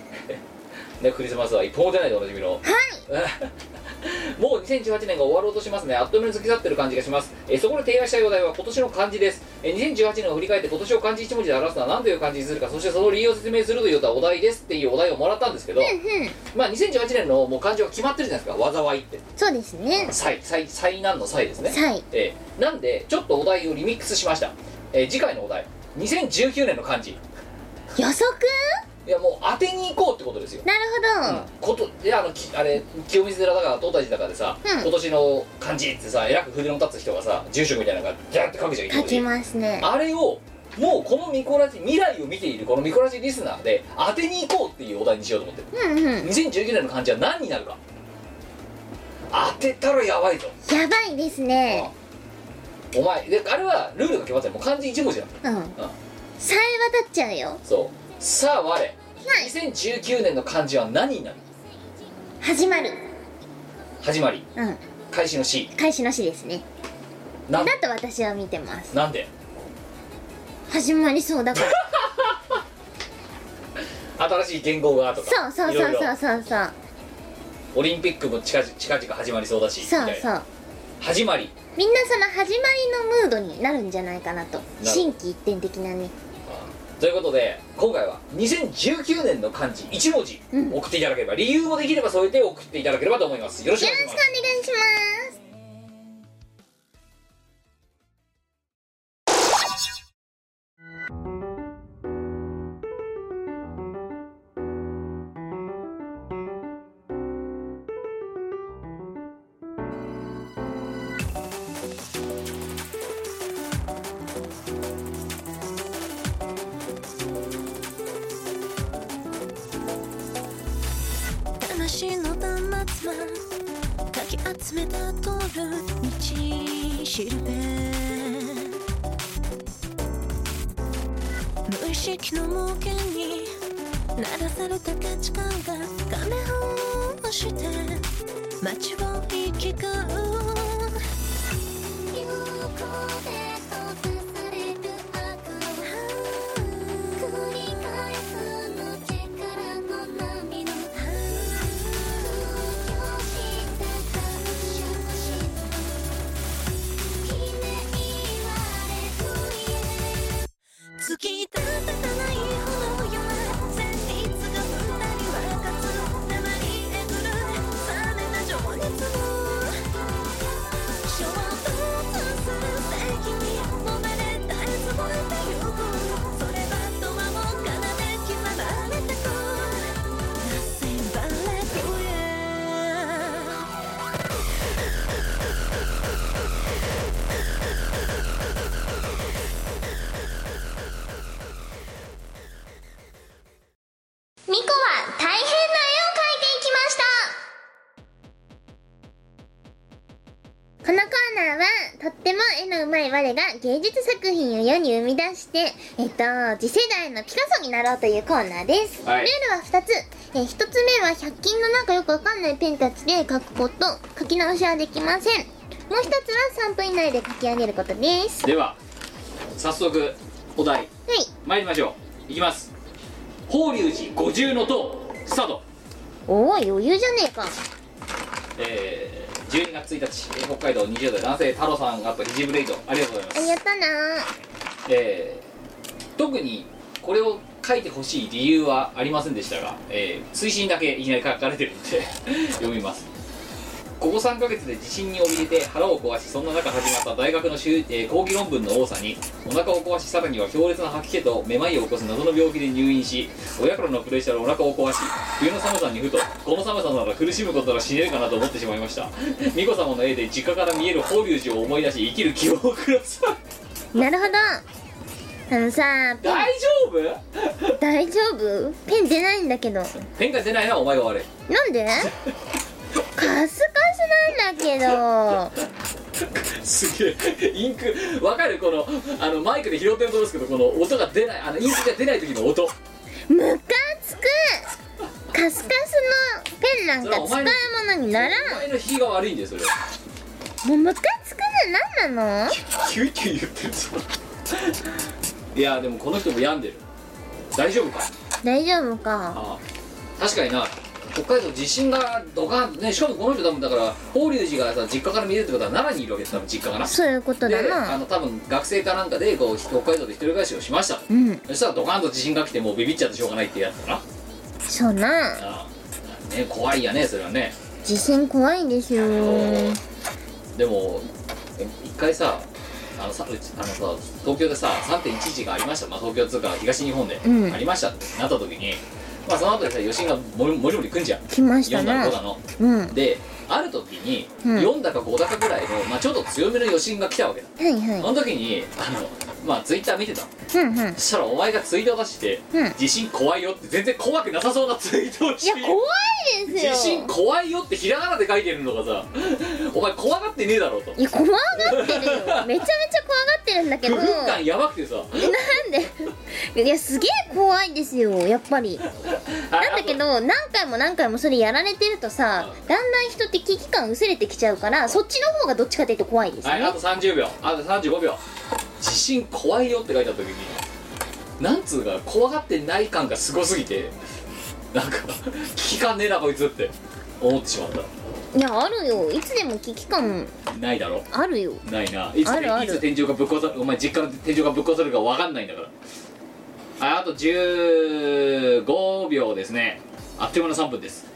[SPEAKER 1] ね、クリスマスは一本も出ないでおなじみの もう2018年が終わろうとしますねあっという間に過ぎ去ってる感じがしますえーそこで提案したいお題は今年の漢字ですえー2018年を振り返って今年を漢字一文字で表すのは何という漢字にするかそしてその理由を説明するというお題ですっていうお題をもらったんですけど、
[SPEAKER 2] いうん
[SPEAKER 1] まあ、2018年のもう漢字は決まってるじゃないですか災いって
[SPEAKER 2] そうですね
[SPEAKER 1] 災災災難の災ですね
[SPEAKER 2] さい
[SPEAKER 1] えーなんでちょっとお題をリミックスしました、えー次回のお題2019年の漢字
[SPEAKER 2] 予測
[SPEAKER 1] いやもう当てに行こうってことですよ
[SPEAKER 2] なるほど、
[SPEAKER 1] こといやあのきあれ清水寺だから東大寺だからでさ、
[SPEAKER 2] うん
[SPEAKER 1] 今年の漢字ってさえらく筆の立つ人がさ住職みたいなのがギャーって書くじゃん一文
[SPEAKER 2] 書
[SPEAKER 1] 字
[SPEAKER 2] きますね
[SPEAKER 1] あれをもうこのミコラジ未来を見ているこのミコラジリスナーで当てに行こうっていうお題にしようと思ってる
[SPEAKER 2] うんうん
[SPEAKER 1] 2019年の漢字は何になるか当てたらやばいぞ、
[SPEAKER 2] やばいですね
[SPEAKER 1] お前であれはルールが決まってるもう漢字1文字だ
[SPEAKER 2] うんさえ渡っちゃうよ
[SPEAKER 1] そうさあ我2019年の漢字は何になる
[SPEAKER 2] 始まる
[SPEAKER 1] 始まり
[SPEAKER 2] うん
[SPEAKER 1] 開始の C
[SPEAKER 2] 開始なしですね
[SPEAKER 1] な
[SPEAKER 2] だ
[SPEAKER 1] ん
[SPEAKER 2] と私は見てます
[SPEAKER 1] なんで
[SPEAKER 2] 始まりそうだ から
[SPEAKER 1] 新しい言語がとか
[SPEAKER 2] そうそう
[SPEAKER 1] い
[SPEAKER 2] そ
[SPEAKER 1] ろいうろ
[SPEAKER 2] そうそうそう
[SPEAKER 1] オリンピックも近々近々始まりそうだしみ
[SPEAKER 2] そ
[SPEAKER 1] た
[SPEAKER 2] う
[SPEAKER 1] い
[SPEAKER 2] そ
[SPEAKER 1] な
[SPEAKER 2] う
[SPEAKER 1] 始まり
[SPEAKER 2] みんなその始まりのムードになるんじゃないかなと
[SPEAKER 1] ど
[SPEAKER 2] 心機一転的なね
[SPEAKER 1] ということで今回は2019年の漢字1文字
[SPEAKER 2] うん
[SPEAKER 1] 送っていただければ、理由もできれば添えて送っていただければと思いますよろしくお願いします
[SPEAKER 2] お願いします
[SPEAKER 5] 話の端末はかき集めた通る道しるべ無意識の冒険に鳴らされた価値観が仮面をして街を行き交う
[SPEAKER 3] 「流行で隠される悪」「繰り返すの力の波の」「空虚した感触した」「ひね言われすぎる」
[SPEAKER 5] 突き立たないほど弱い旋律が二人はかつ黙りえぐる冷めた情熱を衝突する責に揉まれ絶えず燃えてゆくそれは永遠も奏で刻まれてく Nothing but hallelujah
[SPEAKER 3] ミコは大変な絵を描いていきました
[SPEAKER 2] このコーナーはとっても絵の上手い我が芸術作品を世に生み出して、えっと、次世代のピカソになろうというコーナーです、
[SPEAKER 1] はい
[SPEAKER 2] ルールは2つ、え1つ目は100均のなんかよくわかんないペンたちで描くこと描き直しはできませんもう1つは3分以内で描き上げることですは
[SPEAKER 1] では早速お題
[SPEAKER 2] い
[SPEAKER 1] 参りましょういきます法隆寺五重の塔スタート
[SPEAKER 2] おお余裕じゃねえか
[SPEAKER 1] えー12月1日えー北海道20代男性太郎さんあとヒジブレイドありがとうございま
[SPEAKER 2] あ
[SPEAKER 1] す
[SPEAKER 2] りがとな
[SPEAKER 1] えー特にこれを書いてほしい理由はありませんでしたが、えー推進だけいきなり書かれてるんで 読みますここ3ヶ月で地震に怯えて腹を壊しそんな中始まった大学の修、えー講義論文の多さにお腹を壊しさらには強烈な吐き気とめまいを起こす謎の病気で入院し親からのプレッシャーでお腹を壊し冬の寒さにふとこの寒さなら苦しむことなら死ねるかなと思ってしまいました美子様の絵で実家から見える法隆寺を思い出し生きる希望をください
[SPEAKER 2] なるほどあのさペ
[SPEAKER 1] 大丈夫
[SPEAKER 2] ン大丈夫ペン出ないんだけど
[SPEAKER 1] ペンが出ないのはお前が悪い
[SPEAKER 2] なんでカスカスなんだけど
[SPEAKER 1] すげえインクわかるこのあのマイクで拾ってると思うんですけどこの音が出ないあのインクが出ない時の音
[SPEAKER 2] ムカつくカスカスのペンなんか使い物になら
[SPEAKER 1] お
[SPEAKER 2] ん
[SPEAKER 1] 前の引きが悪いんだよそれ
[SPEAKER 2] もうムカつくの何なの
[SPEAKER 1] キュイキュイ言ってるぞいやでもこの人も病んでる大丈夫か
[SPEAKER 2] 大丈夫か
[SPEAKER 1] ああ確かにな北海道地震がドカンねしかもこの人多分だから法隆寺がさ実家から見えるってことは奈良にいるわけです多分実家かな
[SPEAKER 2] そういうことだ
[SPEAKER 1] であ
[SPEAKER 2] な
[SPEAKER 1] の多分学生かなんかでこう北海道で一人暮らしをしました
[SPEAKER 2] うん
[SPEAKER 1] そしたらドカンと地震が来てもうビビっちゃってしょうがないってやつだな
[SPEAKER 2] そうな
[SPEAKER 1] ああね怖いやねそれはね
[SPEAKER 2] 地震怖いんですよ
[SPEAKER 1] でもえ一回さあのさうちあのさ東京でさ3.11がありました、まあ、東京っつうか東日本で、
[SPEAKER 2] うん
[SPEAKER 1] ありましたってなった時にまあその後でさ余震がもりもりもり来んじゃん
[SPEAKER 2] 来ました
[SPEAKER 1] 4だの
[SPEAKER 2] な
[SPEAKER 1] 5だの
[SPEAKER 2] うんはい
[SPEAKER 1] である時に
[SPEAKER 2] うん
[SPEAKER 1] 4だか5だかぐらいの、まあ、ちょっと強めの余震が来たわけだ
[SPEAKER 2] は
[SPEAKER 1] その時にあのまあツイッター見てたの
[SPEAKER 2] いうんうんいや
[SPEAKER 1] そしたらお前がツイートを出して
[SPEAKER 2] う
[SPEAKER 1] 「
[SPEAKER 2] ん
[SPEAKER 1] 地震怖いよ」って全然怖くなさそうなツイートをして
[SPEAKER 2] 怖いで
[SPEAKER 1] 地
[SPEAKER 2] す
[SPEAKER 1] 震
[SPEAKER 2] よ
[SPEAKER 1] 怖いよってひらがなで書いてるのがさ お前怖がってねえだろうと
[SPEAKER 2] いや怖がってるよめちゃめちゃ怖がってるんだけ
[SPEAKER 1] 不
[SPEAKER 2] ど
[SPEAKER 1] 分感やばくてさなん
[SPEAKER 2] なんでい やすげえ怖いですよやっぱりなんだけど何回も何回もそれやられてるとさだんだん人って危機感薄れてきちゃうからそっちの方がどっちかというと怖いですよ
[SPEAKER 1] はい
[SPEAKER 2] ね
[SPEAKER 1] あと30秒あと35秒地震怖いよって書いた時になんつうか怖がってない感がすごすぎてなんか危機感ねえなこいつって思ってしまっ
[SPEAKER 2] いやあるよいつでも危機感
[SPEAKER 1] たないだろ
[SPEAKER 2] あるよ
[SPEAKER 1] ないないつ
[SPEAKER 2] あるある
[SPEAKER 1] いつ天井がぶっ壊されお前実家の天井がぶっ壊されるか分かんないんだからああと15秒ですねあっという間の3分です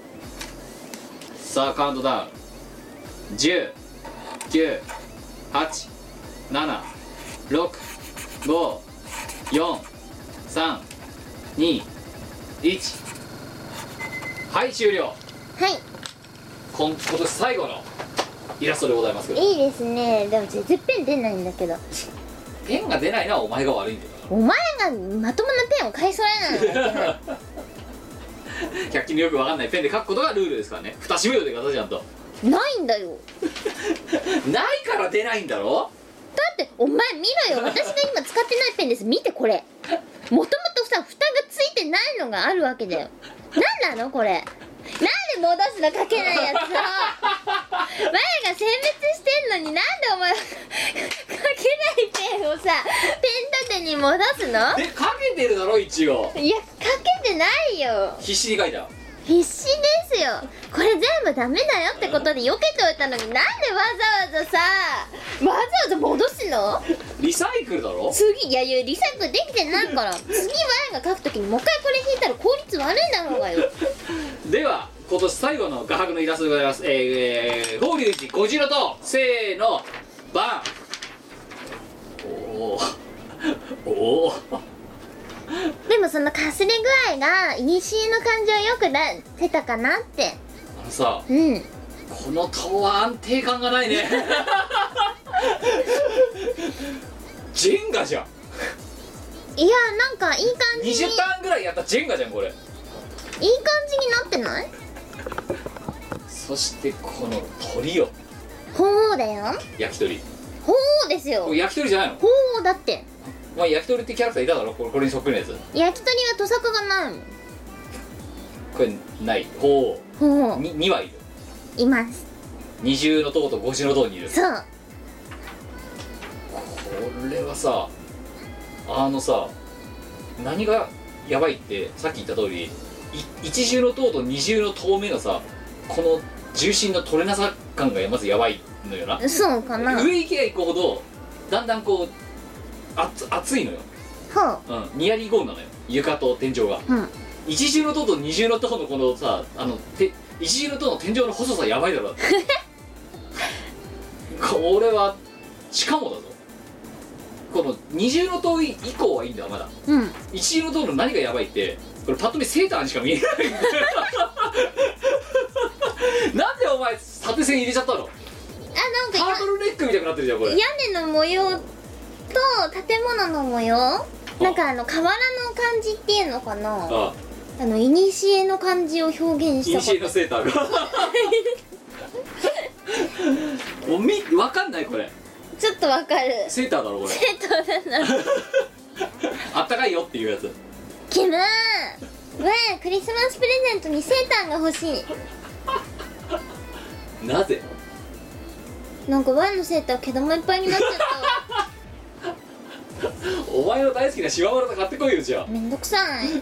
[SPEAKER 1] さあカウントダウン10 9 8 7 6 5 4 3 2 1はい終了
[SPEAKER 2] はい
[SPEAKER 1] こん今年最後のイラストでございますけど
[SPEAKER 2] いいですねでも全然ペン出ないんだけど
[SPEAKER 1] ペンが出ないのはお前が悪いんだよ
[SPEAKER 2] お前がまともなペンを買い揃えなのよ
[SPEAKER 1] 100均のよくわかんないペンで書くことがルールですからね蓋閉めといてくださいちゃんと
[SPEAKER 2] ないんだよ
[SPEAKER 1] ないから出ないんだろ
[SPEAKER 2] だってお前見ろよ私が今使ってないペンです見てこれもともとさ蓋がついてないのがあるわけだよなんなのこれなんで戻すの書けないやつを前が選別してんのになんでお前書けないペンをさペン立てに戻すの
[SPEAKER 1] で書けてるだろ一応
[SPEAKER 2] いや書けてないよ
[SPEAKER 1] 必死に書いたよ
[SPEAKER 2] 必死ですよこれ全部ダメだよってことで避けておいたのになんでわざわざさわざわざ戻すの
[SPEAKER 1] リサイクルだろ
[SPEAKER 2] 次いやいやリサイクルできてないから次ワインが書くときにもう一回これ引いたら効率悪いだろうがよ
[SPEAKER 1] では今年最後の画伯のイラストでございますえー、えー、法隆寺小次郎とせーのバンおおおお
[SPEAKER 2] でもそのかすれ具合がいにしえの感じをよく出てたかなって
[SPEAKER 1] あのさ
[SPEAKER 2] うん
[SPEAKER 1] この塔は安定感がないねジェンガじゃん
[SPEAKER 2] いやなんかいい感じにいい
[SPEAKER 1] 20
[SPEAKER 2] 感
[SPEAKER 1] ターンぐらいやったジェンガじゃんこれ
[SPEAKER 2] じになってない
[SPEAKER 1] そしてこの鳥よ
[SPEAKER 2] ほうだよ
[SPEAKER 1] 焼き鳥
[SPEAKER 2] ほうですよ
[SPEAKER 1] これ焼き鳥じゃないの
[SPEAKER 2] ほうだって
[SPEAKER 1] お前焼き鳥ってキャラクターいただろこれこれにそっくりなやつ
[SPEAKER 2] 焼き鳥は塗作がない
[SPEAKER 1] これないほう
[SPEAKER 2] もんほう
[SPEAKER 1] に2羽いる
[SPEAKER 2] います
[SPEAKER 1] 二重の塔と五重の塔にいる
[SPEAKER 2] そう
[SPEAKER 1] これはさあのさ何がやばいってさっき言った通りい一重の塔と二重の塔目のさこの重心の取れなさ感がまずやばいのよな
[SPEAKER 2] そうかなほう
[SPEAKER 1] 上行けば行くほどだんだんこうあつ熱いのよ、うん、ニアリーゴールなのよ床と天井が
[SPEAKER 2] うん
[SPEAKER 1] 一重の塔と二重の塔のこのさあのて一重の塔の天井の細さやばいだろだってこれはしかもだぞこの二重の塔以降はいいんだよまだ
[SPEAKER 2] うん
[SPEAKER 1] 一重の塔の何がやばいってこれパッと見セーターにしか見えないんだよなんでお前縦線入れちゃったの
[SPEAKER 2] あ
[SPEAKER 1] タ
[SPEAKER 2] なん
[SPEAKER 1] ー
[SPEAKER 2] か
[SPEAKER 1] トルネックみたくなってるじゃんこれ
[SPEAKER 2] 屋根の模様と建物の模様なんかあの瓦の感じっていうのかなあ
[SPEAKER 1] ああ
[SPEAKER 2] のいにしえの感じを表現
[SPEAKER 1] イニ
[SPEAKER 2] した
[SPEAKER 1] シエ
[SPEAKER 2] こ
[SPEAKER 1] のセーター がもうみわかんないこれ
[SPEAKER 2] とちょっとわかる
[SPEAKER 1] セーターだろこれ
[SPEAKER 2] えっとなんだ
[SPEAKER 1] あったかいよっていうやつ
[SPEAKER 2] キムーわあクリスマスプレゼントにセーターが欲し
[SPEAKER 1] なぜ
[SPEAKER 2] いなんかワンのセーター毛玉いっぱいになっちゃっ
[SPEAKER 1] お前の大好きなシワワラと買ってこいよじゃ
[SPEAKER 2] ためんどくさい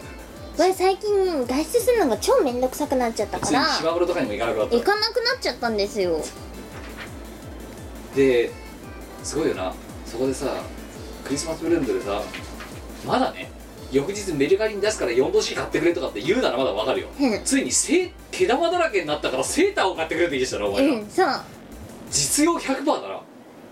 [SPEAKER 2] わあ最近外出するのが超めんどくさくなっちゃった
[SPEAKER 1] あ
[SPEAKER 2] か
[SPEAKER 1] ついに
[SPEAKER 2] ら
[SPEAKER 1] シワワラとかにも行かなくなった
[SPEAKER 2] 行かなくなっちゃったんですよ
[SPEAKER 1] ですごいよなそこでさクリスマスプレゼントでさまだね翌日メルカリに出すから 4°C 買ってくれとかって言うならまだわかるよ
[SPEAKER 2] うん
[SPEAKER 1] ついにせ毛玉だらけになったからセーターを買ってくれって言い出したなお前ら、
[SPEAKER 2] うんそう
[SPEAKER 1] 実用100%だな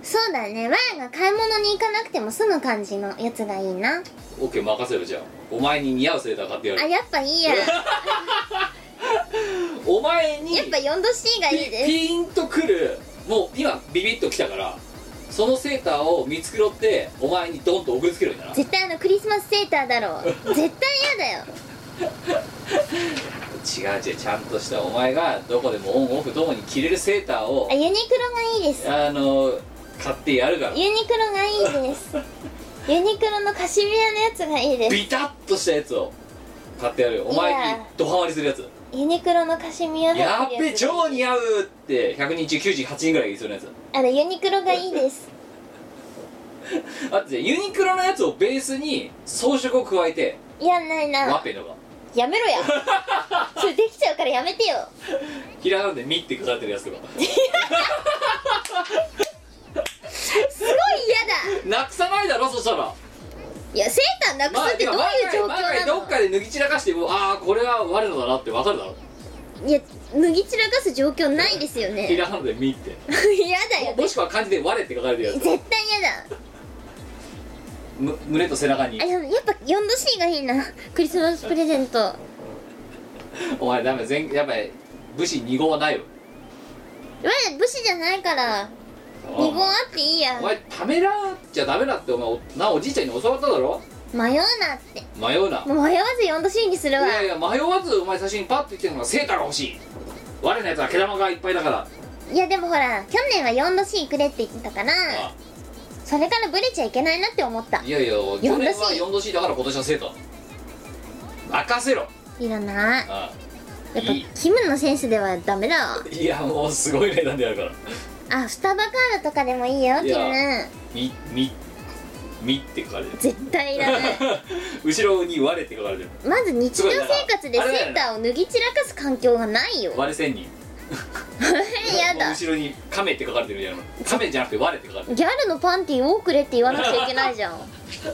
[SPEAKER 2] そうだねワンが買い物に行かなくても済む感じのやつがいいな
[SPEAKER 1] OK 任せるじゃんお前に似合うセーター買ってや
[SPEAKER 2] あ
[SPEAKER 1] る
[SPEAKER 2] やっぱいいややっ
[SPEAKER 1] お前に
[SPEAKER 2] ぱ 4°C がいい
[SPEAKER 1] ピ
[SPEAKER 2] です
[SPEAKER 1] ピーンとくるもう今ビビッときたからそのセーターを見繕ってお前にドンと送りつけるんだな
[SPEAKER 2] 絶対あのクリスマスセーターだろう絶対嫌だよ
[SPEAKER 1] 違う違うちゃんとしたお前がどこでもオンオフともに着れるセーターを
[SPEAKER 2] あユニクロがいいです
[SPEAKER 1] あの買ってやるから
[SPEAKER 2] ユニクロがいいですユニクロのカシミヤのやつがいいです
[SPEAKER 1] ビタッとしたやつを買ってやるよお前にドハマりするやつ
[SPEAKER 2] ユニクロのカシミヤの
[SPEAKER 1] やっ
[SPEAKER 2] いい
[SPEAKER 1] べ超似合うって100人中98人ぐらいが言いそうなやつ
[SPEAKER 2] あのユニクロがいいです
[SPEAKER 1] あとじゃあユニクロのやつをベースに装飾を加えて
[SPEAKER 2] いやないな
[SPEAKER 1] ワッ
[SPEAKER 2] 欲
[SPEAKER 1] ペンとか
[SPEAKER 2] やめろやそれできちゃうからやめてよ
[SPEAKER 1] ひらがなで「み」って書かれてるやつとか
[SPEAKER 2] すごい嫌だ
[SPEAKER 1] なくさないだろそしたら
[SPEAKER 2] いやセーターなくすって
[SPEAKER 1] て
[SPEAKER 2] ど
[SPEAKER 1] か
[SPEAKER 2] ういう状況
[SPEAKER 1] 毎回毎回
[SPEAKER 2] な
[SPEAKER 1] ど
[SPEAKER 2] の
[SPEAKER 1] っかで脱ぎ散らかしてもああこれは我のだなってわかるだろ
[SPEAKER 2] いや脱ぎ散らかす状況ないですよ
[SPEAKER 1] ひ
[SPEAKER 2] ね
[SPEAKER 1] らがなで「み」って
[SPEAKER 2] 嫌だよ
[SPEAKER 1] ももしくは漢字で「我」って書かれてるやつ
[SPEAKER 2] 絶対嫌だ
[SPEAKER 1] む胸と背中に
[SPEAKER 2] あでもやっぱ 4°C がいいなクリスマスプレゼント
[SPEAKER 1] お前ダメ全やっぱり武士2号はないよ
[SPEAKER 2] 我武士じゃないから2号あっていいや
[SPEAKER 1] お前ためらっちゃダメだってお前おなおじいちゃんに教わっただろ
[SPEAKER 2] 迷うなって
[SPEAKER 1] 迷うな
[SPEAKER 2] もう迷わず 4°C にする
[SPEAKER 1] い
[SPEAKER 2] わ
[SPEAKER 1] やいや迷わずお前最初にパッと言ってるのがセーターが欲しい我のやつは毛玉がいっぱいだから
[SPEAKER 2] いやでもほら去年は 4°C くれって言ってたから
[SPEAKER 1] あ
[SPEAKER 2] それからブレちゃいけないなって思った
[SPEAKER 1] いやいや去年は 4°C だから今年はセーター任せろ
[SPEAKER 2] いらない
[SPEAKER 1] あ
[SPEAKER 2] やっぱ
[SPEAKER 1] いい
[SPEAKER 2] キムのセンスではダメだわ
[SPEAKER 1] いやもうすごい値段でやるから
[SPEAKER 2] あスタバカールとかでもいいよ
[SPEAKER 1] い
[SPEAKER 2] キム
[SPEAKER 1] やみみみって書かれてる
[SPEAKER 2] 絶対いらない
[SPEAKER 1] 後ろに我って書かれてる
[SPEAKER 2] まず日常生活でセ
[SPEAKER 1] すごいな
[SPEAKER 2] ーターを脱ぎ散らかす環境がないよ
[SPEAKER 1] 我千人
[SPEAKER 2] やだ
[SPEAKER 1] 後ろに亀って書かれてるじゃん亀じゃなくて我って書かれてる
[SPEAKER 2] ギャルのパンティー多くれって言わなくちゃいけないじゃん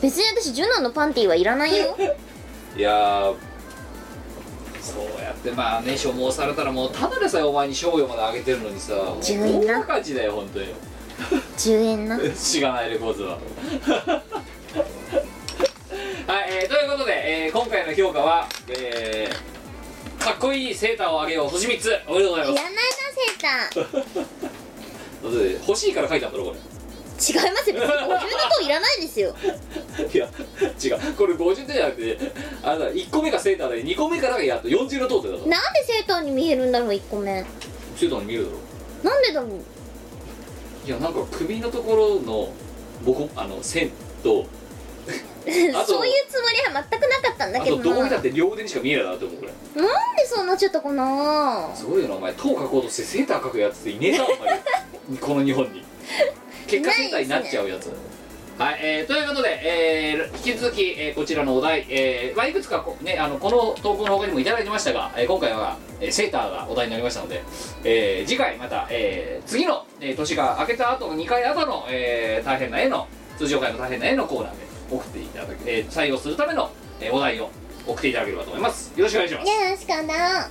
[SPEAKER 2] 別に私ジュナのパンティーはいらないよ
[SPEAKER 1] いやーそうやってまあね所望されたらもうただでさえお前に賞与まであげてるのにさもう
[SPEAKER 2] 10円な
[SPEAKER 1] 大赤字だよ本当に
[SPEAKER 2] 10円な
[SPEAKER 1] しがないレコーズははい、えーということで、えー今回の評価は、えーかっこいいセーターをあげよう星3つおめでとうござい
[SPEAKER 2] いら
[SPEAKER 1] ま
[SPEAKER 2] ないなセー
[SPEAKER 1] すだって欲しいから書いたんだろこ
[SPEAKER 2] ター違いますよ別に50のといらないですよ
[SPEAKER 1] れいや違うこれ50点じゃなくてあれだ1個目がセーターで2個目からがやっと40のトートだぞ
[SPEAKER 2] なんでセーターに見えるんだろう1個目
[SPEAKER 1] セーターに見えるだろ
[SPEAKER 2] なんでだろう
[SPEAKER 1] いやなんか首のところのボコあの線とあと
[SPEAKER 2] そういうつもりは全くなかったんだ
[SPEAKER 1] あ
[SPEAKER 2] けど
[SPEAKER 1] と
[SPEAKER 2] な
[SPEAKER 1] どう見たって両腕にしか見えないなって思うこれ
[SPEAKER 2] なんでそんなちょっとかな
[SPEAKER 1] すごいよなお前塔を描こうとしてセーター描くやつっていねえなお前この日 本に結果セーターになっちゃうやつはい、えーということで、えー引き続き、えーこちらのお題、えーまあ、いくつかこ,、ね、あのこの投稿の他にもいただいてましたが、えー今回は、えーセーターがお題になりましたので、えー次回また、えー次の、えー年が明けた後の2回後の、えー大変な絵の通常回の大変な絵のコーナーで送っていただく、えー採用するための、えーお題を送っていただければと思いますよろしくお願いします
[SPEAKER 2] よろしくな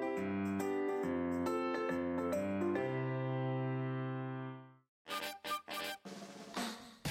[SPEAKER 6] う」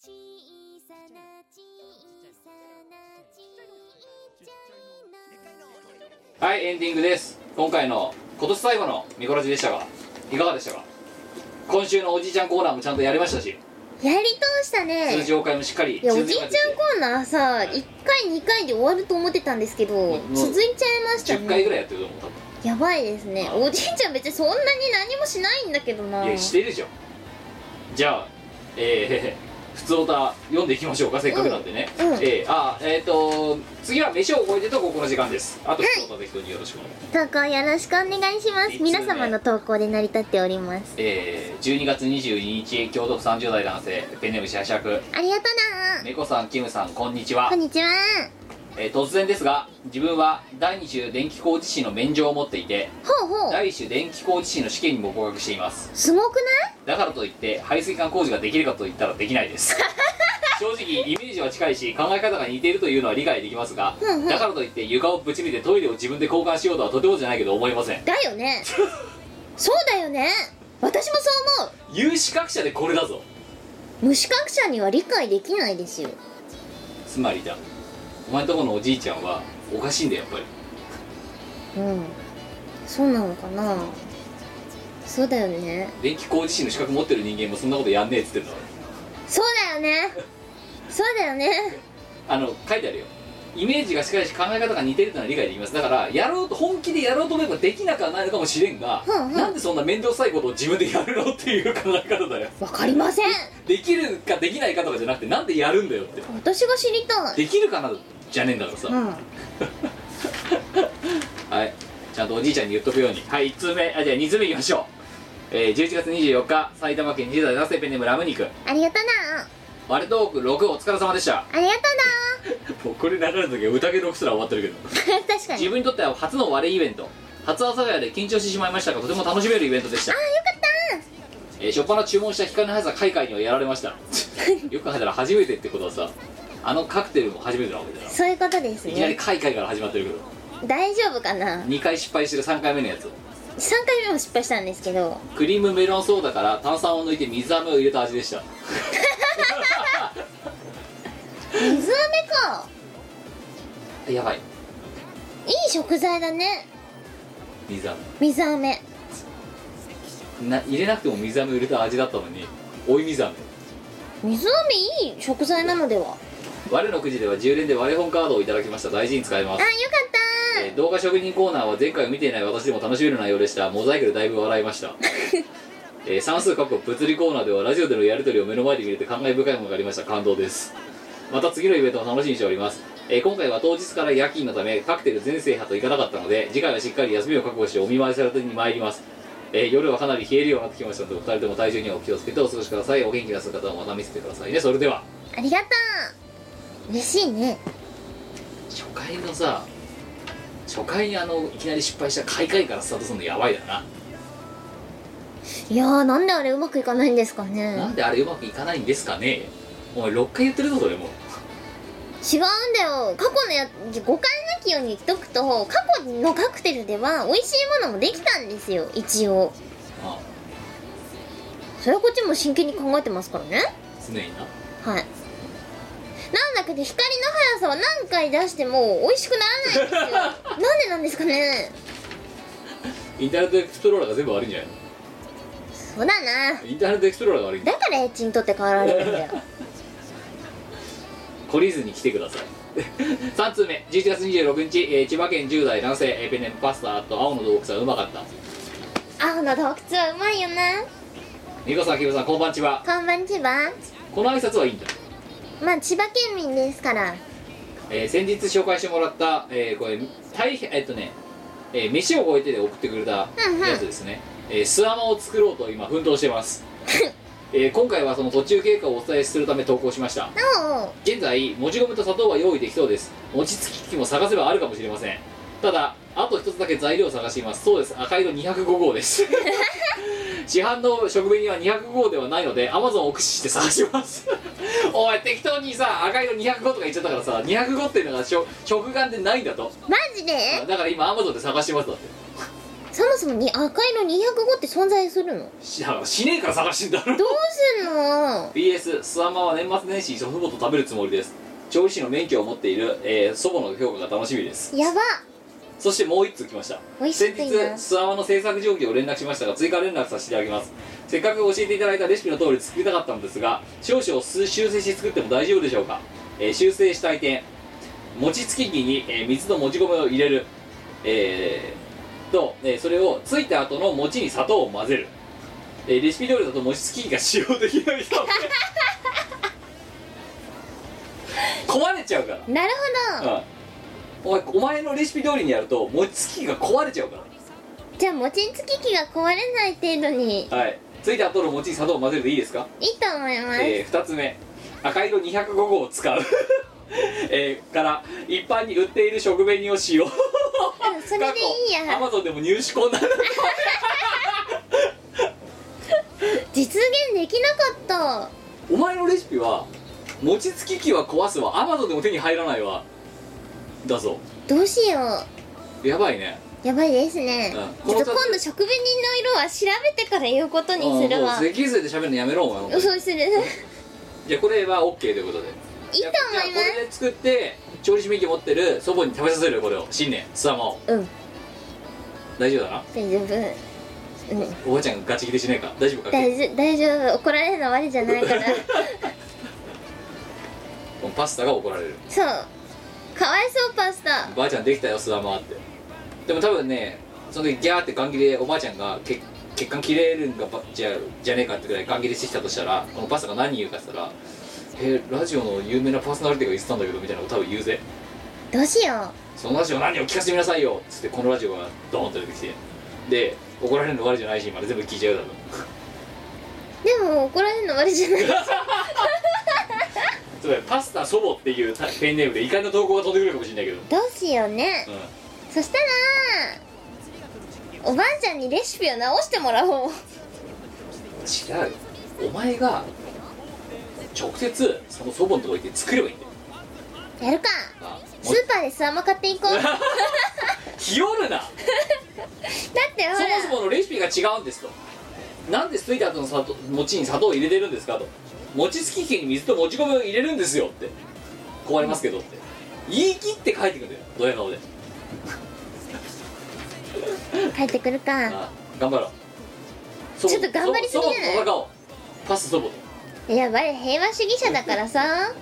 [SPEAKER 3] 小さな小さなちっちゃいの
[SPEAKER 1] はいエンディングです今回の今年最後のミコラジでしたがいかがでしたか今週のおじいちゃんコーナーもちゃんとやりましたし
[SPEAKER 2] やり通した
[SPEAKER 1] 通
[SPEAKER 2] ね
[SPEAKER 1] 常会もしっかり
[SPEAKER 2] いやお
[SPEAKER 1] 通
[SPEAKER 2] じい
[SPEAKER 1] 常
[SPEAKER 2] ちゃん
[SPEAKER 1] 会
[SPEAKER 2] コーナーさ1回2回で終わると思ってたんですけど
[SPEAKER 1] もう
[SPEAKER 2] 続いちゃいました
[SPEAKER 1] 10回ぐ
[SPEAKER 2] ね
[SPEAKER 1] らいやってると思う多分
[SPEAKER 2] やばいですねおじいちゃん別にそんなに何もしないんだけどない
[SPEAKER 1] やしてるでしょじゃあえー、 普通オタ読んでいきましょうかせっかくなんでね、
[SPEAKER 2] うんうん
[SPEAKER 1] えー、あーえっ、ー、と次は飯を覚えてとここの時間ですあと普通オタ適当によろしくお願いします、
[SPEAKER 2] 投稿よろしくお願いしま
[SPEAKER 1] い
[SPEAKER 2] す
[SPEAKER 1] つもね
[SPEAKER 2] 皆様の投稿で成り立っております
[SPEAKER 1] えー、12月22日京都府30代男性ペンネームシャシャク
[SPEAKER 2] ありがとうな
[SPEAKER 1] 猫さんキムさんこんにちは
[SPEAKER 2] こんにちは
[SPEAKER 1] えー突然ですが自分は第2週電気工事士の免状を持っていて
[SPEAKER 2] ほうほう
[SPEAKER 1] 第1週電気工事士の試験にも合格しています
[SPEAKER 2] すごく
[SPEAKER 1] だからといって排水管工事ができるかといったらできないです 正直イメージは近いし考え方が似ているというのは理解できますが
[SPEAKER 2] うんうん
[SPEAKER 1] だからといって床をぶち抜いて トイレを自分で交換しようとはとてもじゃないけど思いません
[SPEAKER 2] ないだよねそうだよね私もそう思
[SPEAKER 1] 有資格者でこれだぞ
[SPEAKER 2] う無資格者には理解できないですよ
[SPEAKER 1] つまりだお前んとこのおじいちゃんはおかしいんだよやっぱり
[SPEAKER 2] うんそうなのかなそうだよね
[SPEAKER 1] 電気工事士の資格持ってる人間もそんなことやんねえっつってんだから
[SPEAKER 2] そうだよねそうだよね
[SPEAKER 1] あの書いてあるよイメージが近いし考え方が似てるというのは理解できますだからやろうと本気でやろうと思えばできなくはないのかもしれんが、
[SPEAKER 2] うんうん
[SPEAKER 1] なんでそんな面倒くさいことを自分でやるのっていう考え方だよ
[SPEAKER 2] わかりません
[SPEAKER 1] できるかできないかとかじゃなくてなんでやるんだよって
[SPEAKER 2] 私が知りたい
[SPEAKER 1] できるかなじゃねえんだからさ、
[SPEAKER 2] うん
[SPEAKER 1] はいちゃんとおじいちゃんに言っとくようにはい1通目あじゃあ2通目いきましょう、えー、11月24日埼玉県20代男性ペンネームラム肉
[SPEAKER 2] ありがとな
[SPEAKER 1] 割れトーク6お疲れ様でした
[SPEAKER 2] ありがと
[SPEAKER 1] もうこれ流れた時は宴6すら終わってるけど
[SPEAKER 2] な 確かに
[SPEAKER 1] 自
[SPEAKER 2] よ
[SPEAKER 1] 分にとっては初の割れイベント初阿佐ヶ谷で緊張してしまいましたがとても楽しめるイベントでしたあ
[SPEAKER 2] かった
[SPEAKER 1] えー、初っ端注文した光の速さ海外にはやられ ましたよく考えたら初めてってことはさあのカクテルも初めてなわけだよ
[SPEAKER 2] そういうことです
[SPEAKER 1] いきなり
[SPEAKER 2] ね
[SPEAKER 1] 海外から始まってるけど
[SPEAKER 2] 大丈夫かな
[SPEAKER 1] 2回失敗してる3回目のやつ
[SPEAKER 2] 3回目も失敗したんですけど
[SPEAKER 1] クリームメロンソーダから炭酸を抜いて水飴を入れた味でした
[SPEAKER 2] 水飴か
[SPEAKER 1] やばい
[SPEAKER 2] いい食材だね
[SPEAKER 1] 水飴
[SPEAKER 2] 水飴
[SPEAKER 1] な入れなくても水飴を入れた味だったのに追い水飴
[SPEAKER 2] 水飴いい食材なのでは
[SPEAKER 1] 我のくじでは10連で我本カードをいただきました大事に使いま
[SPEAKER 2] あ
[SPEAKER 1] す
[SPEAKER 2] よかった
[SPEAKER 1] えー動画職人コーナーは前回見ていない私でも楽しめる内容でしたモザイクでだいぶ笑いましたえー算数過去物理コーナーではラジオでのやり取りを目の前で見れて感慨深いものがありました感動ですまた次のイベントを楽しみにしております、えー今回は当日から夜勤のためカクテル全制覇といかなかったので次回はしっかり休みを確保してお見舞いされてに参ります、えー夜はかなり冷えるようになってきましたのでお二人とも体重にはお気をつけてお過ごしくださいお元気な姿をまた見せてくださいねそれでは
[SPEAKER 2] ありがとう嬉しいね
[SPEAKER 1] 初回のさ初回にあのいきなり失敗した開会からスタートするのやばいだない
[SPEAKER 2] やーなんであれうまくいかないんですか
[SPEAKER 1] な
[SPEAKER 2] ね
[SPEAKER 1] んであれうまくいかないんですかねお前6回言ってるぞそれもう
[SPEAKER 2] 違うんだよ過去のや誤解なきように言っとくと過去のカクテルでは美味しいものもできたんですよ一応
[SPEAKER 1] ああ
[SPEAKER 2] それはこっちも真剣に考えてますからね
[SPEAKER 1] 常にな
[SPEAKER 2] はいなんだけど光の速さは何回出しても美味しくならないんですよなんでなんですかね
[SPEAKER 1] インターネットエクスプローラーが全部悪いんじゃない
[SPEAKER 2] そうだな
[SPEAKER 1] のインターネットエクスプローラーが悪いんだ
[SPEAKER 2] だからエッチにとって変わられるんだよ
[SPEAKER 1] 懲りずに来てください3通目11月26日、えー千葉県10代男性えーペンネームパスタと青の洞窟はうまかった
[SPEAKER 2] 青の洞窟はうまいよな
[SPEAKER 1] 美子さんキムさんこんばんちは
[SPEAKER 2] こんばんちは
[SPEAKER 1] この挨拶はいいんだ、
[SPEAKER 2] まあ千葉県民ですから
[SPEAKER 1] えー先日紹介してもらった、えーこれ大変えっとね、えー飯を超えてで送ってくれたや
[SPEAKER 2] うんうん
[SPEAKER 1] つですね、えー巣穴を作ろうと今奮闘して ます、えー今回はその途中経過をお伝えするため投稿しました
[SPEAKER 2] おう
[SPEAKER 1] 現在もち米と砂糖は用意できそうです餅つき機器も探せばあるかもしれませんただあと一つだけ材料を探していますそうです赤色205号です市販の食紅は205号ではないので Amazon を駆使して探しますお前適当にさ赤色205とか言っちゃったからさ205っていうのが食食玩でないんだと
[SPEAKER 2] マジで
[SPEAKER 1] だから今 Amazon で探してますだって
[SPEAKER 2] そもそもに赤色205って存在するの
[SPEAKER 1] ししねえから探してんだろ
[SPEAKER 2] どうすんの
[SPEAKER 1] BS スワマは年末年始祖父母と食べるつもりです調理師の免許を持っている、えー祖母の評価が楽しみです
[SPEAKER 2] やば
[SPEAKER 1] そしてもう一通来ました
[SPEAKER 2] 美味し
[SPEAKER 1] 先
[SPEAKER 2] いな
[SPEAKER 1] 日スワマの制作状況を連絡しましたが追加連絡させていただきますせっかく教えていただいたレシピの通り作りたかったのですが少々数修正して作っても大丈夫でしょうか、えー修正したい点餅つき機に、えー水ともち米を入れるえーと、えーそれをついた後の餅に砂糖を混ぜる、えーレシピ通りだと餅つき機が使用できない そうで壊れちゃうから
[SPEAKER 2] なるほど
[SPEAKER 1] うんお前お前のレシピ通りにやると餅つき機が壊れちゃうか
[SPEAKER 2] じゃあ餅つき機が壊れない程度にいい
[SPEAKER 1] らはいついた後の餅に砂糖を混ぜるでいいですか、
[SPEAKER 2] と思います、
[SPEAKER 1] え2つ目赤色205号を使う えーから一般に売っている食紅を使用
[SPEAKER 2] うんそれでいい
[SPEAKER 1] ア
[SPEAKER 2] や
[SPEAKER 1] マゾンでも入手困難
[SPEAKER 2] 実現できなかっ
[SPEAKER 1] お前のレシピは餅つき機は壊すわアマゾンでも手に入らないわだぞ
[SPEAKER 2] たどうしよ
[SPEAKER 1] やばいね
[SPEAKER 2] うやばいですね
[SPEAKER 1] う
[SPEAKER 2] ち
[SPEAKER 1] ん
[SPEAKER 2] ょっと今度食紅の色は調べてから言うことにする
[SPEAKER 1] あも
[SPEAKER 2] わ
[SPEAKER 1] う脊髄で喋るのやめろお前
[SPEAKER 2] そ うする
[SPEAKER 1] じゃあこれは OK ということで
[SPEAKER 2] いいと思い
[SPEAKER 1] じゃあこれで作って調理師免許持ってる祖母に食べさせるよこれを新年スタマを
[SPEAKER 2] ますうん
[SPEAKER 1] 大丈夫だな
[SPEAKER 2] 大丈夫うん
[SPEAKER 1] おばあちゃんガチ切れしないか大丈夫か
[SPEAKER 2] 大丈夫大丈夫怒られるの悪いじゃないから
[SPEAKER 1] このパスタが怒られる
[SPEAKER 2] そうかわいそうパスタ
[SPEAKER 1] ばあちゃんできたよスダマってでも多分ねその時ギャーってガン切れおばあちゃんが血血管切れるんかばじゃじゃねえかってぐらいガン切れしてきたとしたらこのパスタが何言うかって言ったら「えラジオの有名なパーソナリティが言ってたんだけど」みたいなこと多分言うぜ
[SPEAKER 2] どうしよ
[SPEAKER 1] そのラジオ何を聞かせてみなさいよっつってこのラジオがドーンと出てきてで怒られるの悪いじゃないし今全部聞いちゃうだろ
[SPEAKER 2] うでも怒られるの悪いじゃない
[SPEAKER 1] つまりパスタ祖母っていうタペンネームで怒りの投稿が飛んでくるかもしれないけど
[SPEAKER 2] どうしようね
[SPEAKER 1] うん
[SPEAKER 2] そしたらおばあちゃんにレシピを直してもらおう
[SPEAKER 1] 違うよお前が直接その祖母のとこ行って作ればいいんだよ
[SPEAKER 2] やるか
[SPEAKER 1] あも
[SPEAKER 2] スーパーでスワマ買っていこうだっ
[SPEAKER 1] ひよるな
[SPEAKER 2] てほ
[SPEAKER 1] そも
[SPEAKER 2] ら
[SPEAKER 1] そものレシピが違うんですとなんでついた後の砂糖餅に砂糖を入れてるんですかと餅つき器に水ともち米を入れるんですよって困りますけどって言い切って帰ってくんだよドヤ顔で
[SPEAKER 2] 帰ってくるか
[SPEAKER 1] あ頑張ろうそ
[SPEAKER 2] ちょっと頑張りすぎじゃない
[SPEAKER 1] そそ戦おうパス祖母と
[SPEAKER 2] やばい平和主義者だからさ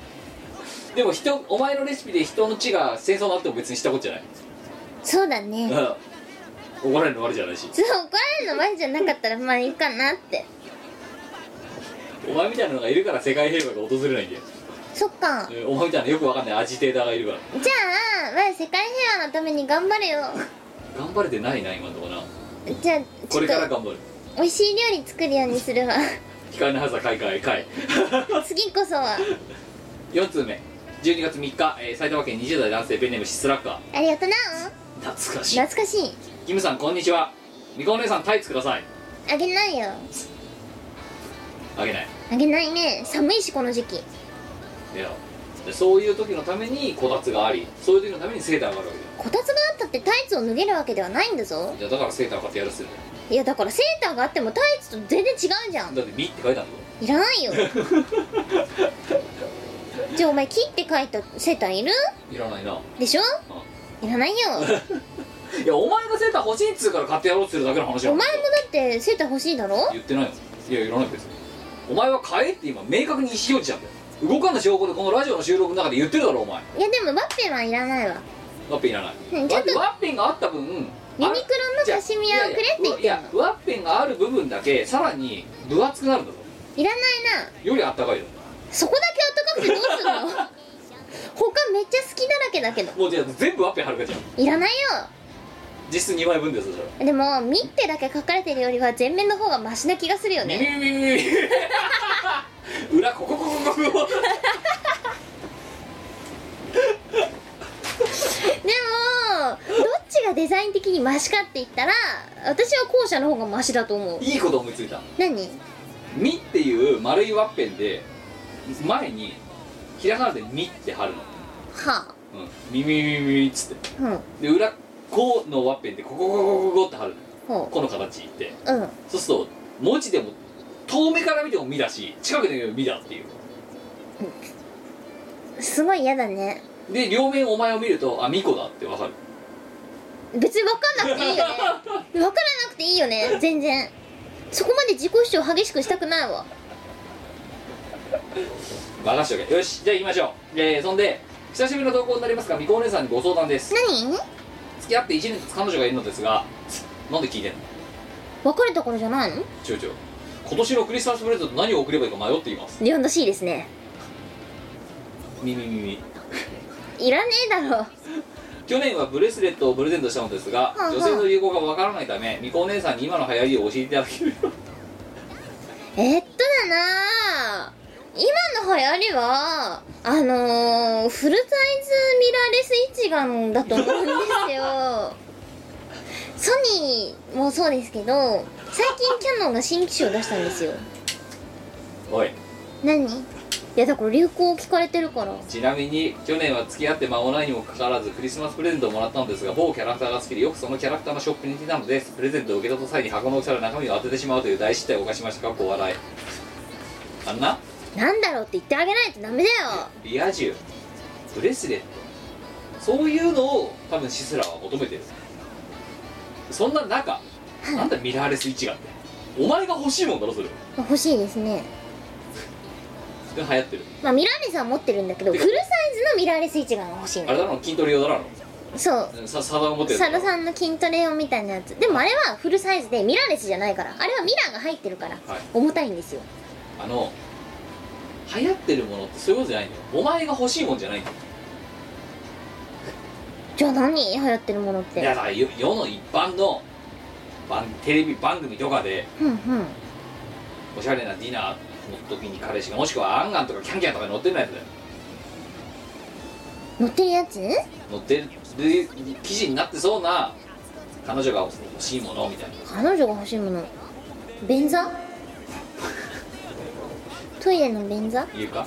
[SPEAKER 1] でも人お前のレシピで人の血が戦争になっても別にしたことじゃない
[SPEAKER 2] そうだね
[SPEAKER 1] うん怒られるの悪いじゃないし
[SPEAKER 2] そう怒られるの前じゃなかったらまあいいかなって
[SPEAKER 1] お前みたいなのがいるから世界平和が訪れないんだよ
[SPEAKER 2] そっか
[SPEAKER 1] うんお前みたいなよくわかんないアジテーターがいるから
[SPEAKER 2] じゃあ、まあ、世界平和のために頑張るよ
[SPEAKER 1] 頑張れてないな今のとこな
[SPEAKER 2] じゃあ
[SPEAKER 1] こ
[SPEAKER 2] ちょ
[SPEAKER 1] れから
[SPEAKER 2] っと
[SPEAKER 1] 頑張る
[SPEAKER 2] 美味しい料理作るようにするわ
[SPEAKER 1] 光のはずはかいかいかい
[SPEAKER 2] 次こそは
[SPEAKER 1] 4通目12月3日、えー埼玉県20代男性ペンネームシスラッカ
[SPEAKER 2] ありがとな
[SPEAKER 1] ー懐かしい
[SPEAKER 2] 懐かしい
[SPEAKER 1] キムさんこんにちはみこお姉さんタイツください
[SPEAKER 2] あげないよ
[SPEAKER 1] あげない
[SPEAKER 2] あげないね寒いしこの時期
[SPEAKER 1] いやでそういう時のためにこたつがありそういう時のためにセーターがあるわけ
[SPEAKER 2] こたつがあったってタイツを脱げるわけではないんだぞ
[SPEAKER 1] だよいやだからセーター買ってやらせるんだよ
[SPEAKER 2] いやだからセーターがあってもタイツと全然違うじゃん
[SPEAKER 1] だって「み」って書いたんだろ
[SPEAKER 2] いらな いよじゃあお前切って書いたセーターいる
[SPEAKER 1] いらないな
[SPEAKER 2] でしょいらないよ
[SPEAKER 1] いやお前がセーター欲しいっつうから買ってやろうっつってるだけの話
[SPEAKER 2] お前
[SPEAKER 1] な
[SPEAKER 2] も
[SPEAKER 1] ん
[SPEAKER 2] だ
[SPEAKER 1] だよ
[SPEAKER 2] ってセーター欲しいだろ
[SPEAKER 1] 言ってないよいやいらない別にお前は買えって今明確に意思表示なんだよ動かぬ証拠でこのラジオの収録の中で言ってるだろお前
[SPEAKER 2] いやでもワッペンはいらないわ
[SPEAKER 1] ワッペンいらない
[SPEAKER 2] うんちょ
[SPEAKER 1] ワ
[SPEAKER 2] っと
[SPEAKER 1] ワッペンがあった分ユニ
[SPEAKER 2] ユニクロのカシミヤをくれって言ってんの
[SPEAKER 1] いやワッペンがある部分だけさらに分厚くなるんだぞ
[SPEAKER 2] いらないな
[SPEAKER 1] よりあったかいよ
[SPEAKER 2] そこだけ暖かくてどうすんの 他めっちゃ好きだらけだけど
[SPEAKER 1] もうじゃあ全部ワッペンはるかちゃん
[SPEAKER 2] いらない
[SPEAKER 1] 実質2枚分ですよそれ
[SPEAKER 2] よでも「み」ってだけ書かれてるよりは全面の方がマシな気がするよ
[SPEAKER 1] ミ
[SPEAKER 2] ね
[SPEAKER 1] ミミミミ 裏ここここここ
[SPEAKER 2] でもどっちがデザイン的にマシかって言ったら私は後者の方がマシだと思う
[SPEAKER 1] いいこと思いついた
[SPEAKER 2] 何
[SPEAKER 1] ミっていう丸いワッペンで前にひらがなでミって貼るの
[SPEAKER 2] はあ
[SPEAKER 1] うんミミミミミっつって
[SPEAKER 2] うん
[SPEAKER 1] で裏こうのワッペンでここここここって貼るの
[SPEAKER 2] ほ
[SPEAKER 1] この形って
[SPEAKER 2] ううん
[SPEAKER 1] そうすると文字でも遠目から見ても「み」だし近くで見ても「み」だっていう
[SPEAKER 2] すごい嫌だね
[SPEAKER 1] で両面お前を見ると「あみこだ」ってわかる
[SPEAKER 2] 別に分かんなくていいよ ね分からなくていいよね全然そこまで自己主張激しくしたくないわ
[SPEAKER 1] 任しておけよしじゃあ行きましょう、えー、そんで久しぶりの投稿になりますがみこお姉さんにご相談です
[SPEAKER 2] 何
[SPEAKER 1] 付き合って1年ずつ彼女がいるのですがなんで聞いてんの
[SPEAKER 2] 別れたからじゃないの
[SPEAKER 1] ちょいちょい今年のクリスマスプレゼント何を送ればいいか迷っています
[SPEAKER 2] 日本らしいですね
[SPEAKER 1] みみみみ
[SPEAKER 2] いらねえだろ
[SPEAKER 1] 去年はブレスレットをプレゼントしたのですが
[SPEAKER 2] はあ
[SPEAKER 1] 女性の流行がわからないためみこお姉さんに今の流行りを教えていただけるよう
[SPEAKER 2] えっとだな今の流行りはあのー、フルサイズミラーレス一眼だと思うんですよ ソニーもそうですけど最近キャノンが新機種を出したんですよ
[SPEAKER 1] おい
[SPEAKER 2] 何いやだから流行を聞かれてるから
[SPEAKER 1] ちなみに去年は付き合って間もないにもかかわらずクリスマスプレゼントをもらったのですが某キャラクターが好きでよくそのキャラクターのショップに行っていたのですプレゼントを受け取った際に箱の大きさで中身を当ててしまうという大失態を犯しましたかっこ笑いあんな
[SPEAKER 2] なんだろうって言ってあげないとダメだよ
[SPEAKER 1] リア充ブレスレットそういうのを多分シスラーは求めてるそんな中なんだミラーレス一眼ってお前が欲しいもんだろそれ
[SPEAKER 2] まあ欲しいですね
[SPEAKER 1] 流行ってる
[SPEAKER 2] まあミラーレスは持ってるんだけどフルサイズのミラーレス一眼が欲しい
[SPEAKER 1] あれ
[SPEAKER 2] の
[SPEAKER 1] だろ筋トレ用だろ
[SPEAKER 2] そう
[SPEAKER 1] さサダを持ってる
[SPEAKER 2] 佐
[SPEAKER 1] だ
[SPEAKER 2] 田
[SPEAKER 1] ろ
[SPEAKER 2] さんの筋トレ用みたいなやつでもあれはフルサイズでミラーレスじゃないからあれはミラーが入ってるから
[SPEAKER 1] はい
[SPEAKER 2] 重たいんですよ
[SPEAKER 1] あの流行ってるものってそういうことじゃないんだよお前が欲しいもんじゃないんだよ
[SPEAKER 2] じゃあ何流行ってるものっ
[SPEAKER 1] いや
[SPEAKER 2] て
[SPEAKER 1] だからよ世の一般の番テレビ番組とかで
[SPEAKER 2] うんうん
[SPEAKER 1] おしゃれなディナーの時に彼氏がもしくはアンガンとかキャンキャンとかに乗ってるやつだよ
[SPEAKER 2] 乗ってるやつ
[SPEAKER 1] 乗ってる記事になってそうな彼女が欲しいものみたいな
[SPEAKER 2] 彼女が欲しいもの便座 トイレの便座
[SPEAKER 1] 言うか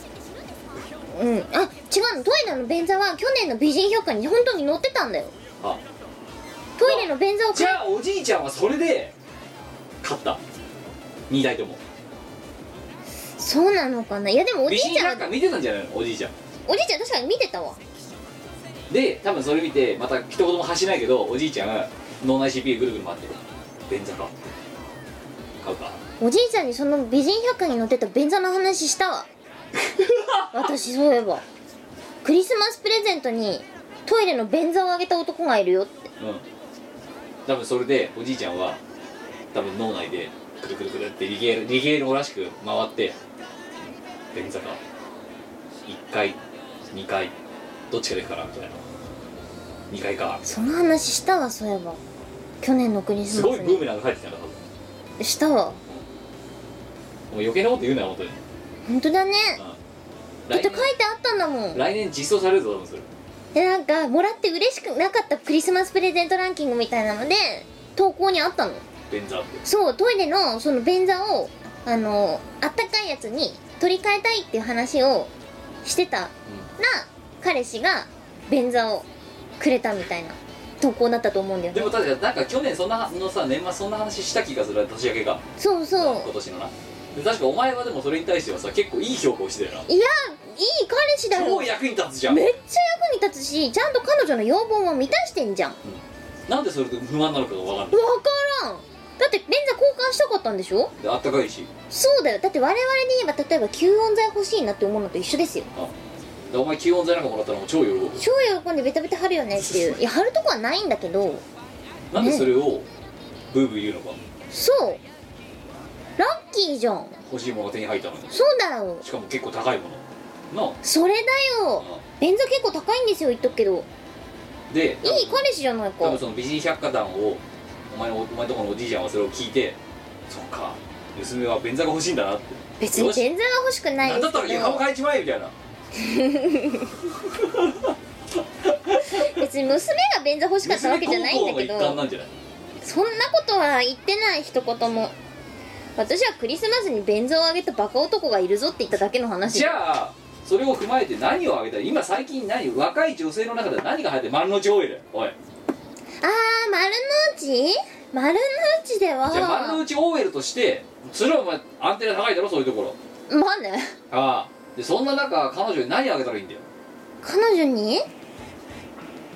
[SPEAKER 2] うんあ違うのトイレの便座は去年の美人評価に本当に載ってたんだよ
[SPEAKER 1] あ
[SPEAKER 2] トイレの便座を
[SPEAKER 1] じ
[SPEAKER 2] 買
[SPEAKER 1] ゃあおじいちゃんはそれで買った2台とも
[SPEAKER 2] そうなのかないやでもおじ
[SPEAKER 1] 美
[SPEAKER 2] い
[SPEAKER 1] 人
[SPEAKER 2] ちゃ
[SPEAKER 1] なんん
[SPEAKER 2] は
[SPEAKER 1] か見てたんじゃないのおじいちゃん
[SPEAKER 2] おじいちゃん確かに見てたわ
[SPEAKER 1] で多分それ見てまた一言も発しないけどおじいちゃん脳内 CPU ぐるぐる回ってる便座か買うか
[SPEAKER 2] おじいちゃんにその美人百科に載ってた便座の話した わ私そういえばクリスマスプレゼントにトイレの便座をあげた男がいるよって
[SPEAKER 1] うん多分それでおじいちゃんは多分脳内でくるくるくるってリゲールリゲールらしく回って便座か1階2階どっちから行くかなみたいな2階か
[SPEAKER 2] その話したわそういえば去年のクリス
[SPEAKER 1] す
[SPEAKER 2] マ
[SPEAKER 1] ご
[SPEAKER 2] ス
[SPEAKER 1] いブー
[SPEAKER 2] に
[SPEAKER 1] メランが返ってきたんだ多分
[SPEAKER 2] したわ
[SPEAKER 1] もう余計なこと言うなよ本当に
[SPEAKER 2] 本当だねだっ
[SPEAKER 1] 来
[SPEAKER 2] て書
[SPEAKER 1] 年
[SPEAKER 2] いてあったんだもん
[SPEAKER 1] 来年実装されるぞ多分それ
[SPEAKER 2] でなんかもらって嬉しくなかったクリスマスプレゼントランキングみたいなので投稿にあったの
[SPEAKER 1] 便座って
[SPEAKER 2] そうトイレのその便座をあのあったかいやつに取り替えたいっていう話をしてたら、彼氏が便座をくれたみたいな投稿だったと思うんだよ
[SPEAKER 1] で
[SPEAKER 2] ね
[SPEAKER 1] も確かなんか去年そんなのさ年末そんな話した気がする年明けか
[SPEAKER 2] そうそう
[SPEAKER 1] 今年のなで確かお前はでもそれに対してはさ結構いい評価をしてるよない
[SPEAKER 2] やいい彼氏だよ
[SPEAKER 1] 超役に立つじゃん
[SPEAKER 2] めっちゃ役に立つしちゃんと彼女の要望も満たしてんじゃんわ
[SPEAKER 1] なんでそれで不満なのかが分かんない
[SPEAKER 2] からんだって便座交換したかったんでしょ
[SPEAKER 1] であったかいし
[SPEAKER 2] そうだよだって我々に言えば例えば吸音材欲しいなって思うのと一緒ですよ
[SPEAKER 1] でお前吸音材なんかもらったらもう超喜ぶ
[SPEAKER 2] 超喜んでベタベタ貼るよねっていういや貼るとこはないんだけど
[SPEAKER 1] なんでそれをブーブー言うのか
[SPEAKER 2] そうラッキーじゃん
[SPEAKER 1] 欲しいものが手に入ったのに
[SPEAKER 2] そうだよ
[SPEAKER 1] しかも結構高いものな
[SPEAKER 2] それだ
[SPEAKER 1] あ
[SPEAKER 2] よ便座結構高いんですよ言っとくけど
[SPEAKER 1] うんで
[SPEAKER 2] いい彼氏じゃない
[SPEAKER 1] 多
[SPEAKER 2] か
[SPEAKER 1] 分その美人百科団をお前のお前のところのおじいちゃんはそれを聞いてそっか娘は便座が欲しいんだなって
[SPEAKER 2] 別に便座が欲しくない
[SPEAKER 1] なん
[SPEAKER 2] で
[SPEAKER 1] だっ
[SPEAKER 2] す
[SPEAKER 1] たら
[SPEAKER 2] け
[SPEAKER 1] 床を
[SPEAKER 2] ど
[SPEAKER 1] 変えちまえみたいな
[SPEAKER 2] 別に娘が便座欲しかったわけじゃないんだけ
[SPEAKER 1] 娘孝行の一環な
[SPEAKER 2] ど
[SPEAKER 1] んじゃない
[SPEAKER 2] そんなことは言ってない一言も私はクリスマスに便座をあげたバカ男がいるぞって言っただけの話
[SPEAKER 1] じゃあそれを踏まえて何をあげたい今最近何若い女性の中で何が流行ってる丸の内オイルおい
[SPEAKER 2] あー丸の内丸の内では
[SPEAKER 1] じゃあ丸の内 OL としてそれはお前アンテナ高いだろそういうところ
[SPEAKER 2] まあね
[SPEAKER 1] ああでそんな中彼女に何あげたらいいんだよ
[SPEAKER 2] 彼女にえ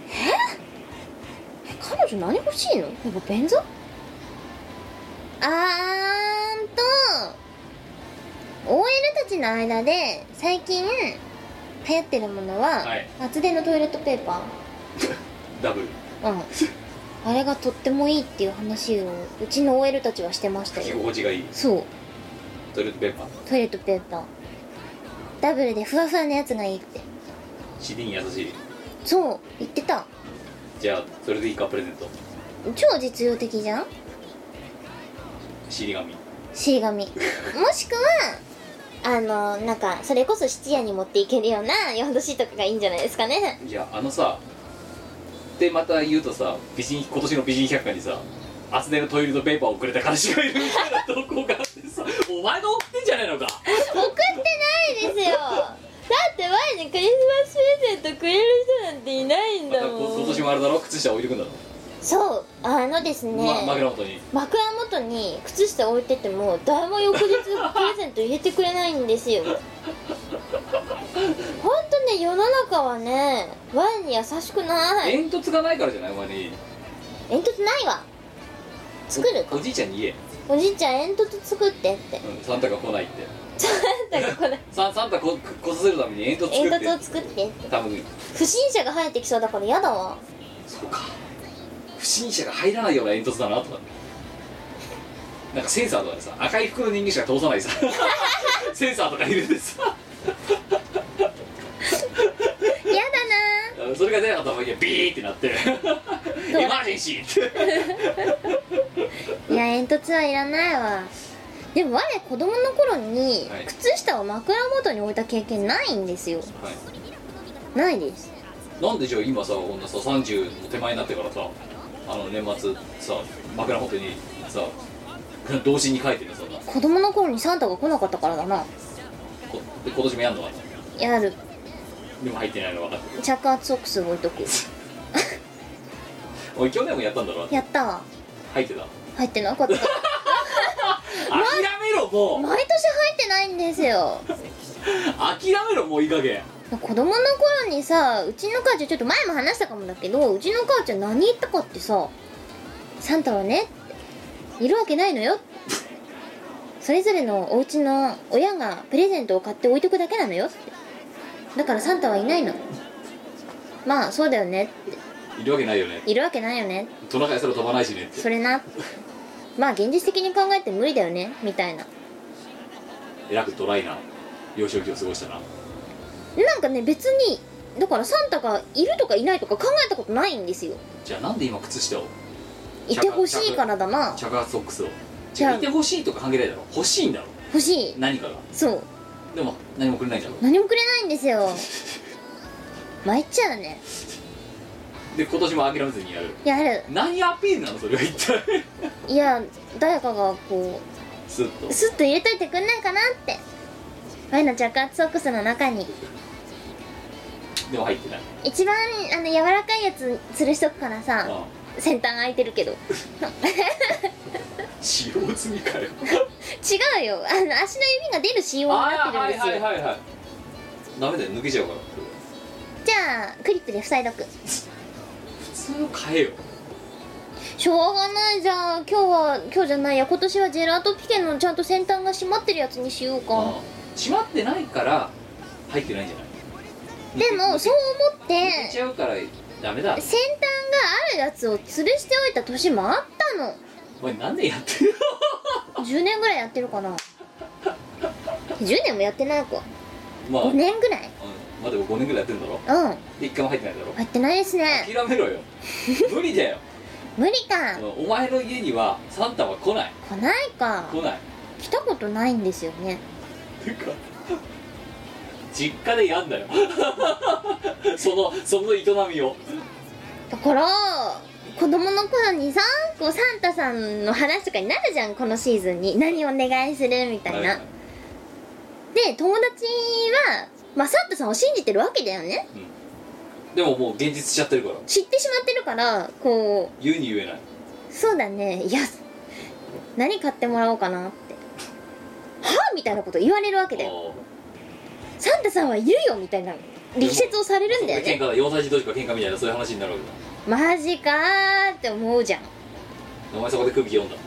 [SPEAKER 2] え彼女何欲しいのやっぱ便座あーんと OL たちの間で最近流行ってるものは、
[SPEAKER 1] はい
[SPEAKER 2] 厚手のトイレットペーパ
[SPEAKER 1] ダブル
[SPEAKER 2] ーうんあれがとってもいいっていう話をうちの OL たちはしてました
[SPEAKER 1] 着
[SPEAKER 2] よ
[SPEAKER 1] 心地がいい
[SPEAKER 2] そう
[SPEAKER 1] トイレットペーパー
[SPEAKER 2] トイレットペーパーダブルでふわふわのやつがいいって
[SPEAKER 1] 尻に優しい
[SPEAKER 2] そう言ってた
[SPEAKER 1] じゃあそれでいいかプレゼント
[SPEAKER 2] 超実用的じゃん
[SPEAKER 1] 尻紙
[SPEAKER 2] C 紙もしくはあのなんかそれこそ質屋に持っていけるようなヨードシートとかがいいんじゃないですかね
[SPEAKER 1] いやあのさでまた言うとさ美人今年の美人百科にさ厚手のトイレットペーパーをくれた彼氏がいるみたいな投稿があってさお前が送ってんじゃないのか
[SPEAKER 2] 送ってないですよだって前にクリスマスプレゼントくれる人なんていないん
[SPEAKER 1] ま
[SPEAKER 2] だ
[SPEAKER 1] た
[SPEAKER 2] も
[SPEAKER 1] 今
[SPEAKER 2] ん
[SPEAKER 1] 年もあれだろ靴下置いてくんだろ、
[SPEAKER 2] そうあのですね、
[SPEAKER 1] ま、枕元に
[SPEAKER 2] 枕元に靴下置いてても誰も翌日プレゼント入れてくれないんです よほんとね世の中はねワインに優しくない
[SPEAKER 1] 煙突がないからじゃないお前に
[SPEAKER 2] 煙突ないわ作るか
[SPEAKER 1] おじいちゃんに言え、
[SPEAKER 2] おじいちゃん煙突作ってって
[SPEAKER 1] うん、サンタが来ないって
[SPEAKER 2] なんだかこれ
[SPEAKER 1] サンサンタこ来させるために煙突作
[SPEAKER 2] 煙
[SPEAKER 1] って
[SPEAKER 2] 突を作ってって
[SPEAKER 1] 多分
[SPEAKER 2] 不審者が生えてきそうだから嫌だわ
[SPEAKER 1] そうか不審者が入らないような煙突だなとかなんかセンサーとかでさ赤い服の人間しか通さない さセンサーとか入れてさ
[SPEAKER 2] 嫌だな
[SPEAKER 1] それが出なかったらいやビーってなって「エマージェンシー!」って
[SPEAKER 2] いや煙突はいらないわでも我子供の頃に
[SPEAKER 1] はい
[SPEAKER 2] 靴下を枕元に置いた経験ないんですよ
[SPEAKER 1] はい
[SPEAKER 2] ないです
[SPEAKER 1] なんでじゃあ今さこんなさ30の手前になってからさあの年末さ枕元にさ童心に書いてるのそんな
[SPEAKER 2] 子供の頃にサンタが来なかったからだな
[SPEAKER 1] こで今年もやんのかな
[SPEAKER 2] やる
[SPEAKER 1] でも入ってないの分かってる
[SPEAKER 2] 着圧ソックス置いとく
[SPEAKER 1] おい去年もやったんだろ
[SPEAKER 2] やったわ
[SPEAKER 1] 入ってた
[SPEAKER 2] 入ってなかった
[SPEAKER 1] 諦めろもう
[SPEAKER 2] 毎年入ってないんですよ
[SPEAKER 1] 諦めろもういい加減
[SPEAKER 2] 子供の頃にさうちの母ちゃんちょっと前も話したかもだけどうちの母ちゃん何言ったかってさ「サンタはねいるわけないのよ」それぞれのお家の親がプレゼントを買って置いとくだけなのよってだからサンタはいないのまあそうだよね
[SPEAKER 1] いるわけないよね
[SPEAKER 2] いるわけないよね
[SPEAKER 1] トナカイそれ飛ばないしねって
[SPEAKER 2] それなまあ現実的に考えて無理だよねみたいな
[SPEAKER 1] えらくドライな幼少期を過ごしたな
[SPEAKER 2] なんかね別にだからサンタがいるとかいないとか考えたことないんですよ
[SPEAKER 1] じゃあなんで今靴下を
[SPEAKER 2] いてほしいからだな
[SPEAKER 1] 着圧ソックスを
[SPEAKER 2] じゃあ
[SPEAKER 1] いてほしいとか関係ないだろ欲しいんだろ
[SPEAKER 2] 欲しい
[SPEAKER 1] 何かが
[SPEAKER 2] そう
[SPEAKER 1] でも何もくれないんだろ
[SPEAKER 2] 何もくれないんですよ参っちゃうね
[SPEAKER 1] で今年も諦めずにやる
[SPEAKER 2] いやある
[SPEAKER 1] 何アピールなのそれは一体
[SPEAKER 2] いや誰かがこ
[SPEAKER 1] スッと
[SPEAKER 2] うスッと入れといてくんないかなって前の着圧ソックスの中に
[SPEAKER 1] でも入ってない
[SPEAKER 2] 一番あの柔らかいやつ吊るしとくからさ
[SPEAKER 1] あ
[SPEAKER 2] 先端空いてるけど
[SPEAKER 1] あ使用済みかよ
[SPEAKER 2] 違うよあの足の指が出る仕様にな
[SPEAKER 1] あ
[SPEAKER 2] っ
[SPEAKER 1] あ
[SPEAKER 2] てるん
[SPEAKER 1] は
[SPEAKER 2] で
[SPEAKER 1] い
[SPEAKER 2] すよ、
[SPEAKER 1] はいはいはいダメだよ抜けちゃうから
[SPEAKER 2] じゃあクリップで塞いどく
[SPEAKER 1] 普通の買えよ
[SPEAKER 2] しょうがないじゃん今日は今日じゃないや今年はジェラートピケのちゃんと先端が閉まってるやつにしようか
[SPEAKER 1] ああ閉まってないから入ってないんじゃない
[SPEAKER 2] でもそう思っ
[SPEAKER 1] 抜け
[SPEAKER 2] て
[SPEAKER 1] ちゃうからダメだ
[SPEAKER 2] 先端があるやつを吊るしておいた年もあったの
[SPEAKER 1] お前何でやって る
[SPEAKER 2] 10年ぐらいやってるかな10年もやってないか
[SPEAKER 1] のまあ、
[SPEAKER 2] 5年ぐら
[SPEAKER 1] う
[SPEAKER 2] い
[SPEAKER 1] んまあでも5年ぐらいやってるんだろ
[SPEAKER 2] うん
[SPEAKER 1] で一回も入ってないだろ
[SPEAKER 2] やってないですね
[SPEAKER 1] 諦めろ よ無理だよ
[SPEAKER 2] 無理か
[SPEAKER 1] お前の家にはサンタは来ない
[SPEAKER 2] 来ないか
[SPEAKER 1] 来ない
[SPEAKER 2] 来たことないんですよね
[SPEAKER 1] てか 実家でやんだよ そのその営みを
[SPEAKER 2] だから子供の頃にさこうサンタさんの話とかになるじゃんこのシーズンに何お願いするみたいな
[SPEAKER 1] はい
[SPEAKER 2] で友達は、まあ、サンタさんを信じてるわけだよね
[SPEAKER 1] でももう現実しちゃってるから
[SPEAKER 2] 知ってしまってるからこう
[SPEAKER 1] 言うに言えない
[SPEAKER 2] そうだねいや何買ってもらおうかなってはあみたいなこと言われるわけだよ
[SPEAKER 1] あ
[SPEAKER 2] サンタさんはいるよみたいな力説をされるんだよ
[SPEAKER 1] 喧
[SPEAKER 2] ね
[SPEAKER 1] 嘩だ幼児同士が喧嘩みたいなそういう話になるわけだ
[SPEAKER 2] マジかーって思うじゃん
[SPEAKER 1] お前そこで空気読んだ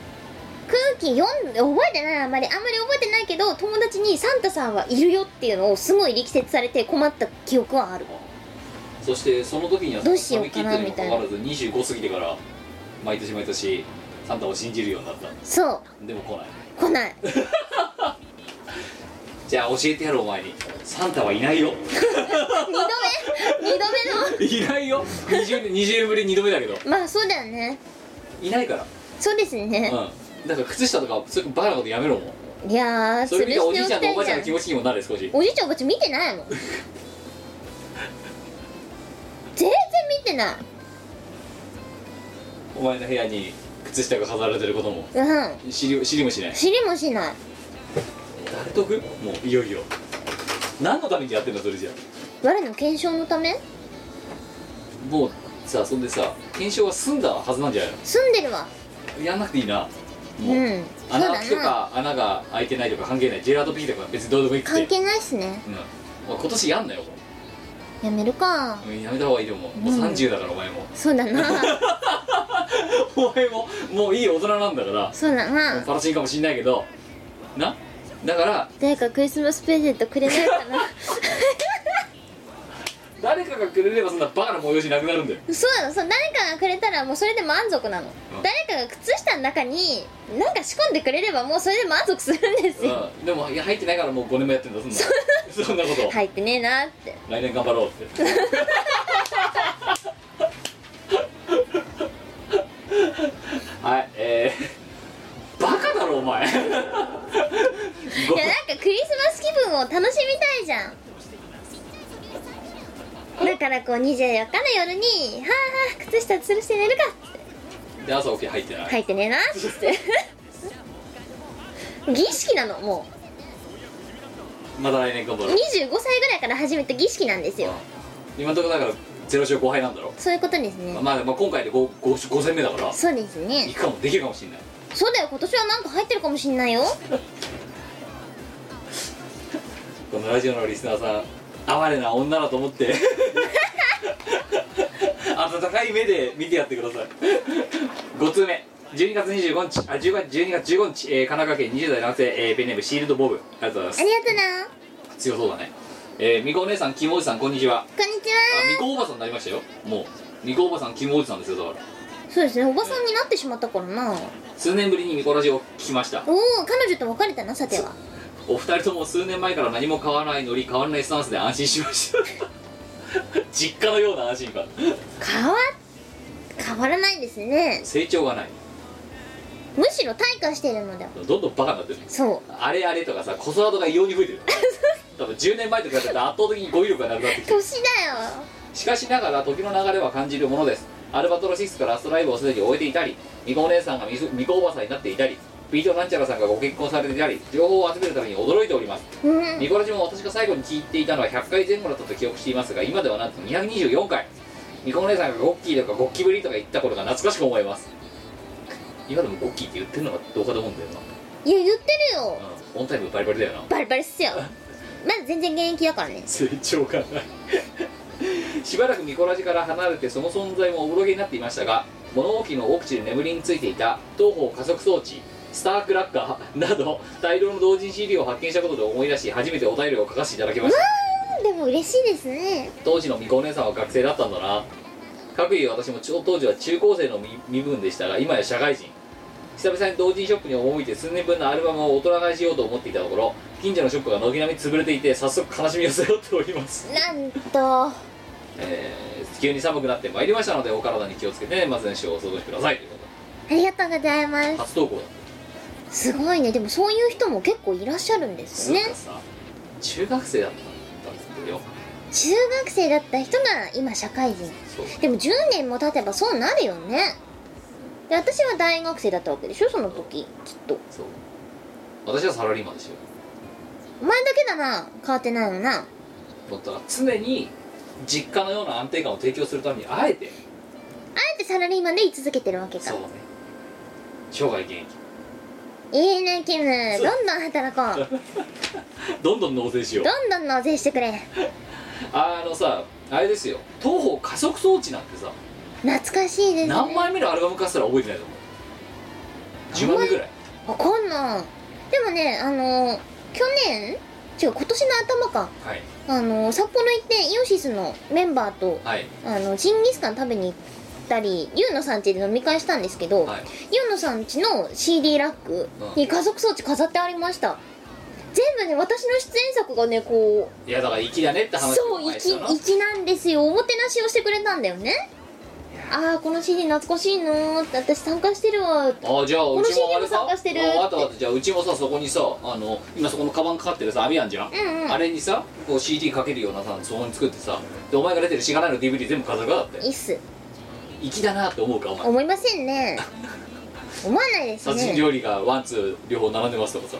[SPEAKER 2] 空気読んで覚えてないあんまりあんまり覚えてないけど友達にサンタさんはいるよっていうのをすごい力説されて困った記憶はある
[SPEAKER 1] そしてその時には
[SPEAKER 2] どうしようかな
[SPEAKER 1] 冷め切ってるにもかかわらず25過ぎてから毎年毎年サンタを信じるようになった
[SPEAKER 2] そう
[SPEAKER 1] でも来ない
[SPEAKER 2] 来 ない
[SPEAKER 1] じゃあ教えてやるお前にサンタはいないよ
[SPEAKER 2] 二度目二度目
[SPEAKER 1] いないよ20年 ,20 年ぶり2度目だけど
[SPEAKER 2] のまあそうだよね
[SPEAKER 1] いないから
[SPEAKER 2] そうですね
[SPEAKER 1] うんだから靴下とかそういうバカなことやめろもん
[SPEAKER 2] いやー
[SPEAKER 1] そ
[SPEAKER 2] 吊
[SPEAKER 1] れ見
[SPEAKER 2] るしててお
[SPEAKER 1] お
[SPEAKER 2] き
[SPEAKER 1] じいちゃん
[SPEAKER 2] た
[SPEAKER 1] とおばあ
[SPEAKER 2] い
[SPEAKER 1] ち
[SPEAKER 2] じ
[SPEAKER 1] ゃ
[SPEAKER 2] ゃ
[SPEAKER 1] ん
[SPEAKER 2] ん
[SPEAKER 1] の気持ちにもなれ少し
[SPEAKER 2] おじいちゃんおばあちゃん見てないもん全然見てない
[SPEAKER 1] お前の部屋に靴下が飾られてることも
[SPEAKER 2] うん
[SPEAKER 1] 知り知りもしない
[SPEAKER 2] 知りもしない
[SPEAKER 1] っとくもういよいよ何のためにやってんのそれじゃ
[SPEAKER 2] 我の検証のため
[SPEAKER 1] あもうさそんでさ検証は済んだはずなんじゃない
[SPEAKER 2] 住んでるわ
[SPEAKER 1] のやんなくていいなもう、
[SPEAKER 2] うんそう
[SPEAKER 1] 穴
[SPEAKER 2] だ
[SPEAKER 1] 開きと
[SPEAKER 2] な
[SPEAKER 1] か穴が開いてないとか関係ないジェラートピーとか別にどうでもいいくて
[SPEAKER 2] 関係ないっすね
[SPEAKER 1] うんまあ今年やんなよも
[SPEAKER 2] やめるか
[SPEAKER 1] ううんやめた方がいいと思うもう30だからお前も
[SPEAKER 2] そうだな
[SPEAKER 1] お前ももういい大人なんだから
[SPEAKER 2] そうだな
[SPEAKER 1] パラチンかもしんないけどなだから
[SPEAKER 2] 誰かクリスマスプレゼントくれない かな
[SPEAKER 1] 誰かがくれればそんなバカな催しなくなるんだよ
[SPEAKER 2] そうなのそう誰かがくれたらもうそれで満足なの、誰かが靴下の中になんか仕込んでくれればもうそれで満足するんですよ、
[SPEAKER 1] うん、でもいや入ってないからもう5年もやってんだそんなそんなこと、
[SPEAKER 2] 入ってねえなって
[SPEAKER 1] 来年頑張ろうってはいえー、バカだろお前ご
[SPEAKER 2] いやなんかクリスマス気分を楽しみたいじゃんだからこう24日の夜に「はあはあ靴下吊るして寝るか」
[SPEAKER 1] で朝起きて入ってない、
[SPEAKER 2] 入ってねえなっつって儀式なのも
[SPEAKER 1] また来年頑張
[SPEAKER 2] う
[SPEAKER 1] ろう
[SPEAKER 2] 25歳ぐらいから始めた儀式なんですよ
[SPEAKER 1] うん今のところだから0勝5敗なんだろ、
[SPEAKER 2] そういうことですね
[SPEAKER 1] まあ、まあ今回で 5, 5, 5戦目だから
[SPEAKER 2] そうです
[SPEAKER 1] い
[SPEAKER 2] ね
[SPEAKER 1] くかもできるかもしれない
[SPEAKER 2] そうだよ今年はなんか入ってるかもしんないよ
[SPEAKER 1] このラジオのリスナーさん哀れな女だと思って 温かい目で見てやってください5通目12月25日あ10月12月15日、えー神奈川県20代男性、えーペンネームシールドボブありがとうご
[SPEAKER 2] あ
[SPEAKER 1] ざいま
[SPEAKER 2] りがとうな
[SPEAKER 1] す強そうだねえーみこお姉さんキムおじさんこんにちは
[SPEAKER 2] こんにち
[SPEAKER 1] あみ
[SPEAKER 2] は
[SPEAKER 1] こおばさんになりましたよもうみこおばさんキムおじさんですよだから
[SPEAKER 2] そうですねおばさんになってしまったからな
[SPEAKER 1] 数年ぶりにみこラジオを聞きました
[SPEAKER 2] おお彼女と別れたなさては
[SPEAKER 1] お二人とも数年前から何も買わないのに変わらないスタンスで安心しま した実家のような安心感
[SPEAKER 2] 変わ変わらないですね
[SPEAKER 1] 成長がない
[SPEAKER 2] むしろ退化してるのだよ
[SPEAKER 1] どんどんバカになってる
[SPEAKER 2] そう
[SPEAKER 1] あれあれとかさ子育てが異様に増えて る多分10年前と比べて圧倒的に語彙力がなくなってきてる
[SPEAKER 2] 年だよ
[SPEAKER 1] しかしながら時の流れは感じるものですアルバトロ6からラストライブをすでに終えていたりみこお姉さんがみすみこおばさんになっていたりビートなんちゃらさんがご結婚されていたり情報を集めるために驚いております
[SPEAKER 2] うん
[SPEAKER 1] ニコラジも私が最後に聞いていたのは100回前後だったと記憶していますが今ではなんと224回ニコお姉さんがゴッキーとかゴッキブリとか言った頃が懐かしく思います今でもゴッキーって言ってるのがどうかと思うんだよ
[SPEAKER 2] いや言ってるよ
[SPEAKER 1] な、うん、オンタイムバリバリだよな
[SPEAKER 2] バリバリっすよまだ全然現役だからね
[SPEAKER 1] 成長がないしばらくミコラジから離れてその存在もおぼろげになっていましたが物置の奥地に眠りについていた東方加速装置スタークラッカーなど大量の同人 CD を発見したことで思い出し初めてお便りを書かせていただきました
[SPEAKER 2] うんでも嬉しいですね
[SPEAKER 1] 当時のみこお姉さんは学生だったんだな各いう私もちょ当時は中高生の身身分でしたが今や社会人久々に同人ショップに赴いて数年分のアルバムを大人買いしようと思っていたところ近所のショップが軒並み潰れていて早速悲しみを背負っております、
[SPEAKER 2] なんと
[SPEAKER 1] えー急に寒くなってまいりましたのでお体に気をつけて年末年始をお過ごしくださいというこ
[SPEAKER 2] ありがとうございま
[SPEAKER 1] と
[SPEAKER 2] す
[SPEAKER 1] 初投稿だ
[SPEAKER 2] すごいねでもそういう人も結構いらっしゃるんですね
[SPEAKER 1] そうかさ中学生だったんですよ
[SPEAKER 2] 中学生だった人が今社会人
[SPEAKER 1] そう
[SPEAKER 2] でも10年も経てばそうなるよねで私は大学生だったわけでしょその時きっと
[SPEAKER 1] そう私はサラリーマンですよ
[SPEAKER 2] お前だけだな変わってないのな
[SPEAKER 1] だから常に実家のような安定感を提供するためにあえて
[SPEAKER 2] あえてサラリーマンで居続けてるわけか
[SPEAKER 1] そうね生涯現役
[SPEAKER 2] いいねキム
[SPEAKER 1] そう
[SPEAKER 2] どんどん働こう
[SPEAKER 1] どんどん納税しよう
[SPEAKER 2] どんどん納税してくれ
[SPEAKER 1] あのさあれですよ東方加速装置なんてさ
[SPEAKER 2] 懐かしいですね
[SPEAKER 1] 何枚目のアルバムかすら覚えてないと思う10枚目ぐらい
[SPEAKER 2] わかんないでもねあの去年違う今年の頭か
[SPEAKER 1] はい
[SPEAKER 2] あの札幌行ってイオシスのメンバーと
[SPEAKER 1] はい
[SPEAKER 2] あのジンギスカン食べに行ったりユウノさん家で飲み会したんですけど、
[SPEAKER 1] はい
[SPEAKER 2] ユウノさん家の CD ラックに家族装置飾ってありました全部ね私の出演作がねこう
[SPEAKER 1] いやだから粋だねって話
[SPEAKER 2] そう
[SPEAKER 1] 前
[SPEAKER 2] 粋
[SPEAKER 1] したな
[SPEAKER 2] 粋なんですよおもてなしをしてくれたんだよねああこの CD 懐かしいなーって私参加してるわーって
[SPEAKER 1] あじゃあうちもあれ
[SPEAKER 2] この CD も参
[SPEAKER 1] か
[SPEAKER 2] 加してる
[SPEAKER 1] ああとあとじゃあうちもさそこにさあの今そこのカバンかかってるさ網あんじゃん、
[SPEAKER 2] うんうん
[SPEAKER 1] あれにさこう CD かけるようなさそこに作ってさでお前が出てるしがないの DVD 全部飾るかだって
[SPEAKER 2] いいっす
[SPEAKER 1] 粋だなって思うかお前
[SPEAKER 2] 思いませんね思わないです
[SPEAKER 1] 殺人
[SPEAKER 2] ね
[SPEAKER 1] 料理がワンツー両方並んでますとかさ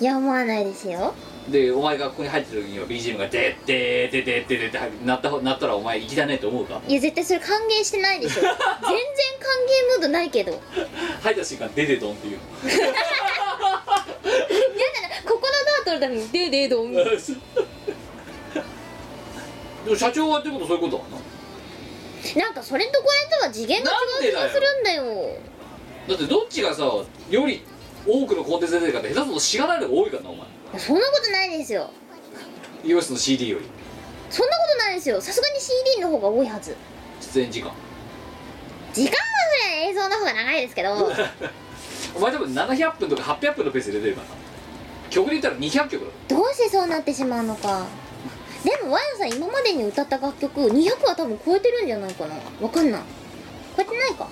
[SPEAKER 2] いや思わないですよ
[SPEAKER 1] でお前がここに入ってる時には BGM が「でででででで」って入ってなったなったらお前粋だねって思うか
[SPEAKER 2] いや絶対それ歓迎してないでしょ全然歓迎ムードないけどやだ
[SPEAKER 1] 入った瞬間「ででどん」っていう
[SPEAKER 2] なここのドア取るためにデーデードン
[SPEAKER 1] でも社長はってことそういうことだな
[SPEAKER 2] なんかそれとこれとは次元が違う気がするんだよ
[SPEAKER 1] だってどっちがさより多くのコンテンツ出てるかって下手すると知らないのが多いからなお前
[SPEAKER 2] そんなことないですよ
[SPEAKER 1] EOS の CD より
[SPEAKER 2] そんなことないですよさすがに CD の方が多いはず
[SPEAKER 1] 出演時間
[SPEAKER 2] 時間はそりゃ映像の方が長いですけど
[SPEAKER 1] お前多分700分とか800分のペースで出てるからな曲で言ったら200曲だ
[SPEAKER 2] どうしてそうなってしまうのかでもワンさん今までに歌った楽曲200は多分超えてるんじゃないかなわかんない超えてないか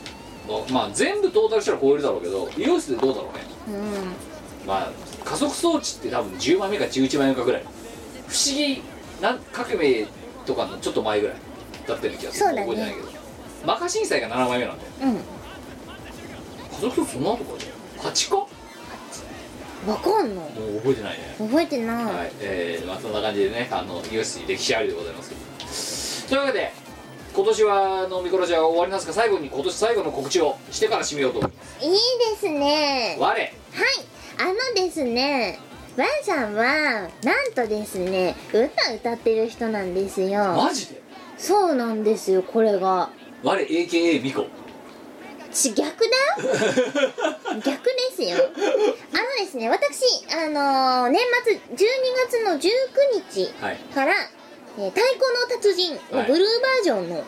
[SPEAKER 1] ろまあ全部トータルしたら超えるだろうけど EOS でどうだろうね
[SPEAKER 2] うん
[SPEAKER 1] まあ加速装置って多分10枚目か11枚目かぐらい不思議なん革命とかのちょっと前ぐらいだったような気がする
[SPEAKER 2] そうだね
[SPEAKER 1] 覚えてないけどマカシン祭が7枚目なんだよ
[SPEAKER 2] う
[SPEAKER 1] 加速装置その後かじゃん8かも
[SPEAKER 2] んわかんないう
[SPEAKER 1] 覚えてないね
[SPEAKER 2] 覚えてない、
[SPEAKER 1] はい、えーまあそんな感じでね、あの、ニュースに歴史ありでございますけど。というわけで、今年は、のミコラジは終わりますが、最後に今年最後の告知をしてから締めようと思います。
[SPEAKER 2] いいですねは
[SPEAKER 1] 我、
[SPEAKER 2] いあのですねワンさんはなんとですね歌歌ってる人なんですよ
[SPEAKER 1] マジで
[SPEAKER 2] そうなんですよこれが
[SPEAKER 1] 我、AKA ミコ。
[SPEAKER 2] ち 逆だよ逆ですよあのですね私あのー年末12月の19日
[SPEAKER 1] はい。
[SPEAKER 2] から、えー太鼓の達人のブルーバージョンの、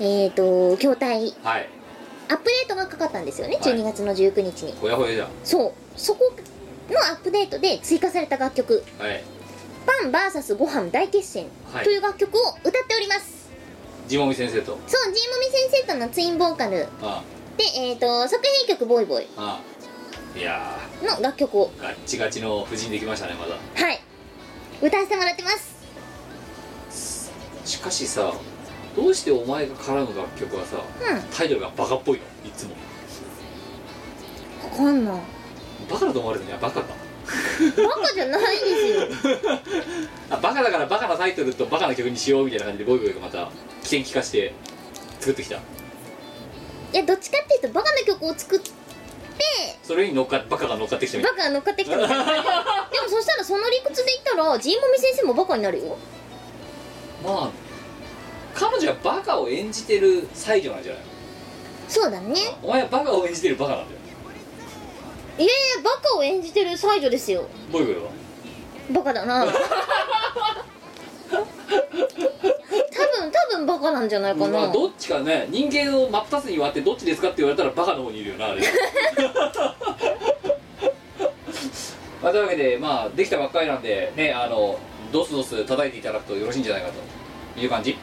[SPEAKER 2] えっ、と筐体
[SPEAKER 1] はい。
[SPEAKER 2] アップデートがかかったんですよね
[SPEAKER 1] はい
[SPEAKER 2] 12月の19日に、
[SPEAKER 1] ほやほやじゃん。
[SPEAKER 2] そうそこのアップデートで追加された楽曲
[SPEAKER 1] はい。
[SPEAKER 2] 「パン VS ご飯大決戦
[SPEAKER 1] は」い
[SPEAKER 2] という楽曲を歌っております、
[SPEAKER 1] ジモミ先生と。
[SPEAKER 2] そうジーモミ先生とのツインボーカルで、
[SPEAKER 1] あ
[SPEAKER 2] えー、と作編曲「ボイボイ
[SPEAKER 1] あ、ああ。いや
[SPEAKER 2] の楽曲を
[SPEAKER 1] ー、ガッチガチの婦人できましたね、まだ。
[SPEAKER 2] はい歌わせてもらってます
[SPEAKER 1] しかしさ、どうしてお前が絡む楽曲はさ、
[SPEAKER 2] うん
[SPEAKER 1] タイトルがバカっぽいのいつも。
[SPEAKER 2] わかんない
[SPEAKER 1] バカだと思われてるにはバカか。
[SPEAKER 2] バカじゃない ですよ
[SPEAKER 1] あバカだからバカなタイトルとバカな曲にしようみたいな感じでボイボイがまた起点聞かして作ってきた
[SPEAKER 2] いやどっちかっていうとバカな曲を作って
[SPEAKER 1] それに乗っかバカが乗っかってきたみたい
[SPEAKER 2] バカが乗っかってきた みたいな感じでもそしたらその理屈で言ったらジーモミ先生もバカになるよ
[SPEAKER 1] まあ彼女はバカを演じてる最女なんじゃない
[SPEAKER 2] そうだねいやい
[SPEAKER 1] お前はバカを演じてるバカなんだよ
[SPEAKER 2] やバカを演じてる才女ですよ
[SPEAKER 1] ボイボイは
[SPEAKER 2] バカだ な多分多分バカなんじゃないか
[SPEAKER 1] ま
[SPEAKER 2] な
[SPEAKER 1] あどっちかね人間を真っ二つに割ってどっちですかって言われたらバカの方にいるよなあ れまあ、というわけでまあできたばっかりなんでねあのドスドス叩いていただくとよろしいんじゃないかという感じ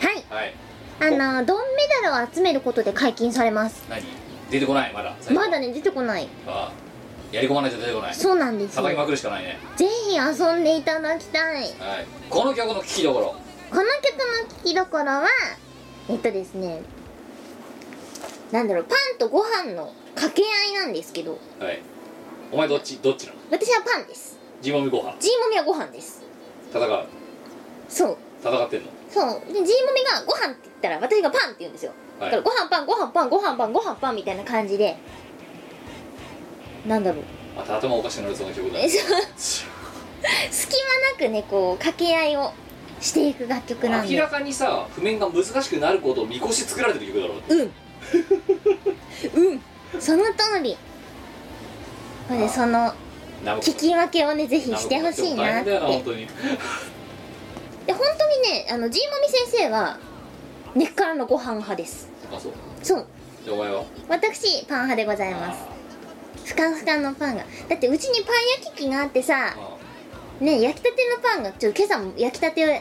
[SPEAKER 2] はい
[SPEAKER 1] はい
[SPEAKER 2] あの銅メダルを集めることで解禁されます
[SPEAKER 1] 何出てこないまだ最後
[SPEAKER 2] まだね出てこない
[SPEAKER 1] ああやり込まないと出てこない
[SPEAKER 2] そうなんです
[SPEAKER 1] さ
[SPEAKER 2] よ
[SPEAKER 1] ばきまくるしかないね、
[SPEAKER 2] ぜひ遊んでいただきたい
[SPEAKER 1] はい、この曲の聴きどころ
[SPEAKER 2] この曲の聴きどころはえっとですねなんだろうパンとご飯の掛け合いなんですけど
[SPEAKER 1] はいお前どっちどっちなの
[SPEAKER 2] 私はパンです
[SPEAKER 1] ジモミご飯
[SPEAKER 2] ジーモミはご飯です
[SPEAKER 1] 戦う
[SPEAKER 2] そう
[SPEAKER 1] 戦ってんの
[SPEAKER 2] そうでジーモミがご飯って言ったら私がパンって言うんですよ、
[SPEAKER 1] はい
[SPEAKER 2] だからご飯パンご飯パンご飯パンご飯パンみたいな感じでな んだろう
[SPEAKER 1] また頭おかしくなるその曲だ
[SPEAKER 2] えそう隙間なくねこう掛け合いをしていく楽曲なん
[SPEAKER 1] 明
[SPEAKER 2] で
[SPEAKER 1] らかにさ譜面が難しくなることを見越して作られてる曲だろ
[SPEAKER 2] うんうんその通りこれその
[SPEAKER 1] ナムコ
[SPEAKER 2] 聞き分けをねぜひしてほしいな
[SPEAKER 1] ナムコっ
[SPEAKER 2] って
[SPEAKER 1] て大変だよな本当に
[SPEAKER 2] で本当にねあのジーモミ先生は根っからのご飯派です
[SPEAKER 1] あそう
[SPEAKER 2] そう
[SPEAKER 1] じゃあお前は
[SPEAKER 2] 私パン派でございますふかふかのパンがだってうちにパン焼き器があって
[SPEAKER 1] あ
[SPEAKER 2] さね焼きたてのパンがちょっと今朝も焼きたてを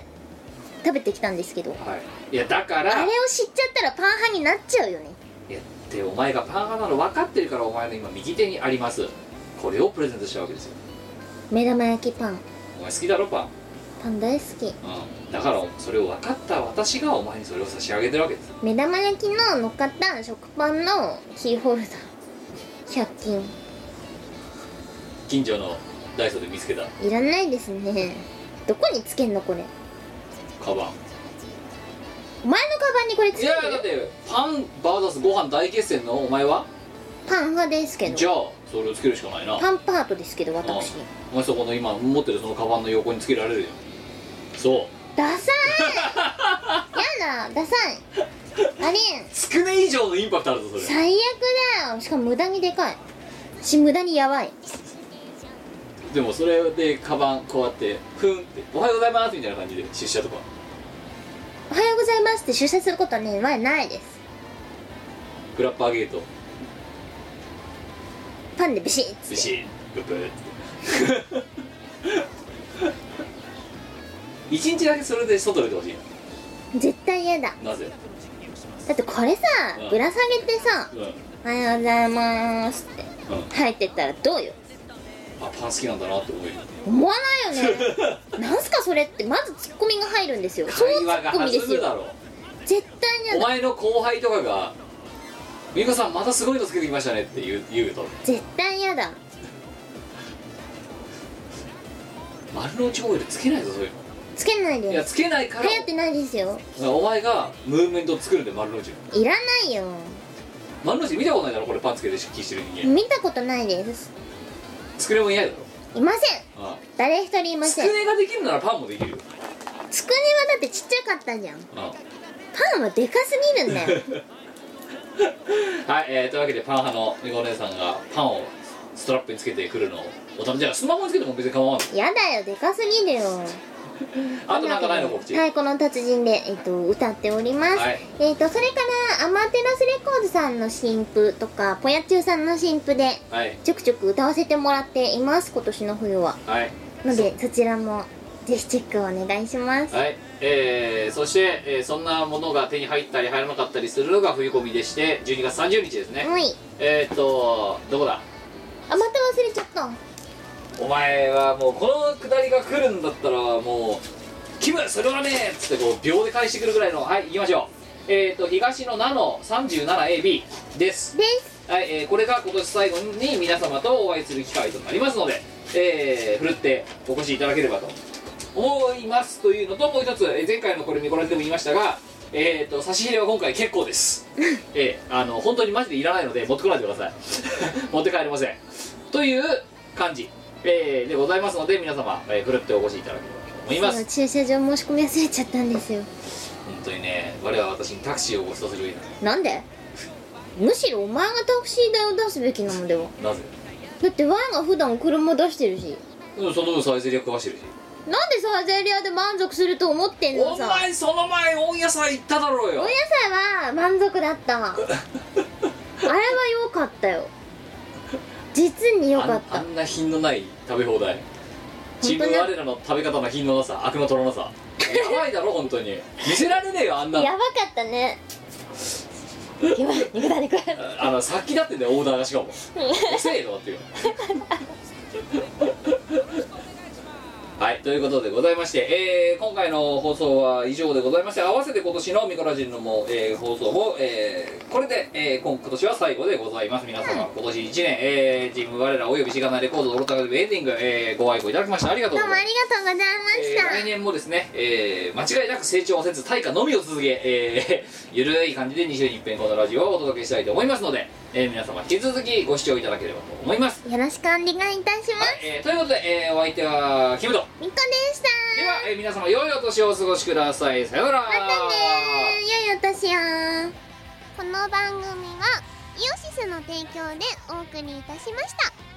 [SPEAKER 2] 食べてきたんですけど
[SPEAKER 1] あはいいやだか
[SPEAKER 2] あれ
[SPEAKER 1] ら
[SPEAKER 2] を知っちゃったらパン派になっちゃうよね
[SPEAKER 1] いやでお前がパン派なの分かってるからお前の今右手にありますこれをプレゼントしたわけですよ
[SPEAKER 2] 目玉焼きパン
[SPEAKER 1] お前好きだろパン
[SPEAKER 2] パン大好き
[SPEAKER 1] うん、だからそれを分かった私がお前にそれを差し上げてるわけです
[SPEAKER 2] 目玉焼きの乗っかった食パンのキーホルダー100均
[SPEAKER 1] 近所のダイソーで見つけた
[SPEAKER 2] いらないですねどこにつけんのこれ
[SPEAKER 1] カバン
[SPEAKER 2] お前のカバンにこれつ
[SPEAKER 1] い
[SPEAKER 2] け
[SPEAKER 1] やいやだっ
[SPEAKER 2] る
[SPEAKER 1] てパンバーザスご飯大決戦のお前は
[SPEAKER 2] パン派ですけ
[SPEAKER 1] じゃ
[SPEAKER 2] ど
[SPEAKER 1] あそれをつけるしかないな
[SPEAKER 2] パンパートですけど
[SPEAKER 1] うん
[SPEAKER 2] 私
[SPEAKER 1] お前そこの今持ってるそのカバンの横につけられるよそう
[SPEAKER 2] ダ サいやだダサいありえん
[SPEAKER 1] つくね以上のインパクトあるぞそれ
[SPEAKER 2] 最悪だよしかも無駄にでかいし無駄にやばい
[SPEAKER 1] でもそれでカバンこうやってふんって「おはようございます」みたいな感じで出社とか
[SPEAKER 2] おはようございますって出社することはね前ないです
[SPEAKER 1] フラッパーゲート
[SPEAKER 2] パンでビシッ
[SPEAKER 1] ビ
[SPEAKER 2] つって
[SPEAKER 1] シッブブーって 一日だけそれで外出てほしい
[SPEAKER 2] 絶対嫌だ
[SPEAKER 1] ななぜ、
[SPEAKER 2] だってこれさ
[SPEAKER 1] うん
[SPEAKER 2] ぶら下げてさ
[SPEAKER 1] うんうん、
[SPEAKER 2] 「おはようございます」って入ってったらどうよ
[SPEAKER 1] あパン好きなんだなって思うよ
[SPEAKER 2] 思わない よ ねなんすかそれってまずツッコミが入るんですよそう
[SPEAKER 1] 会
[SPEAKER 2] ツ
[SPEAKER 1] 話
[SPEAKER 2] ッ
[SPEAKER 1] が
[SPEAKER 2] コミで
[SPEAKER 1] 弾
[SPEAKER 2] す
[SPEAKER 1] むだ
[SPEAKER 2] よ
[SPEAKER 1] ろ
[SPEAKER 2] 絶対に嫌
[SPEAKER 1] お
[SPEAKER 2] だ
[SPEAKER 1] 前の後輩とかが「美子さんまたすごいのつけてきましたね」って言う言うと
[SPEAKER 2] 絶対嫌だ
[SPEAKER 1] 丸の内モデルつけないぞそういうの
[SPEAKER 2] つけない
[SPEAKER 1] いや
[SPEAKER 2] で
[SPEAKER 1] つけないから
[SPEAKER 2] 流行ってないですよ
[SPEAKER 1] お前がムーブメントを作るんで丸の内の
[SPEAKER 2] いらないよ
[SPEAKER 1] 丸の内見たことないだろこれパンつけて出勤してる人間
[SPEAKER 2] 見たことないです
[SPEAKER 1] 作れもいないだろ
[SPEAKER 2] いません
[SPEAKER 1] あ
[SPEAKER 2] 誰一人いま
[SPEAKER 1] あつ
[SPEAKER 2] せ
[SPEAKER 1] く
[SPEAKER 2] ん
[SPEAKER 1] ねができるならパンもできるよ
[SPEAKER 2] つくねはだってちっちゃかったじゃん
[SPEAKER 1] あ
[SPEAKER 2] パンはでかすぎるん だよ
[SPEAKER 1] あはい、えー、というわけでパン派のみこお姉さんがパンをストラップにつけてくるのをおたじゃあスマホにつけても別に構わん
[SPEAKER 2] やだよでかすぎるよ
[SPEAKER 1] あとなんかないの告知
[SPEAKER 2] はい、この達人で、えっと、歌っております。
[SPEAKER 1] はい
[SPEAKER 2] えっと、それから、アマテラスレコーズさんの新譜とか、ぽやちゅうさんの新譜で、
[SPEAKER 1] はい
[SPEAKER 2] ちょくちょく歌わせてもらっています、今年の冬は。
[SPEAKER 1] はい
[SPEAKER 2] ので、そちらも、ぜひチェックお願いします。
[SPEAKER 1] はい、えー、そして、えーそんなものが手に入ったり入らなかったりするのが冬コミでして12月30日ですね、
[SPEAKER 2] はい。
[SPEAKER 1] えーっとどこだ
[SPEAKER 2] あ、また忘れちゃった。
[SPEAKER 1] お前はもうこのくだりが来るんだったらもう「キムそれはねえ!」っつってこう秒で返してくるぐらいのはい行きましょうえーっと東の7の 37AB です
[SPEAKER 2] です。
[SPEAKER 1] はい、えーこれが今年最後に皆様とお会いする機会となりますので、えー、ふるってお越しいただければと思いますというのともう一つ、えー前回のこれ見こられても言いましたが、えー、と差し入れは今回結構 です、えーあの本当にマジでいらないので持ってこないでください 持って帰れませんという感じ、えーでございますので皆様、えー、ふるってお越しいただければと思います
[SPEAKER 2] 駐車場申し込み忘れちゃったんですよ。
[SPEAKER 1] 本当にね我は私にタクシーをご馳走するよう
[SPEAKER 2] なんでむしろお前がタクシー代を出すべきなのでは。
[SPEAKER 1] になるなぜ
[SPEAKER 2] だって、ワンが普段車出してるし。
[SPEAKER 1] うんその分サイゼリア食わしてるし
[SPEAKER 2] なんでサイゼリアで満足すると思ってんの
[SPEAKER 1] お
[SPEAKER 2] さ
[SPEAKER 1] 前その前温野菜行っただろうよ
[SPEAKER 2] お野菜は満足だった あれは良かったよ実に良かっ
[SPEAKER 1] あんあ
[SPEAKER 2] た
[SPEAKER 1] んな品のない食べ放題チーム我らの食べ方の品のなさ悪の虎のさやばいだろ本当に見せられねえよあんなの
[SPEAKER 2] やばかったねやばい肉だ肉だ
[SPEAKER 1] あのさっきだってねオーダーがしかも遅えよっていうはいということでございまして、えー今回の放送は以上でございまして合わせて今年のミコラジンのも、えー放送も、えーこれで、えー今今年は最後でございます皆様今年1年、えー、チーム我らおよびしがないレコードのロタカでエンディング、えーご愛顧いただきましてありがとう
[SPEAKER 2] ど
[SPEAKER 1] ご
[SPEAKER 2] う
[SPEAKER 1] ざいます
[SPEAKER 2] もありがとうございま
[SPEAKER 1] え
[SPEAKER 2] した
[SPEAKER 1] ー、来年もですね、えー間違いなく成長をせず対価のみを続け、えー ゆるい感じで2週に一遍このラジオをお届けしたいと思いますので、えー皆様引き続きご視聴いただければと思います、
[SPEAKER 2] よろしくお願いいたしま
[SPEAKER 1] はい
[SPEAKER 2] す
[SPEAKER 1] えーということで、えーお相手はキムト
[SPEAKER 2] みこでした
[SPEAKER 1] では、えー皆様良いお年をお過ごしくださいさようなら
[SPEAKER 2] またねー良いお年を
[SPEAKER 3] この番組はイオシスの提供でお送りいたしました